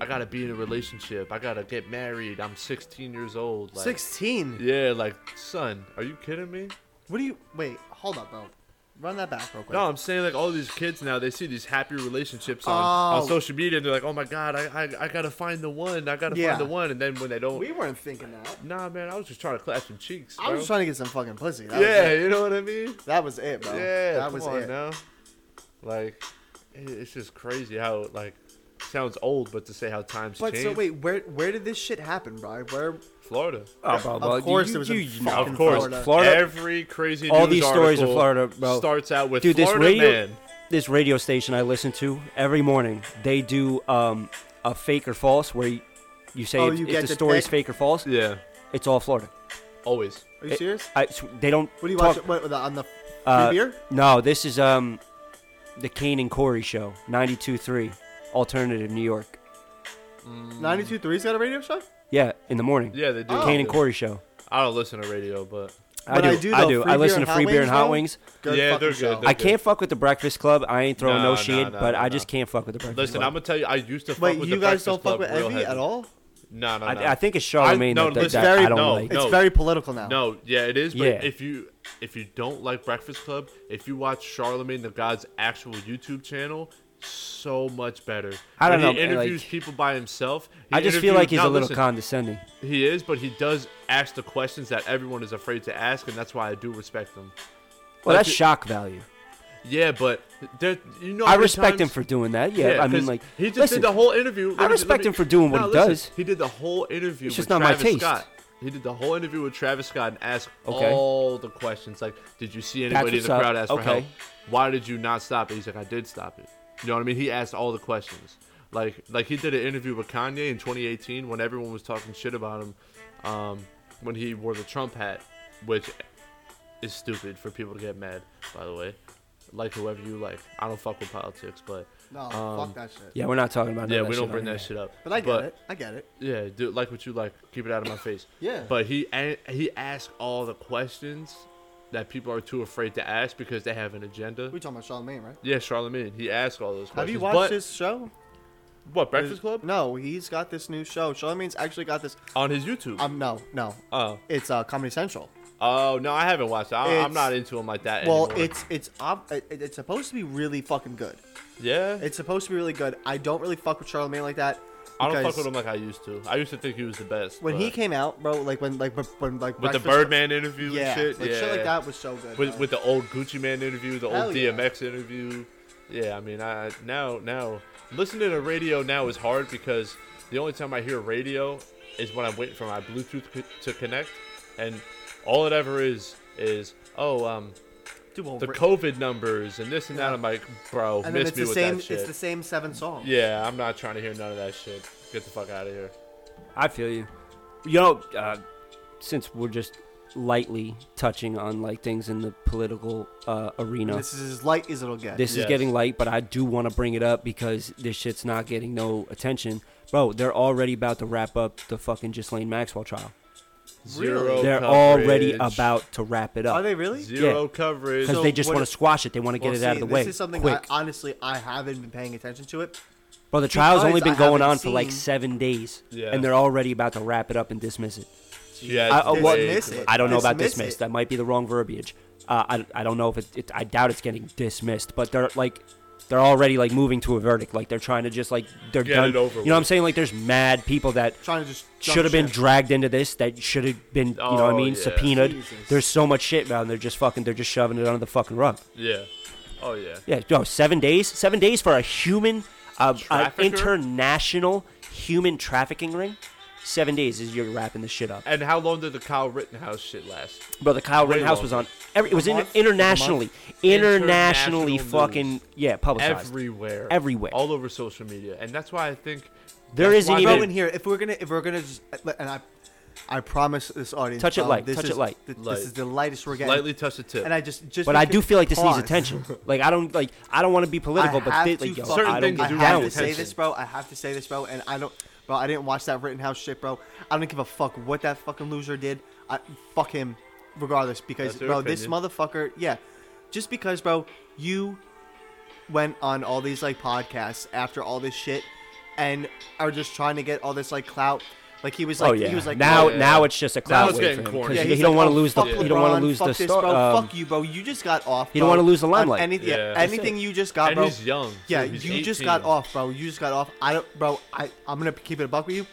Speaker 3: I gotta be in a relationship. I gotta get married. I'm 16 years old. Like,
Speaker 1: Sixteen.
Speaker 3: Yeah, like, son, are you kidding me?
Speaker 1: What do you? Wait, hold up, bro. Run that back real quick.
Speaker 3: No, I'm saying like all these kids now they see these happy relationships on,
Speaker 1: Oh.
Speaker 3: on social media and they're like, oh my god, I I, I gotta find the one, I gotta
Speaker 1: Yeah.
Speaker 3: find the one, and then when they don't,
Speaker 1: we weren't thinking that.
Speaker 3: nah, man, I was just trying to clap some cheeks.
Speaker 1: I was just
Speaker 3: bro.
Speaker 1: trying to get some fucking pussy. That
Speaker 3: yeah,
Speaker 1: Was it.
Speaker 3: you know what I mean?
Speaker 1: That was it, bro.
Speaker 3: yeah,
Speaker 1: That
Speaker 3: come
Speaker 1: was
Speaker 3: on
Speaker 1: it.
Speaker 3: now. Like, it- it's just crazy how like sounds old, but to say how times
Speaker 1: But
Speaker 3: change.
Speaker 1: so wait, where where did this shit happen, bro? Where
Speaker 3: Florida,
Speaker 4: Oh, bro,
Speaker 1: of course it was in fucking
Speaker 3: of course,
Speaker 1: Florida.
Speaker 4: Florida-
Speaker 3: every crazy
Speaker 4: All
Speaker 3: news
Speaker 4: these stories of
Speaker 3: article
Speaker 4: Florida, bro.
Speaker 3: starts out with
Speaker 4: Dude, this
Speaker 3: Florida
Speaker 4: radio-
Speaker 3: man.
Speaker 4: this radio station I listen to every morning. They do um, a fake or false where you, you say
Speaker 1: Oh,
Speaker 4: if,
Speaker 1: you
Speaker 4: if
Speaker 1: get
Speaker 4: the
Speaker 1: to
Speaker 4: story is
Speaker 1: pick?
Speaker 4: fake or false.
Speaker 3: Yeah,
Speaker 4: It's all Florida.
Speaker 3: always.
Speaker 1: Are you
Speaker 4: It-
Speaker 1: serious?
Speaker 4: I s they don't.
Speaker 1: What do you
Speaker 4: talk,
Speaker 1: watch? What, on the free
Speaker 4: uh,
Speaker 1: beer?
Speaker 4: No, this is um, the Kane and Corey show, 92.3, alternative New York.
Speaker 1: 92 3's got a radio show?
Speaker 4: Yeah, in the morning.
Speaker 3: Yeah, they do.
Speaker 1: Oh.
Speaker 4: Kane and Corey show.
Speaker 3: I don't listen to radio, but
Speaker 1: But
Speaker 4: I do.
Speaker 1: I
Speaker 4: I
Speaker 1: do,
Speaker 4: do.
Speaker 1: though.
Speaker 4: I,
Speaker 1: Free beer
Speaker 4: listen
Speaker 1: and
Speaker 4: to
Speaker 1: hot
Speaker 4: Free Beer
Speaker 1: wings,
Speaker 4: and Hot
Speaker 1: though?
Speaker 4: Wings.
Speaker 1: Good
Speaker 3: Yeah,
Speaker 1: fucking
Speaker 3: they're good.
Speaker 1: show.
Speaker 3: They're
Speaker 4: I can't fuck with the Breakfast Club. I ain't throwing
Speaker 3: No,
Speaker 4: no,
Speaker 3: no,
Speaker 4: shade,
Speaker 3: no,
Speaker 4: but
Speaker 3: no,
Speaker 4: I
Speaker 3: no.
Speaker 4: just can't fuck with the Breakfast
Speaker 3: Listen,
Speaker 4: Club.
Speaker 3: I'm gonna tell you, I used to fuck
Speaker 1: Wait,
Speaker 3: with
Speaker 1: you
Speaker 3: the
Speaker 1: guys
Speaker 3: Breakfast
Speaker 1: don't fuck
Speaker 3: Club
Speaker 1: with
Speaker 3: real
Speaker 1: Evie
Speaker 3: heavy.
Speaker 1: at all?
Speaker 3: No, no, no.
Speaker 4: I, I think it's Charlemagne
Speaker 3: no,
Speaker 4: that, that,
Speaker 3: listen,
Speaker 4: that
Speaker 1: very-
Speaker 4: I don't
Speaker 3: no,
Speaker 4: like.
Speaker 1: It's
Speaker 3: no.
Speaker 1: very political now.
Speaker 3: no, yeah, it is. But
Speaker 4: Yeah.
Speaker 3: if you if you don't like Breakfast Club, if you watch Charlemagne the God's actual YouTube channel, so much better.
Speaker 4: I don't
Speaker 3: When
Speaker 4: know,
Speaker 3: He interviews
Speaker 4: like-
Speaker 3: people by himself. he
Speaker 4: I just feel like
Speaker 3: interviews-
Speaker 4: he's a
Speaker 3: no,
Speaker 4: little
Speaker 3: listen,
Speaker 4: condescending.
Speaker 3: He is, but he does ask the questions that everyone is afraid to ask, and that's why I do respect him.
Speaker 4: Well,
Speaker 3: Like
Speaker 4: that's
Speaker 3: it-
Speaker 4: shock value.
Speaker 3: Yeah, but there, you know, how
Speaker 4: I
Speaker 3: many
Speaker 4: respect him
Speaker 3: times-
Speaker 4: for doing that. Yeah, I mean,
Speaker 3: 'cause
Speaker 4: like,
Speaker 3: he just
Speaker 4: listen,
Speaker 3: did the whole interview. Let me-
Speaker 4: respect
Speaker 3: let me-
Speaker 4: him for doing what
Speaker 3: No,
Speaker 4: he
Speaker 3: listen,
Speaker 4: does.
Speaker 3: He did the whole interview.
Speaker 4: It's just
Speaker 3: with
Speaker 4: not my
Speaker 3: Travis
Speaker 4: taste.
Speaker 3: Scott. He did the whole interview with Travis Scott and asked
Speaker 4: Okay.
Speaker 3: all the questions. Like, did you see anybody in
Speaker 4: what's
Speaker 3: the
Speaker 4: up.
Speaker 3: crowd ask for
Speaker 4: Okay.
Speaker 3: help? Why did you not stop it? He's like, I did stop it. You know what I mean? He asked all the questions. Like, like he did an interview with Kanye in 2018 when everyone was talking shit about him, um, when he wore the Trump hat, which is stupid for people to get mad. By the way, like whoever you like. I don't fuck with politics, but
Speaker 1: No,
Speaker 3: Um,
Speaker 1: fuck that shit.
Speaker 4: Yeah, we're not talking about. none
Speaker 3: yeah,
Speaker 4: of that
Speaker 3: we don't
Speaker 4: shit
Speaker 3: bring
Speaker 4: on
Speaker 3: that
Speaker 4: here.
Speaker 3: shit up.
Speaker 1: But I get it. I get it.
Speaker 3: Yeah, do like what you like. Keep it out of my face.
Speaker 1: Yeah.
Speaker 3: But he a- he asked all the questions that people are too afraid to ask because they have an agenda.
Speaker 1: we talking about Charlemagne, right?
Speaker 3: Yeah, Charlemagne. He asked all those questions.
Speaker 1: Have you watched
Speaker 3: but,
Speaker 1: his show?
Speaker 3: what Breakfast Club
Speaker 1: No, he's got this new show. Charlemagne's actually got this.
Speaker 3: on his YouTube?
Speaker 1: Um, no, no,
Speaker 3: oh,
Speaker 1: it's uh, Comedy Central.
Speaker 3: oh no, I haven't watched. It. I, I'm
Speaker 1: It's-
Speaker 3: not into him like that.
Speaker 1: Well,
Speaker 3: anymore.
Speaker 1: it's it's ob- it- it's supposed to be really fucking good.
Speaker 3: yeah.
Speaker 1: It's supposed to be really good. I don't really fuck with Charlemagne like that.
Speaker 3: I don't fuck
Speaker 1: because
Speaker 3: with him like I used to. I used to think he was the best.
Speaker 1: When he
Speaker 3: but-
Speaker 1: came out, bro, like when like when like
Speaker 3: with the
Speaker 1: Breakfast-
Speaker 3: Birdman interview
Speaker 1: yeah,
Speaker 3: and shit,
Speaker 1: like
Speaker 3: yeah,
Speaker 1: shit like that was so good.
Speaker 3: With,
Speaker 1: bro.
Speaker 3: with the old Gucci Man interview, the
Speaker 1: Hell
Speaker 3: old
Speaker 1: yeah.
Speaker 3: DMX interview. Yeah, I mean, I now now listening to radio now is hard because the only time I hear radio is when I'm waiting for my Bluetooth co- to connect, and all it ever is is oh um
Speaker 1: Dude, well,
Speaker 3: the
Speaker 1: Ra-
Speaker 3: COVID numbers and this and that.
Speaker 1: Yeah.
Speaker 3: I'm like, bro,
Speaker 1: and then
Speaker 3: miss
Speaker 1: it's
Speaker 3: me
Speaker 1: the
Speaker 3: with
Speaker 1: same
Speaker 3: that shit.
Speaker 1: it's the same seven songs.
Speaker 3: yeah, I'm not trying to hear none of that shit. Get the fuck out of here.
Speaker 4: I feel you. Yo, uh, since we're just lightly touching on like things in the political uh, arena,
Speaker 1: This is as light as it'll get.
Speaker 4: This
Speaker 3: Yes.
Speaker 4: is getting light, but I do want to bring it up because this shit's not getting no attention. Bro, they're already about to wrap up the fucking Ghislaine Maxwell trial.
Speaker 3: Zero.
Speaker 4: they're already
Speaker 3: coverage.
Speaker 4: about to wrap it
Speaker 1: Are
Speaker 4: up
Speaker 1: they really?
Speaker 3: zero coverage.
Speaker 4: because
Speaker 1: So
Speaker 4: they just
Speaker 1: what-
Speaker 4: want to squash it. They want to
Speaker 1: Well,
Speaker 4: get it out
Speaker 1: see,
Speaker 4: of the way.
Speaker 1: This is something
Speaker 4: quick.
Speaker 1: I, honestly I haven't been paying attention to it.
Speaker 4: Bro, the trial's
Speaker 1: because
Speaker 4: only been
Speaker 1: I
Speaker 4: going
Speaker 1: haven't
Speaker 4: on for like
Speaker 1: seen-
Speaker 4: seven days,
Speaker 3: Yeah.
Speaker 4: and they're already about to wrap it up and dismiss it.
Speaker 3: Yeah,
Speaker 4: I, uh,
Speaker 1: Dismiss
Speaker 4: what-
Speaker 1: it.
Speaker 4: I don't know about
Speaker 1: Dismiss
Speaker 4: dismissed.
Speaker 1: it.
Speaker 4: That might be the wrong verbiage. Uh, I, I don't know if it, it. I doubt it's getting dismissed, but they're like, they're already like moving to a verdict. Like they're trying to just like they're
Speaker 3: Get
Speaker 4: done.
Speaker 3: it over
Speaker 4: you know what I'm
Speaker 3: with.
Speaker 4: saying? Like there's mad people that
Speaker 1: Trying to just jump
Speaker 4: should have been
Speaker 1: ship.
Speaker 4: dragged into this. That should have been you know what I
Speaker 3: Oh,
Speaker 4: mean
Speaker 3: yeah.
Speaker 4: subpoenaed.
Speaker 1: Jesus.
Speaker 4: There's so much shit now, and they're just fucking. They're just shoving it under the fucking rug.
Speaker 3: Yeah. Oh yeah.
Speaker 4: Yeah, no, seven days. Seven days for a human, uh, an
Speaker 3: Trafficker?
Speaker 4: international human trafficking ring. Seven days is you're wrapping this shit up.
Speaker 3: And how long did the Kyle Rittenhouse shit last?
Speaker 4: Brother Kyle
Speaker 3: Way
Speaker 4: Rittenhouse
Speaker 3: long.
Speaker 4: was on every. It was in,
Speaker 1: month?
Speaker 4: internationally, internationally
Speaker 3: International
Speaker 4: fucking
Speaker 3: news.
Speaker 4: yeah publicized.
Speaker 3: Everywhere.
Speaker 4: Everywhere.
Speaker 3: All over social media. And that's why I think
Speaker 4: There
Speaker 3: that's
Speaker 4: isn't
Speaker 3: why
Speaker 4: even-
Speaker 3: they-
Speaker 1: Bro, in here, if we're gonna, if we're gonna just, and I, I promise this audience,
Speaker 4: Touch it
Speaker 1: bro,
Speaker 4: light,
Speaker 1: This
Speaker 4: touch
Speaker 1: is,
Speaker 4: it light.
Speaker 1: th-
Speaker 3: Light.
Speaker 1: This is the lightest we're getting.
Speaker 3: lightly touch the tip.
Speaker 1: And I just, just.
Speaker 4: but I
Speaker 1: because-
Speaker 4: do feel like this needs
Speaker 1: pause.
Speaker 4: attention. Like I don't like I don't want to be political,
Speaker 1: I
Speaker 4: but
Speaker 1: have
Speaker 4: thi-
Speaker 1: to
Speaker 4: like yo,
Speaker 1: fuck-
Speaker 3: Certain
Speaker 4: I don't
Speaker 3: things
Speaker 4: get
Speaker 3: do
Speaker 1: I have
Speaker 4: down
Speaker 1: to
Speaker 4: with
Speaker 1: say
Speaker 4: this.
Speaker 3: attention.
Speaker 1: this, bro. I have to say this, bro. And I don't, bro. I didn't watch that Rittenhouse shit, bro. I don't give a fuck what that fucking loser did. I fuck him, regardless, because
Speaker 3: That's your
Speaker 1: bro, this
Speaker 3: opinion.
Speaker 1: motherfucker, yeah. Just because, bro, you went on all these like podcasts after all this shit, and are just trying to get all this like clout. Like he was like,
Speaker 4: oh yeah.
Speaker 1: he was like,
Speaker 4: now
Speaker 3: yeah.
Speaker 4: now it's just a cloud
Speaker 3: it's
Speaker 4: wave
Speaker 3: getting
Speaker 4: for him
Speaker 3: corny.
Speaker 4: 'cause
Speaker 3: Yeah,
Speaker 4: he,
Speaker 1: he's
Speaker 4: he don't
Speaker 1: like,
Speaker 4: want to
Speaker 1: "Oh,
Speaker 4: lose the
Speaker 1: fuck
Speaker 4: he don't want
Speaker 1: LeBron,
Speaker 4: to lose
Speaker 1: fuck
Speaker 4: the
Speaker 1: this,
Speaker 4: star.
Speaker 1: bro.
Speaker 4: um,
Speaker 1: fuck you, bro. You just got off.
Speaker 4: he don't
Speaker 1: bro,
Speaker 4: wanna lose the
Speaker 1: on
Speaker 4: limelight.
Speaker 1: Anything,
Speaker 3: Yeah.
Speaker 1: anything you just got,
Speaker 3: and
Speaker 1: bro.
Speaker 3: he's young.
Speaker 1: Yeah,
Speaker 3: He's
Speaker 1: you just got
Speaker 3: 18.
Speaker 1: off, bro. You just got off. I don't, bro. I I'm gonna keep it a buck with you.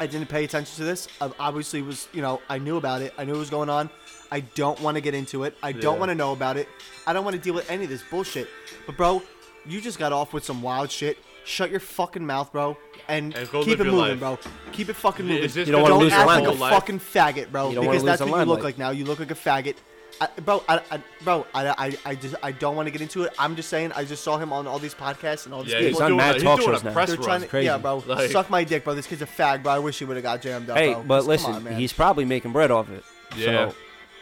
Speaker 1: I didn't pay attention to this. I obviously was, you know, I knew about it. I knew it was going on. I don't want to get into it. I don't
Speaker 3: Yeah.
Speaker 1: want to know about it. I don't want to deal with any of this bullshit. But bro, you just got off with some wild shit. Shut your fucking mouth, bro, and,
Speaker 3: And go
Speaker 1: keep
Speaker 3: live
Speaker 1: it
Speaker 3: your
Speaker 1: moving,
Speaker 3: life.
Speaker 1: bro. Keep it fucking
Speaker 3: It's
Speaker 1: moving.
Speaker 3: just
Speaker 4: You don't wanna
Speaker 3: gonna be
Speaker 4: lose
Speaker 3: your
Speaker 4: the
Speaker 1: act like
Speaker 4: limelight.
Speaker 1: a
Speaker 3: whole life.
Speaker 1: fucking faggot, bro.
Speaker 4: You don't wanna
Speaker 1: Because
Speaker 4: lose
Speaker 1: that's
Speaker 4: the
Speaker 1: what you look
Speaker 4: limelight.
Speaker 1: like now. You look like a faggot, I, bro. I, I, bro, I, I, I just, I don't want to get into it. I'm just saying, I just saw him on all these podcasts and all these
Speaker 3: Yeah,
Speaker 1: people.
Speaker 3: he's
Speaker 4: on
Speaker 3: doing
Speaker 4: mad
Speaker 3: a, he's
Speaker 4: talk
Speaker 3: doing
Speaker 4: shows
Speaker 3: a
Speaker 4: now.
Speaker 3: press
Speaker 1: They're
Speaker 3: run.
Speaker 1: trying to,
Speaker 4: crazy.
Speaker 1: yeah, bro.
Speaker 3: Like-
Speaker 1: suck my dick, bro. This kid's a fag, bro. I wish he would have got jammed up.
Speaker 4: Hey,
Speaker 1: bro.
Speaker 4: but
Speaker 1: Come
Speaker 4: listen,
Speaker 1: on, man.
Speaker 4: he's probably making bread off it.
Speaker 3: Yeah.
Speaker 4: So,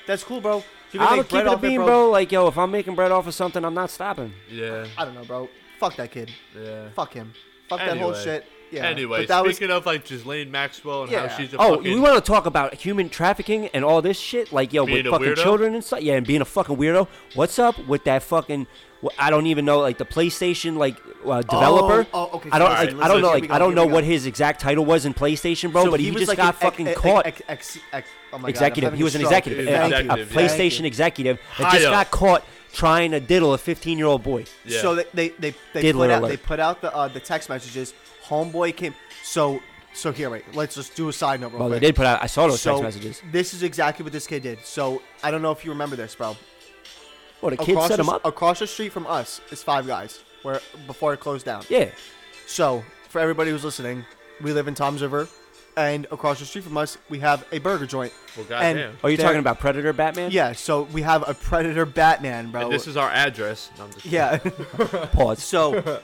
Speaker 1: that's cool, bro. You can
Speaker 4: I'm
Speaker 1: make
Speaker 4: gonna keep
Speaker 1: bread
Speaker 4: it a
Speaker 1: off
Speaker 4: beam, bro. Like, yo, if I'm making bread off of something, I'm not stopping.
Speaker 3: Yeah.
Speaker 1: I don't know, bro. Fuck that kid.
Speaker 3: Yeah.
Speaker 1: Fuck him. Fuck that whole
Speaker 3: Anyway.
Speaker 1: shit. Yeah.
Speaker 3: Anyway,
Speaker 1: but that was
Speaker 3: speaking of like Ghislaine Maxwell and
Speaker 1: Yeah.
Speaker 3: how she's a
Speaker 4: Oh,
Speaker 3: fucking
Speaker 4: we want to talk about human trafficking and all this shit, like yo,
Speaker 3: Being
Speaker 4: with
Speaker 3: a
Speaker 4: fucking
Speaker 3: weirdo?
Speaker 4: children and stuff. Yeah, and being a fucking weirdo. What's up with that fucking? wh- I don't even know, like the PlayStation, like uh, developer.
Speaker 1: oh, okay,
Speaker 4: I don't,
Speaker 1: sorry, sorry,
Speaker 4: like, I
Speaker 1: sorry,
Speaker 4: don't know,
Speaker 1: here
Speaker 4: like
Speaker 1: we go,
Speaker 4: I don't
Speaker 1: here we
Speaker 4: know
Speaker 1: go.
Speaker 4: what his exact title was in PlayStation, bro.
Speaker 1: So
Speaker 4: but he,
Speaker 1: was
Speaker 4: just
Speaker 1: like
Speaker 4: got
Speaker 1: an ex-
Speaker 4: fucking
Speaker 1: ex-
Speaker 4: caught.
Speaker 1: ex- ex- ex- oh my God, I'm
Speaker 4: executive.
Speaker 1: having
Speaker 4: He
Speaker 1: a
Speaker 4: was an
Speaker 1: stroke.
Speaker 4: executive,
Speaker 3: He was
Speaker 4: a-
Speaker 3: an
Speaker 4: a- a,
Speaker 3: executive, yeah.
Speaker 4: PlayStation executive that
Speaker 3: High
Speaker 4: just
Speaker 3: up.
Speaker 4: got caught trying to diddle a 15 year old boy.
Speaker 3: Yeah.
Speaker 1: So they they they, they
Speaker 4: Diddler
Speaker 1: put out
Speaker 4: alert.
Speaker 1: they put out the uh, the text messages. Homeboy came. So so here, wait. Let's just do a side note. Real
Speaker 4: Well, they
Speaker 1: quick.
Speaker 4: did put out. I saw those
Speaker 1: so
Speaker 4: text messages.
Speaker 1: this is exactly what this kid did. So I don't know if you remember this, bro.
Speaker 4: Well, the kid set
Speaker 1: the,
Speaker 4: him up.
Speaker 1: across the street from us is Five Guys, where before it closed down.
Speaker 4: yeah,
Speaker 1: So for everybody who's listening, we live in Tom's River, and across the street from us we have a burger joint.
Speaker 3: Well,
Speaker 1: And
Speaker 3: goddamn.
Speaker 4: Are you
Speaker 1: there-
Speaker 4: talking about Predator Batman?
Speaker 1: Yeah. So we have a Predator Batman, bro.
Speaker 3: And this is our address. No, I'm just kidding.
Speaker 1: yeah.
Speaker 4: Pause.
Speaker 1: So,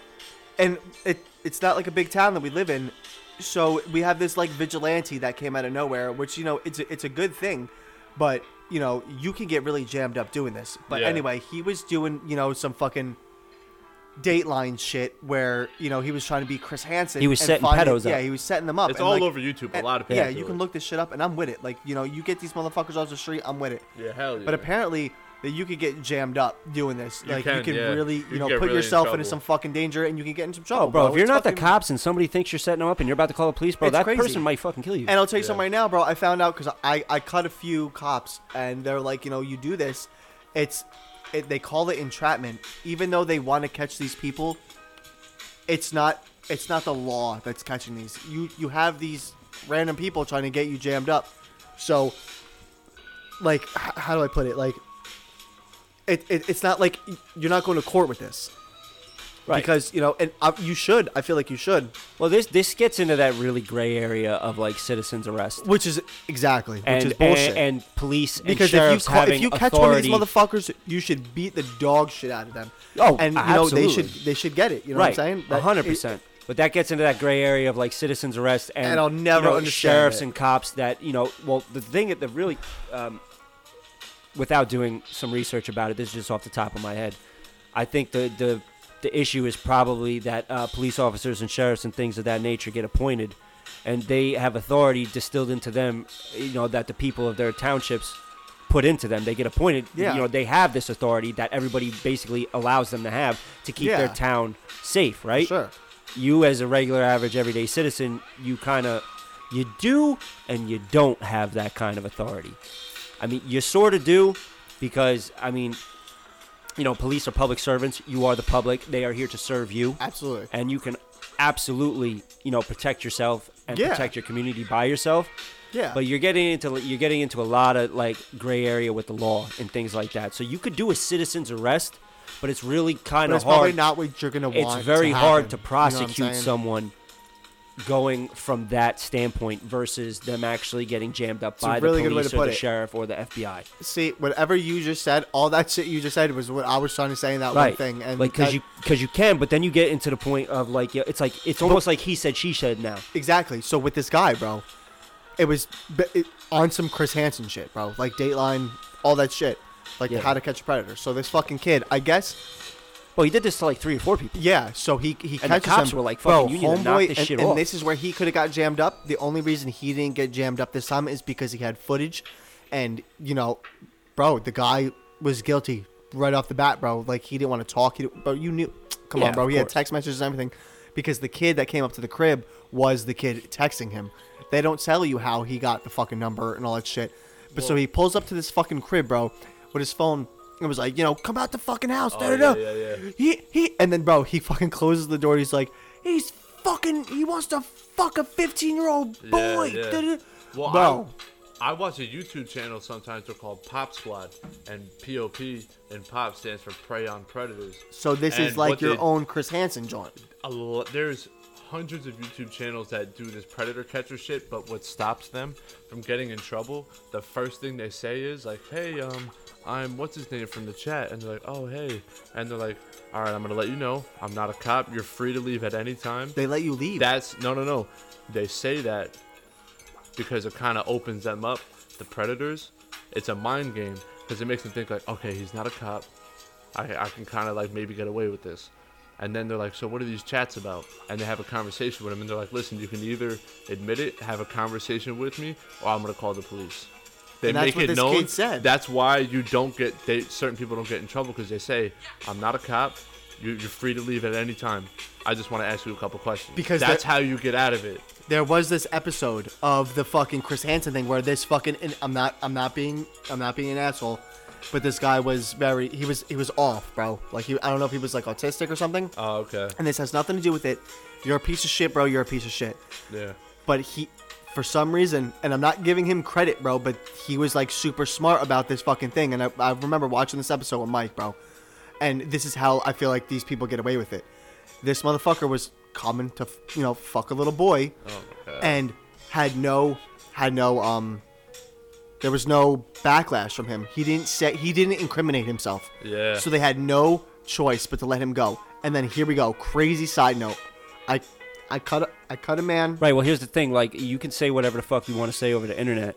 Speaker 1: and it it's not like a big town that we live in. So we have this like vigilante that came out of nowhere, which you know it's a, it's a good thing, but you know, you can get really jammed up doing this. But
Speaker 3: Yeah.
Speaker 1: anyway, he was doing, you know, some fucking Dateline shit where, you know, he was trying to be Chris Hansen.
Speaker 4: He was
Speaker 1: and
Speaker 4: setting
Speaker 1: finding-
Speaker 4: pedos up.
Speaker 1: Yeah, he was setting them up.
Speaker 3: It's
Speaker 1: and,
Speaker 3: all
Speaker 1: like-
Speaker 3: over YouTube. A
Speaker 1: and-
Speaker 3: lot of people.
Speaker 1: Yeah,
Speaker 3: do
Speaker 1: you
Speaker 3: it.
Speaker 1: can look this shit up, and I'm with it. Like, you know, you get these motherfuckers off the street, I'm with it.
Speaker 3: Yeah, hell yeah.
Speaker 1: But apparently, that you could get jammed up doing this.
Speaker 3: You
Speaker 1: like, you
Speaker 3: can,
Speaker 1: can
Speaker 3: yeah.
Speaker 1: really, you,
Speaker 3: You can
Speaker 1: know,
Speaker 3: get
Speaker 1: put
Speaker 3: really in
Speaker 1: yourself into
Speaker 3: trouble.
Speaker 1: some fucking danger, and you can get in some trouble,
Speaker 4: Oh, bro, if
Speaker 1: It's
Speaker 4: you're not
Speaker 1: fucking-
Speaker 4: the cops and somebody thinks you're setting them up and you're about to call the police, bro,
Speaker 1: It's
Speaker 4: that
Speaker 1: crazy.
Speaker 4: person might fucking kill you.
Speaker 1: And uh, I'll tell you
Speaker 3: Yeah.
Speaker 1: something right now, bro. I found out because I I cut a few cops, and they're like, you know, you do this, it's, it, they call it entrapment, even though they want to catch these people. It's not it's not the law that's catching these. You you have these random people trying to get you jammed up, so, like, h- how do I put it? Like, it, it it's not like y- you're not going to court with this.
Speaker 4: Right.
Speaker 1: Because you know, and uh, you should. I feel like you should,
Speaker 4: well, this this gets into that really gray area of like citizens arrest
Speaker 1: which is exactly, which
Speaker 4: and,
Speaker 1: is bullshit.
Speaker 4: and and police and
Speaker 1: Because if you
Speaker 4: sheriffs
Speaker 1: ca-
Speaker 4: having
Speaker 1: if you catch
Speaker 4: authority.
Speaker 1: one of these motherfuckers, you should beat the dog shit out of them.
Speaker 4: Oh,
Speaker 1: and you know they should
Speaker 4: absolutely.
Speaker 1: they should get it. You know
Speaker 4: right,
Speaker 1: what I'm saying? That-
Speaker 4: A hundred percent. But that gets into that gray area of like citizens arrest and,
Speaker 1: And I'll never
Speaker 4: you know,
Speaker 1: understand
Speaker 4: sheriffs
Speaker 1: it.
Speaker 4: and cops that you know. Well, the thing that the really, um, without doing some research about it, this is just off the top of my head. I think the the the issue is probably that uh, police officers and sheriffs and things of that nature get appointed, and they have authority distilled into them. You know that the people of their townships put into them. They get appointed.
Speaker 1: Yeah.
Speaker 4: You know they have this authority that everybody basically allows them to have to keep their
Speaker 1: Yeah.
Speaker 4: town safe, right?
Speaker 1: Sure.
Speaker 4: You as a regular average everyday citizen, you kind of you do and you don't have that kind of authority. I mean, you sort of do because I mean, you know, police are public servants. You are the public. They are here to serve you
Speaker 1: Absolutely.
Speaker 4: and you can absolutely, you know, protect yourself and
Speaker 1: Yeah.
Speaker 4: protect your community by yourself.
Speaker 1: Yeah.
Speaker 4: But you're getting into you're getting into a lot of like gray area with the law and things like that. So you could do a citizen's arrest, but it's really kind
Speaker 1: but
Speaker 4: of
Speaker 1: it's probably
Speaker 4: hard.
Speaker 1: not what you're gonna want.
Speaker 4: it's very hard
Speaker 1: happen,
Speaker 4: to
Speaker 1: you know what I'm
Speaker 4: prosecute
Speaker 1: saying?
Speaker 4: someone going from that standpoint versus them actually getting jammed up
Speaker 1: a
Speaker 4: by
Speaker 1: really
Speaker 4: the
Speaker 1: good way
Speaker 4: police
Speaker 1: to
Speaker 4: or
Speaker 1: put
Speaker 4: the
Speaker 1: it.
Speaker 4: sheriff or the FBI.
Speaker 1: See, whatever you just said, all that shit you just said was what I was trying to say in that one
Speaker 4: right
Speaker 1: thing. And
Speaker 4: like because
Speaker 1: that-
Speaker 4: you because you can but then you get into the point of like yeah, it's like it's almost like he said she said now
Speaker 1: exactly. So with this guy, bro, it was b- it, on some Chris Hansen shit, bro. Like Dateline, all that shit. Like
Speaker 4: Yeah.
Speaker 1: how to catch a predator. So this fucking kid, I guess
Speaker 4: well he did this to like three or four people
Speaker 1: Yeah, so he he
Speaker 4: And the
Speaker 1: catches
Speaker 4: cops
Speaker 1: him.
Speaker 4: were like,
Speaker 1: Bro,
Speaker 4: "Fucking, you need to knock
Speaker 1: homeboy,"
Speaker 4: this
Speaker 1: and,
Speaker 4: shit
Speaker 1: and
Speaker 4: off.
Speaker 1: this is where he could have got jammed up. The only reason he didn't get jammed up this time is because he had footage, and you know, bro, the guy was guilty right off the bat, bro. Like he didn't want to talk. He didn't, bro, you knew. Come
Speaker 4: Yeah,
Speaker 1: on, bro.
Speaker 4: of
Speaker 1: He had
Speaker 4: course.
Speaker 1: text messages and everything, because the kid that came up to the crib was the kid texting him. They don't tell you how he got the fucking number and all that shit. But so he pulls up to this fucking crib, bro, with his phone. and was like, you know, come out the fucking house.
Speaker 3: Oh,
Speaker 1: da, da,
Speaker 3: yeah,
Speaker 1: da.
Speaker 3: yeah, yeah.
Speaker 1: He he and then bro, he fucking closes the door. He's like, he's fucking. He wants to fuck a fifteen year old
Speaker 3: Yeah,
Speaker 1: boy.
Speaker 3: yeah.
Speaker 1: Da-da-da.
Speaker 3: Well,
Speaker 1: bro,
Speaker 3: I, I watch a YouTube channel sometimes. They're called Pop Squad, and POP and Pop stands for Prey on Predators.
Speaker 1: so this is
Speaker 3: And
Speaker 1: like
Speaker 3: what
Speaker 1: your
Speaker 3: they-
Speaker 1: own Chris Hansen joint.
Speaker 3: a lo- there's hundreds of YouTube channels that do this predator catcher shit, but what stops them from getting in trouble, the first thing they say is like, "Hey, um, I'm what's his name from the chat," and they're like, "Oh, hey," and they're like, "All right, I'm gonna let you know, I'm not a cop. You're free to leave at any time."
Speaker 1: They let you leave.
Speaker 3: That's no, no, no. They say that because it kind of opens them up. The predators, it's a mind game because it makes them think like, okay, he's not a cop. I, I can kind of like maybe get away with this. And then they're like, so what are these chats about? And they have a conversation with him, and they're like, listen, you can either admit it, have a conversation with me, or I'm gonna call the police. They
Speaker 1: And that's
Speaker 3: make
Speaker 1: what
Speaker 3: it
Speaker 1: this
Speaker 3: known.
Speaker 1: kid said.
Speaker 3: That's why you don't get they, certain people don't get in trouble because they say, I'm not a cop. You, you're free to leave at any time. I just want to ask you a couple questions.
Speaker 1: Because
Speaker 3: that's
Speaker 1: the-
Speaker 3: how you get out of it.
Speaker 1: there was this episode of the fucking Chris Hansen thing where this fucking and I'm not I'm not being I'm not being an asshole, but this guy was very he was he was off, bro. Like he I don't know if he was like autistic or something.
Speaker 3: Oh, okay.
Speaker 1: and this has nothing to do with it. You're a piece of shit, bro. You're a piece of shit.
Speaker 3: Yeah.
Speaker 1: but he for some reason and i'm not giving him credit bro but he was like super smart about this fucking thing and i, I remember watching this episode with mike bro and this is how i feel like these people get away with it this motherfucker was coming to f- you know fuck a little boy and had no had no um there was no backlash from him he didn't say he didn't incriminate himself
Speaker 3: Yeah.
Speaker 1: so they had no choice but to let him go and then here we go crazy side note i i cut a, i cut a man
Speaker 4: Right. Well, here's the thing. Like, you can say whatever the fuck you want to say over the internet,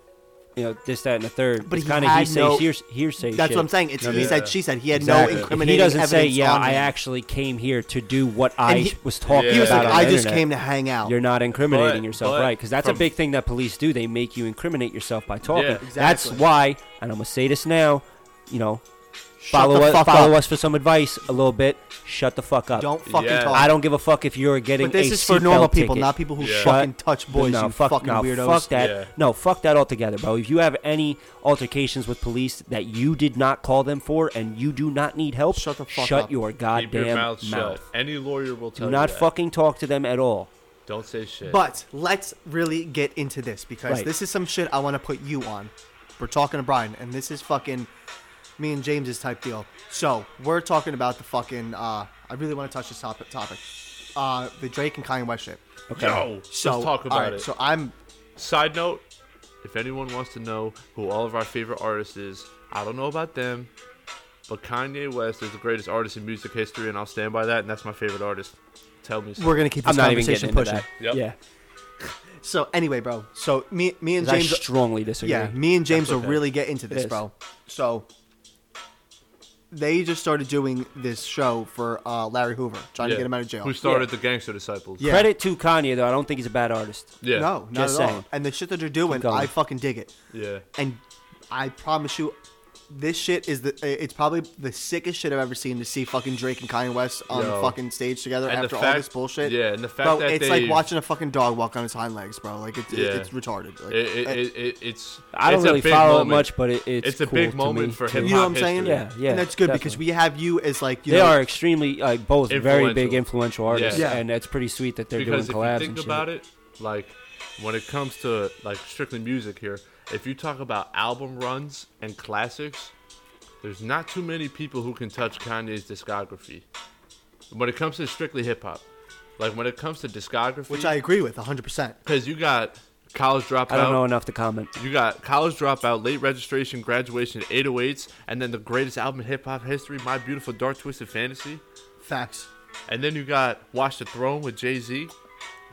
Speaker 4: you know, this, that, and the third.
Speaker 6: But
Speaker 4: it's
Speaker 6: he
Speaker 4: kind of
Speaker 6: had
Speaker 4: hearsay,
Speaker 6: no-
Speaker 4: hears- hearsay.
Speaker 6: That's
Speaker 4: shit.
Speaker 6: what I'm saying. It's
Speaker 4: You know what I
Speaker 6: he
Speaker 4: mean?
Speaker 6: said, she said. He had no
Speaker 3: Exactly. If he
Speaker 4: If he
Speaker 6: incriminating
Speaker 4: doesn't
Speaker 6: evidence
Speaker 4: say, "Yeah,
Speaker 6: on
Speaker 4: I
Speaker 6: him.
Speaker 4: actually came here to do what I
Speaker 6: he-
Speaker 4: was talking
Speaker 3: Yeah.
Speaker 6: He was
Speaker 4: about."
Speaker 6: like,
Speaker 4: on
Speaker 6: I
Speaker 4: the
Speaker 6: just
Speaker 4: internet,"
Speaker 6: came to hang
Speaker 1: Oh.
Speaker 6: out.
Speaker 4: You're not incriminating
Speaker 3: But-
Speaker 4: yourself,
Speaker 3: but
Speaker 4: right? Because that's a
Speaker 3: from-
Speaker 4: big thing that police do. They make you incriminate yourself by talking.
Speaker 3: Yeah,
Speaker 4: That's
Speaker 6: exactly.
Speaker 4: why, and I'm gonna say this now. You know,
Speaker 6: Shut
Speaker 4: follow
Speaker 6: the
Speaker 4: us,
Speaker 6: fuck
Speaker 4: follow
Speaker 6: up.
Speaker 4: us for some advice a little bit. Shut the fuck up.
Speaker 6: Don't fucking
Speaker 3: Yeah.
Speaker 6: talk.
Speaker 4: I don't give a fuck if you're getting.
Speaker 1: But this
Speaker 4: a
Speaker 1: is for normal
Speaker 4: seatbelt
Speaker 1: people,
Speaker 4: ticket.
Speaker 1: not people who
Speaker 3: Yeah.
Speaker 1: fucking touch boys.
Speaker 4: no,
Speaker 1: you
Speaker 4: fuck,
Speaker 1: fucking
Speaker 4: no,
Speaker 1: weirdos.
Speaker 4: Fuck that.
Speaker 3: Yeah.
Speaker 4: No, fuck that altogether, bro. If you have any altercations with police that you did not call them for and you do not need help,
Speaker 1: Shut the fuck up.
Speaker 4: your
Speaker 3: Keep
Speaker 4: goddamn
Speaker 3: your mouth shut. Any lawyer will
Speaker 4: Do
Speaker 3: tell you
Speaker 4: not
Speaker 3: that.
Speaker 4: fucking talk to them at all.
Speaker 3: Don't say shit.
Speaker 1: But let's really get into this because
Speaker 4: Right.
Speaker 1: this is some shit I want to put you on. We're talking to Brian, and this is fucking me and James's type deal. So we're talking about the fucking. Uh, I really want to touch this topic. Topic. Uh, the Drake and Kanye West shit.
Speaker 3: okay. yo,
Speaker 1: So
Speaker 3: let's talk about
Speaker 1: alright,
Speaker 3: it.
Speaker 1: So I'm
Speaker 3: Side note: If anyone wants to know who all of our favorite artists is, I don't know about them, but Kanye West is the greatest artist in music history, and I'll stand by that. And that's my favorite artist. Tell me. so.
Speaker 1: we're gonna keep this
Speaker 4: I'm not even
Speaker 1: conversation
Speaker 4: getting into
Speaker 1: pushing.
Speaker 4: that.
Speaker 3: Yep.
Speaker 4: Yeah,
Speaker 1: So anyway, bro. So me, me and
Speaker 4: 'cause I
Speaker 1: James.
Speaker 4: strongly disagree.
Speaker 1: Yeah, me and James
Speaker 3: That's
Speaker 1: will
Speaker 3: okay.
Speaker 1: really get into this,
Speaker 4: is.
Speaker 1: bro. So they just started doing this show for uh, Larry Hoover, trying
Speaker 3: Yeah.
Speaker 1: to get him out of jail.
Speaker 3: Who started the Gangster Disciples?
Speaker 1: Yeah.
Speaker 4: Credit to Kanye though. I don't think he's a bad artist.
Speaker 3: Yeah.
Speaker 1: No, not
Speaker 4: Just
Speaker 1: at all.
Speaker 4: saying.
Speaker 1: And the shit that they're doing,
Speaker 4: going.
Speaker 1: I fucking dig it.
Speaker 3: Yeah.
Speaker 1: And I promise you, this shit is the. It's probably the sickest shit I've ever seen to see fucking Drake and Kanye West on
Speaker 3: Yo.
Speaker 1: fucking stage together
Speaker 3: And the
Speaker 1: after all
Speaker 3: fact-
Speaker 1: this bullshit.
Speaker 3: yeah, and the fact
Speaker 1: bro,
Speaker 3: that
Speaker 1: it's
Speaker 3: they-
Speaker 1: like watching a fucking dog walk on his hind legs, bro. Like it's
Speaker 3: Yeah.
Speaker 1: it's retarded. Like,
Speaker 3: It, it, it, it, it's.
Speaker 4: I don't
Speaker 3: it's a
Speaker 4: really
Speaker 3: big
Speaker 4: follow
Speaker 3: moment.
Speaker 4: it much, but it, it's
Speaker 3: It's a
Speaker 4: cool
Speaker 3: big
Speaker 4: to
Speaker 3: moment
Speaker 4: me,
Speaker 3: for
Speaker 4: too.
Speaker 3: hip
Speaker 1: you know what I'm
Speaker 3: hip-hop
Speaker 1: saying?
Speaker 3: history.
Speaker 4: Yeah, yeah,
Speaker 1: And that's good because we
Speaker 4: definitely.
Speaker 1: have you as like you
Speaker 4: They
Speaker 1: know,
Speaker 4: are extremely like both very big influential artists,
Speaker 1: Yeah. Yeah.
Speaker 4: and it's pretty sweet that they're
Speaker 3: because
Speaker 4: doing collabs
Speaker 3: if you think
Speaker 4: and shit.
Speaker 3: about it, like when it comes to like strictly music here, if you talk about album runs and classics, there's not too many people who can touch Kanye's discography. When it comes to strictly hip hop, like when it comes to discography,
Speaker 1: which I agree with 100. percent
Speaker 3: because you got college dropout.
Speaker 4: I don't know enough to comment.
Speaker 3: You got college dropout, late registration, graduation, 808s, and then the greatest album in hip hop history, My Beautiful Dark Twisted Fantasy.
Speaker 1: Facts.
Speaker 3: And then you got Watch the Throne with Jay Z,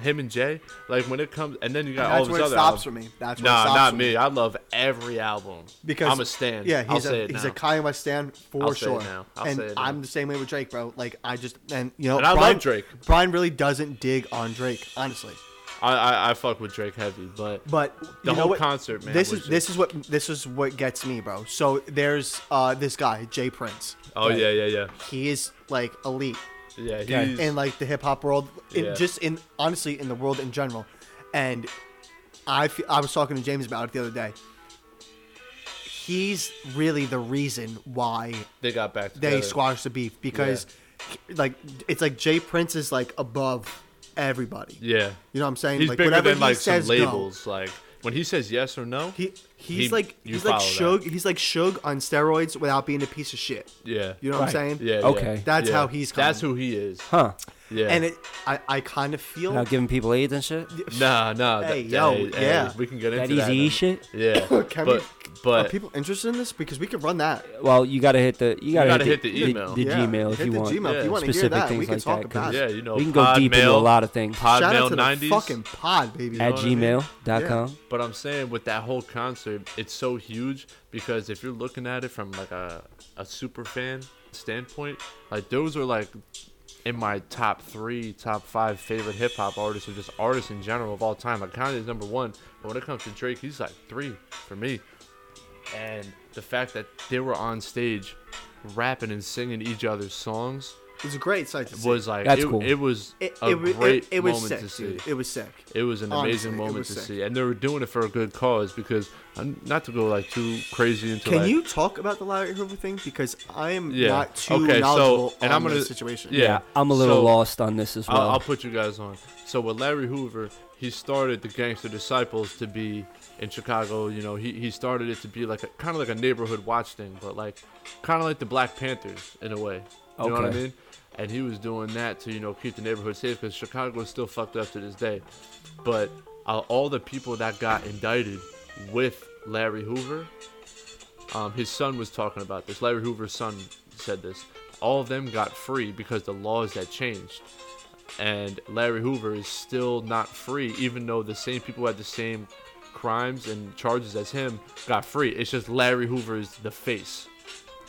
Speaker 3: him and Jay. Like when it comes, and then you got all
Speaker 1: That's
Speaker 3: these
Speaker 1: where it
Speaker 3: other.
Speaker 1: stops
Speaker 3: albums.
Speaker 1: for me. That's where it
Speaker 3: Nah,
Speaker 1: stops
Speaker 3: not
Speaker 1: for
Speaker 3: me. I love every album
Speaker 1: because
Speaker 3: I'm a stan.
Speaker 1: Yeah,
Speaker 3: I'll
Speaker 1: he's
Speaker 3: say
Speaker 1: a
Speaker 3: it
Speaker 1: he's
Speaker 3: now.
Speaker 1: a Kanye West stan for
Speaker 3: I'll say it
Speaker 1: sure.
Speaker 3: now. I'll
Speaker 1: and
Speaker 3: say it now.
Speaker 1: I'm the same way with Drake, bro. Like I just and you know
Speaker 3: And I love
Speaker 1: Brian,
Speaker 3: Drake.
Speaker 1: Brian really doesn't dig on Drake, honestly.
Speaker 3: I, I I fuck with Drake heavy, but
Speaker 1: But
Speaker 3: The
Speaker 1: you know
Speaker 3: whole
Speaker 1: what?
Speaker 3: concert, man,
Speaker 1: This
Speaker 3: was
Speaker 1: is this is what this is what gets me, bro. So there's uh this guy Jay Prince.
Speaker 3: oh
Speaker 1: right?
Speaker 3: yeah yeah yeah
Speaker 1: he is like elite
Speaker 3: yeah he's
Speaker 1: in like the hip hop world, in,
Speaker 3: Yeah.
Speaker 1: just in honestly in the world in general. And I fe- I was talking to James about it the other day. He's really the reason why
Speaker 3: they got back
Speaker 1: they
Speaker 3: together.
Speaker 1: squash the beef because like it's like Jay Prince is like above everybody.
Speaker 3: Yeah,
Speaker 1: You know what I'm saying?
Speaker 3: he's
Speaker 1: like
Speaker 3: bigger
Speaker 1: whatever
Speaker 3: than
Speaker 1: he
Speaker 3: like some
Speaker 1: says no,
Speaker 3: labels. Like when he says yes or no,
Speaker 1: he he's
Speaker 3: He-
Speaker 1: like
Speaker 3: you
Speaker 1: he's like
Speaker 3: follow
Speaker 1: Shug
Speaker 3: that.
Speaker 1: he's like Shug on steroids without being a piece of shit.
Speaker 3: yeah
Speaker 1: You know what I'm saying?
Speaker 3: yeah yeah.
Speaker 4: Okay.
Speaker 1: That's
Speaker 3: yeah.
Speaker 1: how he's
Speaker 3: That's
Speaker 1: coming.
Speaker 3: who he is.
Speaker 4: Huh?
Speaker 3: Yeah.
Speaker 1: And it I, I kind of feel
Speaker 4: Not giving people AIDS and shit.
Speaker 3: Nah, nah. that-
Speaker 1: Hey, yo,
Speaker 3: hey, hey,
Speaker 1: yeah.
Speaker 3: we can get
Speaker 4: That
Speaker 3: into that.
Speaker 4: easy
Speaker 3: then.
Speaker 4: shit?
Speaker 3: Yeah,
Speaker 1: Can we-
Speaker 3: but but
Speaker 1: are people interested in this because we could run that.
Speaker 4: Well, you gotta hit the you gotta,
Speaker 3: gotta
Speaker 4: hit, the,
Speaker 3: hit the email.
Speaker 4: the,
Speaker 1: Yeah,
Speaker 4: Gmail if
Speaker 1: hit
Speaker 4: you
Speaker 1: the
Speaker 4: want
Speaker 1: Gmail if you want to hear
Speaker 4: specific
Speaker 1: that.
Speaker 4: things
Speaker 1: We can
Speaker 4: like
Speaker 1: talk
Speaker 4: that.
Speaker 1: about
Speaker 4: 'cause
Speaker 1: it.
Speaker 3: yeah, you know,
Speaker 4: we can go
Speaker 3: pod
Speaker 4: deep into a
Speaker 3: mail,
Speaker 4: lot of things
Speaker 1: Shout out
Speaker 3: Podmail
Speaker 1: to the
Speaker 3: nineties.
Speaker 1: fucking pod, baby.
Speaker 4: at
Speaker 3: what I mean?
Speaker 4: gmail.com.
Speaker 3: But I'm saying with that whole concert, it's so huge because if you're looking at it from like a, a super fan standpoint, like those are like in my top three, top five favorite hip hop artists or just artists in general of all time. Like Kanye's number one, but when it comes to Drake, he's like three for me. And the fact that they were on stage rapping and singing each other's songs
Speaker 1: It's a great sight to see.
Speaker 3: was like
Speaker 4: That's
Speaker 3: it,
Speaker 4: cool.
Speaker 3: it was
Speaker 1: it,
Speaker 3: a
Speaker 1: it, wa- it-
Speaker 3: great
Speaker 1: it was
Speaker 3: moment
Speaker 1: sick,
Speaker 3: to see.
Speaker 1: dude. It was sick.
Speaker 3: It was an
Speaker 1: Honestly,
Speaker 3: amazing
Speaker 1: it
Speaker 3: moment
Speaker 1: was
Speaker 3: to
Speaker 1: sick.
Speaker 3: see, and they were doing it for a good cause because um, not to go like too crazy into.
Speaker 1: Can
Speaker 3: like,
Speaker 1: you talk about the Larry Hoover thing? Because I am
Speaker 3: Yeah.
Speaker 1: not too
Speaker 3: Okay, so-
Speaker 1: knowledgeable
Speaker 3: and
Speaker 1: on
Speaker 3: I'm gonna-
Speaker 1: this situation.
Speaker 3: Yeah.
Speaker 4: I'm a little
Speaker 3: So-
Speaker 4: lost on this as well.
Speaker 3: I'll, I'll put you guys on. So with Larry Hoover, he started the Gangster Disciples to be in Chicago. You know, he, he started it to be like a kind of like a neighborhood watch thing, but like kind of like the Black Panthers in a way. You know what I
Speaker 4: Okay.
Speaker 3: mean? And he was doing that to you know keep the neighborhood safe because Chicago is still fucked up to this day. But uh, all the people that got indicted with Larry Hoover, um, his son was talking about this. Larry Hoover's son said this. All of them got free because the laws had changed and Larry Hoover is still not free, even though the same people had the same crimes and charges as him got free. It's just Larry Hoover is the face.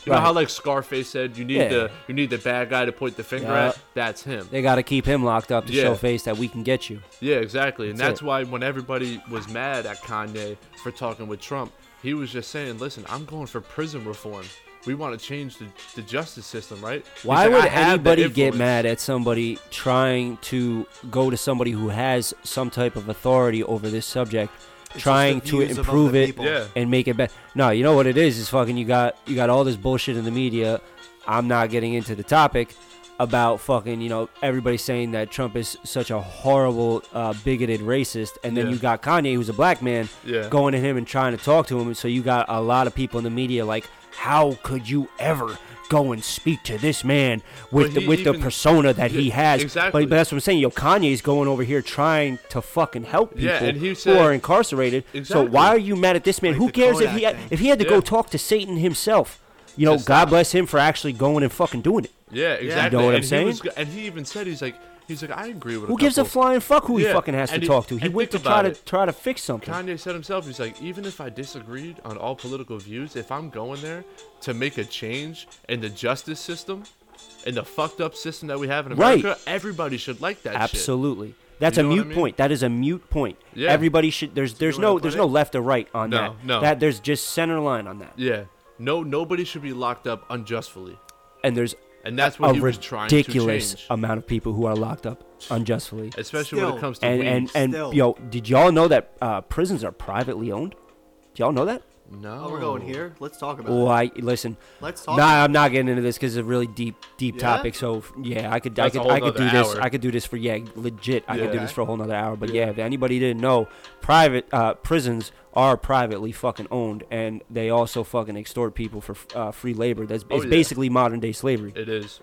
Speaker 3: You
Speaker 4: Right.
Speaker 3: know how like Scarface said, you need
Speaker 4: Yeah.
Speaker 3: the you need the bad guy to point the finger
Speaker 4: Yeah.
Speaker 3: at. That's him.
Speaker 4: They got to keep him locked up to
Speaker 3: Yeah.
Speaker 4: show face that we can get you.
Speaker 3: Yeah, exactly. And
Speaker 4: That's
Speaker 3: that's
Speaker 4: it.
Speaker 3: why when everybody was mad at Kanye for talking with Trump, he was just saying, listen, I'm going for prison reform. We want to change the, the justice system, right? He's
Speaker 4: Why
Speaker 3: like,
Speaker 4: would
Speaker 3: "I have the
Speaker 4: anybody get
Speaker 3: influence."
Speaker 4: mad at somebody trying to go to somebody who has some type of authority over this subject,
Speaker 1: just
Speaker 4: trying
Speaker 1: the
Speaker 4: to
Speaker 1: views of
Speaker 4: improve
Speaker 1: other
Speaker 4: it
Speaker 1: people.
Speaker 3: Yeah.
Speaker 4: and make it better? No, you know what it is is fucking you got you got all this bullshit in the media. I'm not getting into the topic about fucking you know everybody saying that Trump is such a horrible uh, bigoted racist, and then
Speaker 3: Yeah.
Speaker 4: you got Kanye who's a black man
Speaker 3: Yeah.
Speaker 4: going to him and trying to talk to him. And so you got a lot of people in the media like, how could you ever go and speak to this man with
Speaker 3: But
Speaker 4: the,
Speaker 3: he
Speaker 4: with the
Speaker 3: even-
Speaker 4: persona that he
Speaker 3: Yeah,
Speaker 4: has?
Speaker 3: exactly.
Speaker 4: But, but that's what I'm saying. Yo, Kanye's going over here trying to fucking help people
Speaker 3: Yeah, and he
Speaker 4: who
Speaker 3: said-
Speaker 4: are incarcerated. So
Speaker 3: Exactly.
Speaker 4: why are you mad at this man?
Speaker 1: Like
Speaker 4: who
Speaker 1: the
Speaker 4: cares if
Speaker 1: Kodak
Speaker 4: he had,
Speaker 1: thing.
Speaker 4: if he had to
Speaker 3: Yeah.
Speaker 4: go talk to Satan himself? You know,
Speaker 3: To
Speaker 4: God
Speaker 3: stop.
Speaker 4: bless him for actually going and fucking doing it.
Speaker 3: Yeah, exactly.
Speaker 4: know what I'm
Speaker 3: and
Speaker 4: saying?
Speaker 3: He was, g- and he even said, he's like, he's like, I agree with.
Speaker 4: Who gives a
Speaker 3: couple."
Speaker 4: flying fuck who he
Speaker 3: Yeah,
Speaker 4: fucking has to
Speaker 3: and he-
Speaker 4: talk to? He
Speaker 3: and
Speaker 4: went to
Speaker 3: think
Speaker 4: try
Speaker 3: about
Speaker 4: to
Speaker 3: it.
Speaker 4: try to fix something.
Speaker 3: Kanye said himself, he's like, even if I disagreed on all political views, if I'm going there to make a change in the justice system, in the fucked up system that we have in
Speaker 4: Right.
Speaker 3: America, everybody should like that shit.
Speaker 4: Absolutely. That's
Speaker 3: You
Speaker 4: a
Speaker 3: know what I
Speaker 4: mute
Speaker 3: mean?
Speaker 4: point. That is a mute point.
Speaker 3: Yeah.
Speaker 4: Everybody should there's there's
Speaker 3: See what I
Speaker 4: no
Speaker 3: put
Speaker 4: there's
Speaker 3: it?
Speaker 4: no left or right on
Speaker 3: No,
Speaker 4: that.
Speaker 3: no.
Speaker 4: That there's just center line on that.
Speaker 3: Yeah. No, nobody should be locked up unjustly.
Speaker 4: And there's
Speaker 3: And that's what
Speaker 4: a
Speaker 3: he was trying to
Speaker 4: ridiculous
Speaker 3: change.
Speaker 4: amount of people who are locked up unjustly.
Speaker 3: Especially when
Speaker 1: Still.
Speaker 3: it comes to
Speaker 4: And
Speaker 3: weed.
Speaker 4: and and
Speaker 1: Still.
Speaker 4: yo, did y'all know that uh, prisons are privately owned? Do y'all know that?
Speaker 3: no,
Speaker 1: Oh, we're going here. Let's talk about
Speaker 4: Oh,
Speaker 1: it.
Speaker 4: I listen.
Speaker 1: Let's talk.
Speaker 4: Nah, I'm not getting into this because it's a really deep, deep
Speaker 1: Yeah?
Speaker 4: topic. So yeah, I could,
Speaker 3: That's
Speaker 4: I
Speaker 3: a
Speaker 4: could,
Speaker 3: whole
Speaker 4: I could do
Speaker 3: nother
Speaker 4: this.
Speaker 3: hour.
Speaker 4: I could do this for yeah, legit. I could do
Speaker 3: Yeah.
Speaker 4: this for a whole nother hour. But yeah.
Speaker 3: Yeah.
Speaker 4: if anybody didn't know, private uh, prisons are privately fucking owned, and they also fucking extort people for uh, free labor. That's
Speaker 3: Oh,
Speaker 4: it's
Speaker 3: yeah.
Speaker 4: basically modern day slavery.
Speaker 3: It is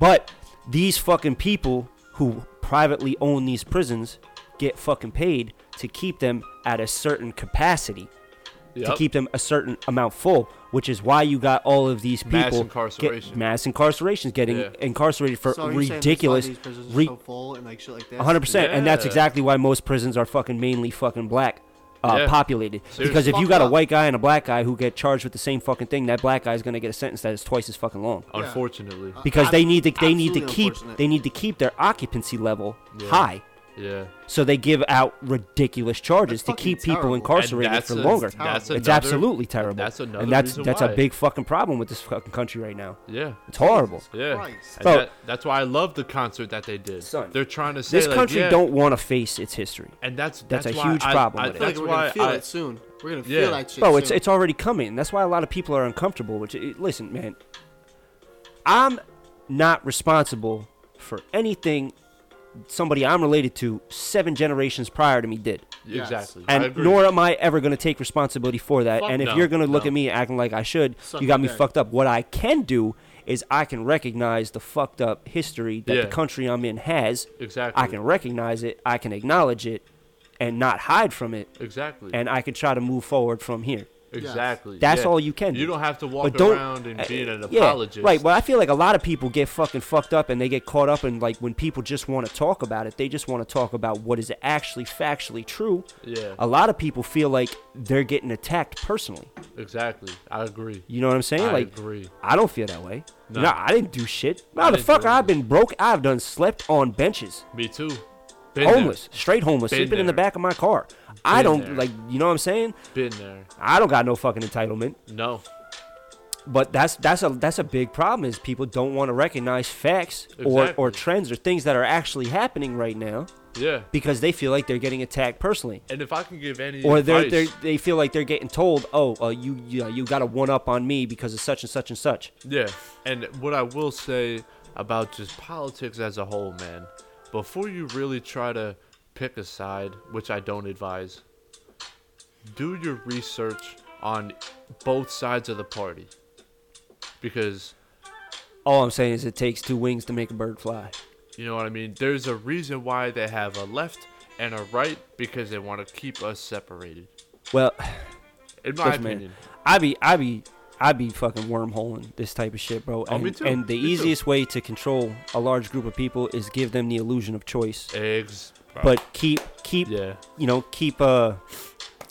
Speaker 4: But but these fucking people who privately own these prisons get fucking paid to keep them at a certain capacity to
Speaker 3: Yep.
Speaker 4: keep them a certain amount full, which is why you got all of these people
Speaker 3: Mass incarceration.
Speaker 4: Get, mass incarcerations getting
Speaker 3: Yeah.
Speaker 4: incarcerated for
Speaker 1: So are you saying that's why
Speaker 4: ridiculous,
Speaker 1: These prisons are
Speaker 4: re-
Speaker 1: so full and like shit like that.
Speaker 4: 100%. And that's
Speaker 3: Yeah.
Speaker 4: exactly why most prisons are fucking mainly fucking black. Uh,
Speaker 3: Yeah.
Speaker 4: populated because
Speaker 3: Seriously.
Speaker 4: if you got a
Speaker 1: Fucked up.
Speaker 4: white guy and a black guy who get charged with the same fucking thing, that black guy is gonna get a sentence that is twice as fucking long.
Speaker 1: Yeah. Uh,
Speaker 3: Unfortunately.
Speaker 4: Because
Speaker 1: Ab-
Speaker 4: they need to they need to
Speaker 1: absolutely
Speaker 4: keep
Speaker 1: unfortunate.
Speaker 4: they need to keep their occupancy level
Speaker 3: Yeah.
Speaker 4: high,
Speaker 3: yeah.
Speaker 4: so they give out ridiculous charges
Speaker 1: That's
Speaker 4: to keep
Speaker 1: fucking
Speaker 4: people
Speaker 1: terrible. And
Speaker 4: incarcerated
Speaker 3: And that's
Speaker 4: for
Speaker 3: a-
Speaker 4: longer.
Speaker 3: That's
Speaker 4: it's
Speaker 3: another-
Speaker 4: absolutely terrible.
Speaker 3: that's another
Speaker 4: and that's
Speaker 3: reason
Speaker 4: that's
Speaker 3: why.
Speaker 4: a big fucking problem with this fucking country right now.
Speaker 3: Yeah.
Speaker 4: It's horrible.
Speaker 3: Yeah.
Speaker 1: Christ.
Speaker 3: And
Speaker 4: Bro.
Speaker 3: that- that's why I love the concert that they did.
Speaker 4: Son,
Speaker 3: They're trying to say
Speaker 4: This
Speaker 3: like,
Speaker 4: country
Speaker 3: yeah,
Speaker 4: don't want to face its history.
Speaker 3: And that's
Speaker 4: That's a
Speaker 3: why
Speaker 4: huge
Speaker 3: I-
Speaker 4: problem
Speaker 3: I
Speaker 4: with it.
Speaker 1: I feel
Speaker 3: that's
Speaker 1: like we're
Speaker 3: why
Speaker 1: gonna feel
Speaker 3: I-
Speaker 1: it soon. We're gonna
Speaker 3: Yeah.
Speaker 1: feel that shit.
Speaker 4: Bro, it's
Speaker 1: soon.
Speaker 4: it's already coming. That's why a lot of people are uncomfortable. Which it- listen, man, I'm not responsible for anything somebody I'm related to seven generations prior to me did.
Speaker 1: Yes.
Speaker 3: Exactly. I
Speaker 4: And
Speaker 3: agree.
Speaker 4: nor am I ever going to take responsibility for that.
Speaker 3: Fuck
Speaker 4: and if
Speaker 3: no,
Speaker 4: you're going to look
Speaker 3: no.
Speaker 4: at me acting like I should,
Speaker 1: Suck
Speaker 4: you got
Speaker 1: my
Speaker 4: me
Speaker 1: dick.
Speaker 4: fucked up. What I can do is I can recognize the fucked up history that
Speaker 3: Yeah.
Speaker 4: the country I'm in has.
Speaker 3: Exactly.
Speaker 4: I can recognize it, I can acknowledge it, and not hide from it,
Speaker 3: Exactly.
Speaker 4: and I can try to move forward from here.
Speaker 3: exactly.
Speaker 4: That's
Speaker 3: yeah.
Speaker 4: all you can do.
Speaker 3: You don't have to walk
Speaker 4: But don't,
Speaker 3: around and be an
Speaker 4: uh,
Speaker 3: apologist.
Speaker 4: Yeah, right. Well, I feel like a lot of people get fucking fucked up and they get caught up in like when people just want to talk about it, they just want to talk about what is actually factually true.
Speaker 3: Yeah.
Speaker 4: A lot of people feel like they're getting attacked personally.
Speaker 3: Exactly. I agree.
Speaker 4: You know what I'm saying?
Speaker 3: I
Speaker 4: like,
Speaker 3: agree.
Speaker 4: I don't feel that way. No,
Speaker 3: No.
Speaker 4: I didn't do shit.
Speaker 3: I didn't do
Speaker 4: Motherfucker, I've
Speaker 3: anything.
Speaker 4: been broke. I've done slept on benches.
Speaker 3: Me too. Been there.
Speaker 4: homeless, straight homeless,
Speaker 3: Been
Speaker 4: sleeping in the
Speaker 3: there.
Speaker 4: back of my car. I
Speaker 3: Been
Speaker 4: don't
Speaker 3: there.
Speaker 4: like, you know what I'm saying?
Speaker 3: Been there.
Speaker 4: I don't got no fucking entitlement.
Speaker 3: No.
Speaker 4: But that's that's a that's a big problem is people don't want to recognize facts or or
Speaker 3: Exactly.
Speaker 4: trends or things that are actually happening right now
Speaker 3: Yeah.
Speaker 4: because they feel like they're getting attacked personally.
Speaker 3: And if I can give any
Speaker 4: Or they're,
Speaker 3: advice,
Speaker 4: they're, they feel like they're getting told, oh, uh, you you, know, you got a one up on me because of such and such and such.
Speaker 3: yeah. And what I will say about just politics as a whole, man, before you really try to pick a side, which I don't advise, do your research on both sides of the party, because
Speaker 4: All I'm saying is it takes two wings to make a bird fly.
Speaker 3: You know what I mean? There's a reason why they have a left and a right because they want to keep us separated.
Speaker 4: Well,
Speaker 3: In my
Speaker 4: Listen, man,
Speaker 3: opinion,
Speaker 4: I be I be I be fucking wormholing this type of shit, bro.
Speaker 3: Oh,
Speaker 4: And,
Speaker 3: me too.
Speaker 4: and the
Speaker 3: Me too.
Speaker 4: easiest way to control a large group of people is give them the illusion of choice.
Speaker 3: eggs.
Speaker 5: bro.
Speaker 2: but keep keep
Speaker 3: Yeah.
Speaker 2: you know keep uh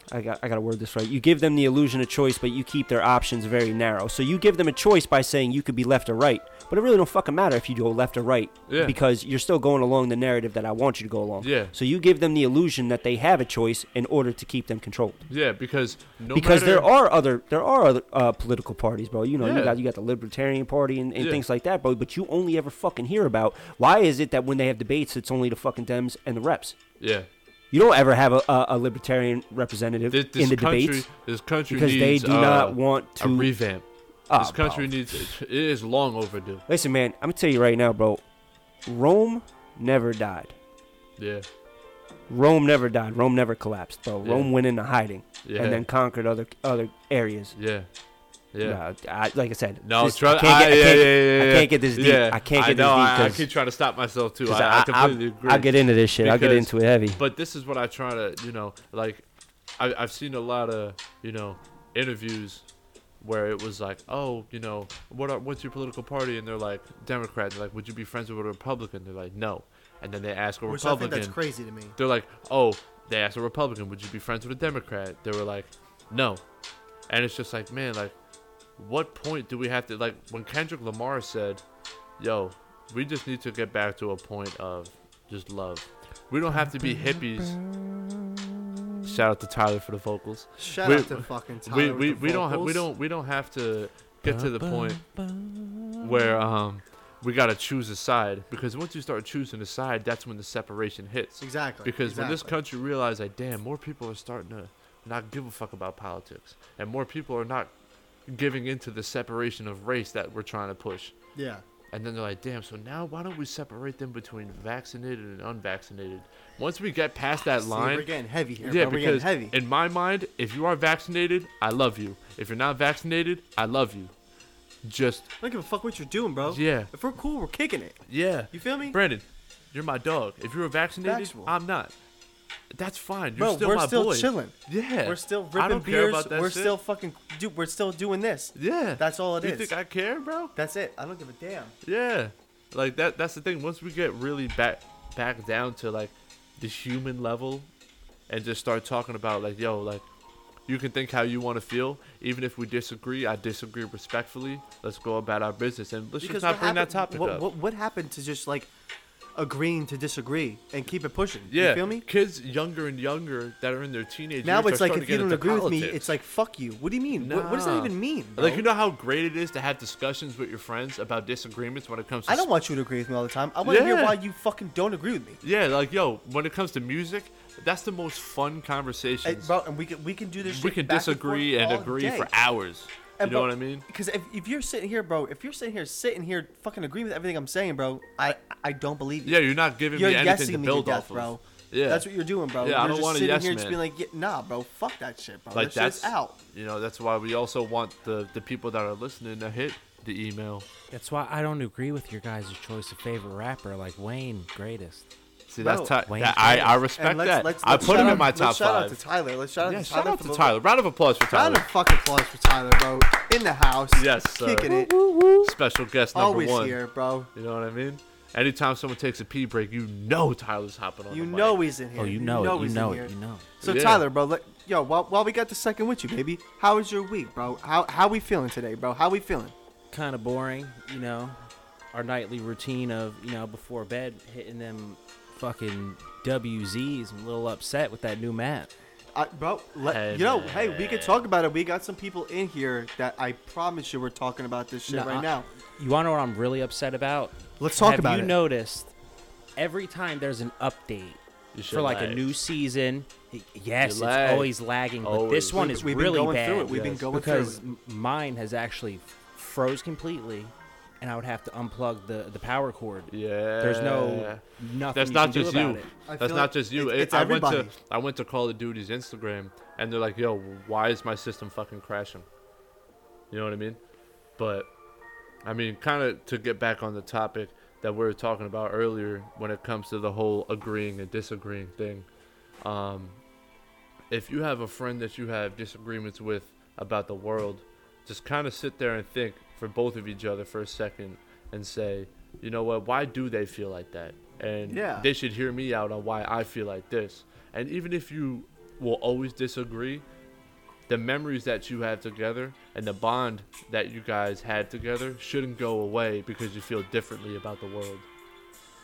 Speaker 2: I got I got to word this right. You give them the illusion of choice, but you keep their options very narrow. So you give them a choice by saying you could be left or right, but it really don't fucking matter if you go left or right
Speaker 3: Yeah.
Speaker 2: because you're still going along the narrative that I want you to go along.
Speaker 3: Yeah.
Speaker 2: So you give them the illusion that they have a choice in order to keep them controlled.
Speaker 3: Yeah, because no
Speaker 2: because
Speaker 3: matter,
Speaker 2: there are other there are other uh, political parties, bro. You know,
Speaker 3: Yeah.
Speaker 2: you got you got the Libertarian Party and, and
Speaker 3: Yeah.
Speaker 2: things like that, bro. But you only ever fucking hear about why is it that when they have debates, it's only the fucking Dems and the Reps.
Speaker 3: yeah
Speaker 2: You don't ever have a, a, a Libertarian representative
Speaker 3: this, this
Speaker 2: in the
Speaker 3: country
Speaker 2: debates
Speaker 3: this country
Speaker 2: because they
Speaker 3: needs,
Speaker 2: do
Speaker 3: uh,
Speaker 2: not want
Speaker 3: a
Speaker 2: to.
Speaker 3: revamp.
Speaker 2: Ah,
Speaker 3: this country
Speaker 2: bro.
Speaker 3: needs it is long overdue.
Speaker 2: Listen, man, I'm gonna tell you right now, bro. Rome never died.
Speaker 3: Yeah,
Speaker 2: Rome never died. Rome never collapsed, bro.
Speaker 3: Yeah.
Speaker 2: Rome went into hiding
Speaker 3: yeah,
Speaker 2: and then conquered other other areas.
Speaker 3: yeah, yeah.
Speaker 2: Nah, I, like I said,
Speaker 3: No,
Speaker 2: this-
Speaker 3: tru-
Speaker 2: I can't get,
Speaker 3: I,
Speaker 2: I
Speaker 3: yeah,
Speaker 2: can't-
Speaker 3: yeah, yeah,
Speaker 2: I
Speaker 3: yeah.
Speaker 2: can't get this deep.
Speaker 3: Yeah,
Speaker 2: I can't get
Speaker 3: know, I- I,
Speaker 2: this deep
Speaker 3: keep trying to stop myself too.
Speaker 2: because
Speaker 3: I, I completely agree.
Speaker 2: I'll get into this shit. I'll get
Speaker 3: Because-
Speaker 2: into it heavy.
Speaker 3: But this is what I try to, you know, like, I, I've seen a lot of, you know, interviews where it was like, oh, you know, what are, what's your political party? And they're like, Democrat. They're like, would you be friends with a Republican? They're like, no. And then they ask a
Speaker 1: Which I think
Speaker 3: Republican.
Speaker 1: that's crazy to me.
Speaker 3: They're like, oh, they asked a Republican, would you be friends with a Democrat? They were like, no. And it's just like, man, like, what point do we have to, like, when Kendrick Lamar said, yo, we just need to get back to a point of just love. We don't have to be hippies. Shout out to Tyler for the vocals.
Speaker 1: Shout
Speaker 3: We-
Speaker 1: out to fucking Tyler.
Speaker 3: we
Speaker 1: with
Speaker 3: we,
Speaker 1: the
Speaker 3: we don't ha-
Speaker 1: vocals.
Speaker 3: we don't we don't have to get to the point where um we gotta choose a side because once you start choosing a side, that's when the separation hits.
Speaker 1: Exactly.
Speaker 3: Because when this
Speaker 1: exactly.
Speaker 3: country realized that, damn, more people are starting to not give a fuck about politics, and more people are not giving into the separation of race that we're trying to push.
Speaker 1: Yeah.
Speaker 3: And then they're like, damn, so now why don't we separate them between vaccinated and unvaccinated? Once we get past that
Speaker 1: See,
Speaker 3: line,
Speaker 1: We're getting heavy here.
Speaker 3: yeah,
Speaker 1: bro. We're getting
Speaker 3: because
Speaker 1: heavy.
Speaker 3: in my mind, if you are vaccinated, I love you. If you're not vaccinated, I love you. Just,
Speaker 1: I don't give a fuck what you're doing, bro.
Speaker 3: Yeah.
Speaker 1: If we're cool, we're kicking it.
Speaker 3: yeah.
Speaker 1: You feel me?
Speaker 3: Brandon, you're my dog. If you're vaccinated,
Speaker 1: Factual.
Speaker 3: I'm not. That's fine. You're
Speaker 1: Bro,
Speaker 3: still
Speaker 1: we're
Speaker 3: my
Speaker 1: still
Speaker 3: boy.
Speaker 1: chilling.
Speaker 3: Yeah.
Speaker 1: We're still ripping
Speaker 3: I don't
Speaker 1: beers.
Speaker 3: Care about that
Speaker 1: we're
Speaker 3: shit.
Speaker 1: still fucking dude. We're still doing this.
Speaker 3: Yeah.
Speaker 1: That's all it
Speaker 3: you
Speaker 1: is.
Speaker 3: think I care, bro?
Speaker 1: That's it. I don't give a damn.
Speaker 3: Yeah. Like that that's the thing. Once we get really back back down to like the human level and just start talking about like, yo, like you can think how you want to feel. Even if we disagree, I disagree respectfully. Let's go about our business and let's just not
Speaker 1: what
Speaker 3: bring that
Speaker 1: happened-
Speaker 3: topic
Speaker 1: what,
Speaker 3: up.
Speaker 1: What, what happened to just like agreeing to disagree and keep it pushing?
Speaker 3: yeah,
Speaker 1: You feel me?
Speaker 3: kids younger and younger that are in their teenage
Speaker 1: Now
Speaker 3: years
Speaker 1: it's
Speaker 3: are
Speaker 1: like
Speaker 3: starting
Speaker 1: if
Speaker 3: to
Speaker 1: you
Speaker 3: get
Speaker 1: don't
Speaker 3: into
Speaker 1: agree with me,
Speaker 3: politics.
Speaker 1: it's like fuck you. What do you mean? What, what does that
Speaker 3: Nah.
Speaker 1: even mean?
Speaker 3: Like you
Speaker 1: bro?
Speaker 3: know how great it is to have discussions with your friends about disagreements when it comes to
Speaker 1: I don't want you to agree with me all the time. I want to hear
Speaker 3: Yeah.
Speaker 1: why you fucking don't agree with me.
Speaker 3: Yeah, like yo, when it comes to music, that's the most fun
Speaker 1: Hey,
Speaker 3: conversation.
Speaker 1: bro, and we can we can do this.
Speaker 3: we
Speaker 1: shit
Speaker 3: can
Speaker 1: back and
Speaker 3: disagree
Speaker 1: forth
Speaker 3: and,
Speaker 1: all
Speaker 3: agree
Speaker 1: day.
Speaker 3: for hours. you know what I mean?
Speaker 1: Because if, if you're sitting here, bro, if you're sitting here, sitting here, fucking agreeing with everything I'm saying, bro, I I don't believe you.
Speaker 3: Yeah, you're not giving
Speaker 1: you're
Speaker 3: me anything to
Speaker 1: yesing me to
Speaker 3: build
Speaker 1: death,
Speaker 3: off
Speaker 1: bro.
Speaker 3: of. Yeah,
Speaker 1: That's what you're doing, bro.
Speaker 3: Yeah,
Speaker 1: you're
Speaker 3: I don't
Speaker 1: just
Speaker 3: want a
Speaker 1: sitting
Speaker 3: yes
Speaker 1: here just
Speaker 3: man.
Speaker 1: being like, yeah, nah, bro, fuck that shit, bro.
Speaker 3: like
Speaker 1: that shit's
Speaker 3: that's
Speaker 1: out.
Speaker 3: You know, that's why we also want the the people that are listening to hit the email.
Speaker 5: That's why I don't agree with your guys' choice of favorite rapper, like Wayne, greatest.
Speaker 3: See,
Speaker 1: Bro,
Speaker 3: that's ti-
Speaker 5: Wayne
Speaker 3: that, I I
Speaker 5: Travis.
Speaker 3: respect
Speaker 1: and let's,
Speaker 3: that.
Speaker 1: Let's,
Speaker 3: I
Speaker 1: let's
Speaker 3: put
Speaker 1: shout
Speaker 3: him
Speaker 1: out,
Speaker 3: in my
Speaker 1: let's
Speaker 3: top
Speaker 1: shout
Speaker 3: five.
Speaker 1: out to Tyler. Let's shout out
Speaker 3: yeah,
Speaker 1: to Tyler.
Speaker 3: shout out
Speaker 1: for
Speaker 3: to
Speaker 1: the-
Speaker 3: Tyler. Round of applause for
Speaker 1: Round
Speaker 3: Tyler.
Speaker 1: of fucking applause for Tyler, bro. In the house.
Speaker 3: Yes, sir.
Speaker 1: Kicking it.
Speaker 3: Special guest number
Speaker 1: Always
Speaker 3: one.
Speaker 1: here, bro.
Speaker 3: You know what I mean? Anytime someone takes a pee break, you know Tyler's hopping on.
Speaker 1: You
Speaker 3: the mic.
Speaker 1: know he's in here.
Speaker 5: Oh, you know, it. You
Speaker 1: he's
Speaker 5: know
Speaker 1: in
Speaker 5: it.
Speaker 1: here.
Speaker 5: You know.
Speaker 1: So
Speaker 3: Yeah.
Speaker 1: Tyler, bro, let, yo, while, while we got the second with you, baby, how was your week, bro? How how we feeling today, bro? How we feeling?
Speaker 5: Kind of boring, you know. Our nightly routine of you know before bed hitting them fucking WZs. I'm a little upset with that new map.
Speaker 1: I, bro, let,
Speaker 3: Hey,
Speaker 1: you know,
Speaker 3: man.
Speaker 1: hey, we could talk about it. We got some people in here that I promise you we're talking about this shit
Speaker 5: Nah,
Speaker 1: right
Speaker 5: I-
Speaker 1: now.
Speaker 5: You want to know what I'm really upset about?
Speaker 1: Let's talk
Speaker 5: Have
Speaker 1: about
Speaker 5: you
Speaker 1: it.
Speaker 5: noticed every time there's an update
Speaker 3: You
Speaker 5: for like a
Speaker 3: lag.
Speaker 5: new season? y- Yes, it's
Speaker 3: lag.
Speaker 5: always lagging, but
Speaker 3: Always.
Speaker 5: this one
Speaker 1: We've-
Speaker 5: is
Speaker 1: we've been
Speaker 5: really
Speaker 1: going
Speaker 5: bad.
Speaker 1: through it. We've been
Speaker 3: yes,
Speaker 1: going
Speaker 5: because
Speaker 1: through
Speaker 5: m- mine has actually f- froze completely, and I would have to unplug the, the power cord.
Speaker 3: Yeah.
Speaker 5: There's no nothing.
Speaker 3: That's
Speaker 5: you
Speaker 3: not
Speaker 5: can do
Speaker 3: just
Speaker 5: about
Speaker 3: you.
Speaker 5: It.
Speaker 1: I
Speaker 3: That's
Speaker 1: feel
Speaker 3: not
Speaker 1: like
Speaker 3: just you.
Speaker 1: it-
Speaker 3: It-
Speaker 1: it's
Speaker 3: I went to
Speaker 1: everybody.
Speaker 3: I went to Call of Duty's Instagram, and they're like, "Yo, why is my system fucking crashing?" You know what I mean? But I mean, kind of to get back on the topic that we were talking about earlier when it comes to the whole agreeing and disagreeing thing. Um, if you have a friend that you have disagreements with about the world, just kind of sit there and think for both of each other for a second and say, you know what, why do they feel like that? and
Speaker 1: Yeah.
Speaker 3: they should hear me out on why I feel like this. And even if you will always disagree, the memories that you have together and the bond that you guys had together shouldn't go away because you feel differently about the world.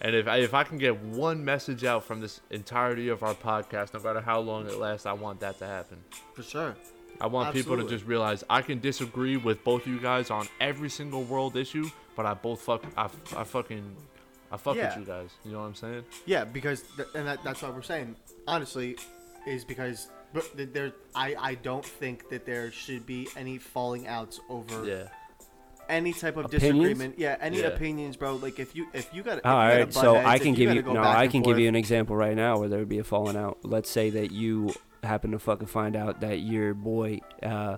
Speaker 3: And if I, if I can get one message out from this entirety of our podcast, no matter how long it lasts, I want that to happen.
Speaker 1: For sure.
Speaker 3: I want people to
Speaker 1: Absolutely.
Speaker 3: just realize I can disagree with both you guys on every single world issue, but I both fuck I, I fucking I fuck
Speaker 1: Yeah.
Speaker 3: with you guys. You know what I'm saying?
Speaker 1: Yeah, because th- and that, that's what we're saying. Honestly, is because but th- there I I don't think that there should be any falling outs over
Speaker 3: Yeah.
Speaker 1: any type of
Speaker 4: Opinions?
Speaker 1: disagreement. Yeah, any
Speaker 3: Yeah.
Speaker 1: opinions, bro. Like if you if you got if
Speaker 4: All
Speaker 1: you gotta butt
Speaker 4: right, so
Speaker 1: heads,
Speaker 4: I
Speaker 1: if
Speaker 4: can give
Speaker 1: gotta
Speaker 4: you
Speaker 1: go
Speaker 4: no.
Speaker 1: back
Speaker 4: I
Speaker 1: and
Speaker 4: can give
Speaker 1: forth-
Speaker 4: you an example right now where there would be a falling out. Let's say that you happen to fucking find out that your boy uh,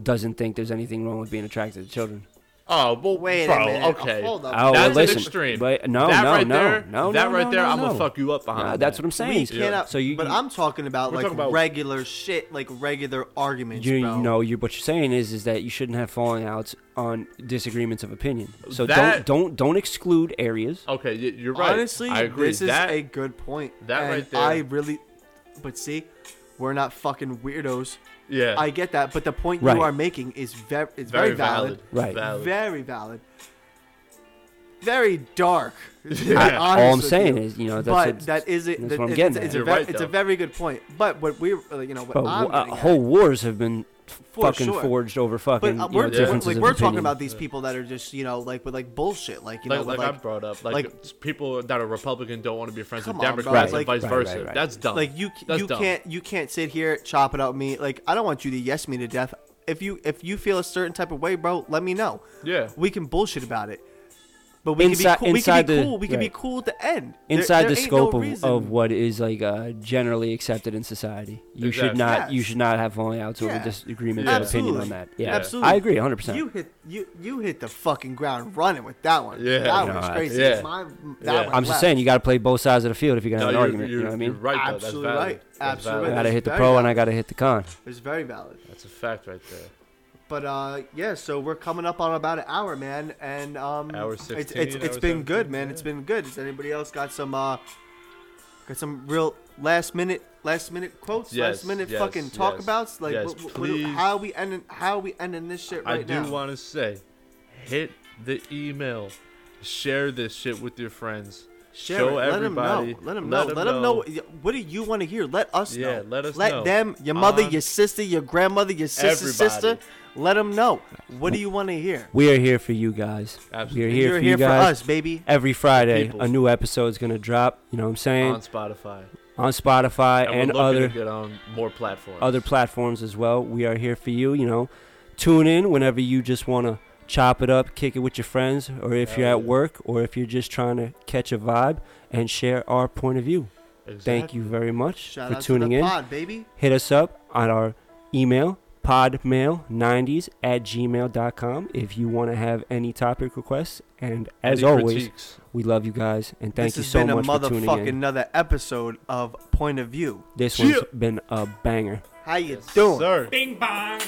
Speaker 4: doesn't think there's anything wrong with being attracted to children.
Speaker 3: Oh well,
Speaker 1: Wait
Speaker 3: bro.
Speaker 1: a minute.
Speaker 3: Okay.
Speaker 1: Hold up.
Speaker 4: Oh,
Speaker 3: That's
Speaker 4: well,
Speaker 3: an
Speaker 4: listen,
Speaker 3: extreme.
Speaker 4: But no,
Speaker 3: that
Speaker 4: no,
Speaker 3: right
Speaker 4: no,
Speaker 3: there,
Speaker 4: no,
Speaker 3: that
Speaker 4: no,
Speaker 3: right
Speaker 4: no,
Speaker 3: there,
Speaker 4: no,
Speaker 3: I'm
Speaker 4: no.
Speaker 3: gonna fuck you up behind.
Speaker 4: Nah,
Speaker 3: that.
Speaker 4: that's what I'm saying.
Speaker 1: We cannot,
Speaker 4: So you,
Speaker 1: but I'm talking about
Speaker 3: We're
Speaker 1: like
Speaker 3: talking about-
Speaker 1: regular shit, like regular arguments,
Speaker 4: you
Speaker 1: bro.
Speaker 4: know, you what you're saying is is that you shouldn't have falling outs on disagreements of opinion. So
Speaker 3: That- Oh,
Speaker 4: don't don't don't exclude areas.
Speaker 3: Okay, y- you're right.
Speaker 1: Honestly,
Speaker 3: I agree.
Speaker 1: this is
Speaker 3: that,
Speaker 1: a good point.
Speaker 3: that
Speaker 1: and
Speaker 3: right there-
Speaker 1: I really, but see, we're not fucking weirdos.
Speaker 3: yeah,
Speaker 1: I get that, but the point
Speaker 4: Right.
Speaker 1: you are making is very, it's
Speaker 3: very,
Speaker 1: very, valid,
Speaker 4: Right.
Speaker 3: Valid.
Speaker 1: very valid, very dark.
Speaker 3: Yeah.
Speaker 4: All I'm saying is, you know, that's
Speaker 1: but
Speaker 4: what-
Speaker 1: that is it.
Speaker 4: that's
Speaker 1: that-
Speaker 4: what I'm
Speaker 1: it's,
Speaker 4: getting
Speaker 1: it's
Speaker 4: at.
Speaker 1: a
Speaker 3: You're
Speaker 1: very,
Speaker 3: right,
Speaker 1: it's a
Speaker 3: though.
Speaker 1: very good point. But what we're, uh, you know, what
Speaker 4: But
Speaker 1: I'm
Speaker 4: uh,
Speaker 1: getting at-
Speaker 4: whole wars have been f-
Speaker 1: For
Speaker 4: fucking
Speaker 1: sure.
Speaker 4: forged over
Speaker 1: But
Speaker 4: fucking
Speaker 1: uh,
Speaker 4: you
Speaker 1: we're,
Speaker 4: know,
Speaker 1: we're-
Speaker 4: differences
Speaker 1: like
Speaker 4: of
Speaker 1: we're
Speaker 4: opinion.
Speaker 1: talking about these people that are just you know like with like bullshit like you know
Speaker 3: like,
Speaker 1: with,
Speaker 3: like,
Speaker 1: like
Speaker 3: I brought up, like,
Speaker 1: like-
Speaker 3: people that are Republican don't want to be friends with
Speaker 1: Come on, bro,
Speaker 3: Democrats
Speaker 1: like-
Speaker 3: and vice
Speaker 4: Right, right,
Speaker 3: versa.
Speaker 4: right.
Speaker 3: That's dumb.
Speaker 1: Like you, c-
Speaker 3: That's
Speaker 1: you
Speaker 3: dumb.
Speaker 1: can't, you can't sit here chop it up me. Like I don't want you to yes me to death. If you, if you feel a certain type of way, bro, let me know.
Speaker 3: Yeah.
Speaker 1: we can bullshit about it, but we
Speaker 4: Inside-
Speaker 1: can be cool. We
Speaker 4: inside
Speaker 1: can be
Speaker 4: the-
Speaker 1: cool. We can be
Speaker 4: right.
Speaker 1: cool at the end. There-
Speaker 4: inside
Speaker 1: there
Speaker 4: the
Speaker 1: ain't no
Speaker 4: scope of,
Speaker 1: reason.
Speaker 4: of what is like uh, generally accepted in society. You should
Speaker 3: Exactly.
Speaker 4: not you
Speaker 1: Yes.
Speaker 4: should not have falling outs over
Speaker 1: Yeah.
Speaker 4: disagreements
Speaker 3: Yeah.
Speaker 4: of opinion on
Speaker 1: Absolutely.
Speaker 4: that. Yeah,
Speaker 1: Absolutely.
Speaker 4: I agree 100. percent
Speaker 1: You hit, you, you hit the fucking ground running with that one.
Speaker 3: Yeah.
Speaker 1: that
Speaker 4: No,
Speaker 1: was
Speaker 4: I-
Speaker 1: crazy.
Speaker 3: yeah.
Speaker 1: My, that
Speaker 3: Yeah.
Speaker 1: one
Speaker 4: I'm just
Speaker 1: left.
Speaker 4: saying you got to play both sides of the field if you're gonna
Speaker 3: No,
Speaker 4: have an
Speaker 3: you're,
Speaker 4: argument.
Speaker 3: you're,
Speaker 4: you know what I
Speaker 3: you're
Speaker 4: mean?
Speaker 3: right. though.
Speaker 1: Absolutely
Speaker 3: That's valid.
Speaker 1: right.
Speaker 3: That's
Speaker 1: Absolutely
Speaker 4: I
Speaker 1: right.
Speaker 3: Valid.
Speaker 4: got to
Speaker 1: That's
Speaker 4: hit the
Speaker 1: very
Speaker 4: pro and I
Speaker 1: valid.
Speaker 4: got to hit the con.
Speaker 1: It's very valid.
Speaker 3: That's a fact right there.
Speaker 1: But uh, yeah, so we're coming up on about an hour, man, and um,
Speaker 3: Hour
Speaker 1: it's
Speaker 3: 16,
Speaker 1: it's, it's
Speaker 3: hour
Speaker 1: been good,
Speaker 3: 17,
Speaker 1: man.
Speaker 3: yeah.
Speaker 1: It's been good. Has anybody else got some uh, got some real last minute last minute quotes,
Speaker 3: Yes,
Speaker 1: last minute
Speaker 3: yes,
Speaker 1: fucking
Speaker 3: yes,
Speaker 1: talk abouts? Like,
Speaker 3: yes,
Speaker 1: what, what,
Speaker 3: please.
Speaker 1: how we ending how we ending this shit right
Speaker 3: I do
Speaker 1: now?
Speaker 3: want to say, hit the email, share this shit with your friends.
Speaker 1: Share
Speaker 3: Show
Speaker 1: it. Let 'em
Speaker 3: everybody.
Speaker 1: know. Let them know. Let them know. What do you want to hear? Let us know.
Speaker 3: Yeah, let us know.
Speaker 1: them. Your mother,
Speaker 3: On-
Speaker 1: your sister, your grandmother, your sister's sister.
Speaker 3: Everybody.
Speaker 1: Let them know. What do you want to hear?
Speaker 4: We are here for you guys.
Speaker 3: Absolutely.
Speaker 4: We are
Speaker 3: And
Speaker 4: here
Speaker 1: You're
Speaker 4: for
Speaker 1: here
Speaker 4: you
Speaker 1: for
Speaker 4: guys.
Speaker 1: us, baby.
Speaker 4: Every Friday,
Speaker 3: People.
Speaker 4: a new episode is gonna drop. You know what I'm saying?
Speaker 3: on Spotify
Speaker 4: On, Spotify
Speaker 3: and,
Speaker 4: and
Speaker 3: we're looking
Speaker 4: other
Speaker 3: to get on more platforms.
Speaker 4: other platforms as well. We are here for you. You know, tune in whenever you just want to chop it up, kick it with your friends, or if you're
Speaker 3: Hell
Speaker 4: at
Speaker 3: yeah.
Speaker 4: work, or if you're just trying to catch a vibe and share our point of view. Thank you very much
Speaker 1: Shout
Speaker 4: for
Speaker 1: out
Speaker 4: tuning
Speaker 1: to the
Speaker 4: in.
Speaker 1: pod, baby.
Speaker 4: Hit us up on our email podmail90s at gmail.com if you want to have any topic requests. And as always, we love you guys and thank
Speaker 1: this
Speaker 4: you
Speaker 1: has
Speaker 4: so
Speaker 1: been
Speaker 4: much
Speaker 1: a
Speaker 4: for tuning
Speaker 1: motherfucking
Speaker 4: in.
Speaker 1: another episode of Point of View.
Speaker 4: This
Speaker 3: Yeah.
Speaker 4: one's been a banger.
Speaker 1: How you doing?
Speaker 3: Sir.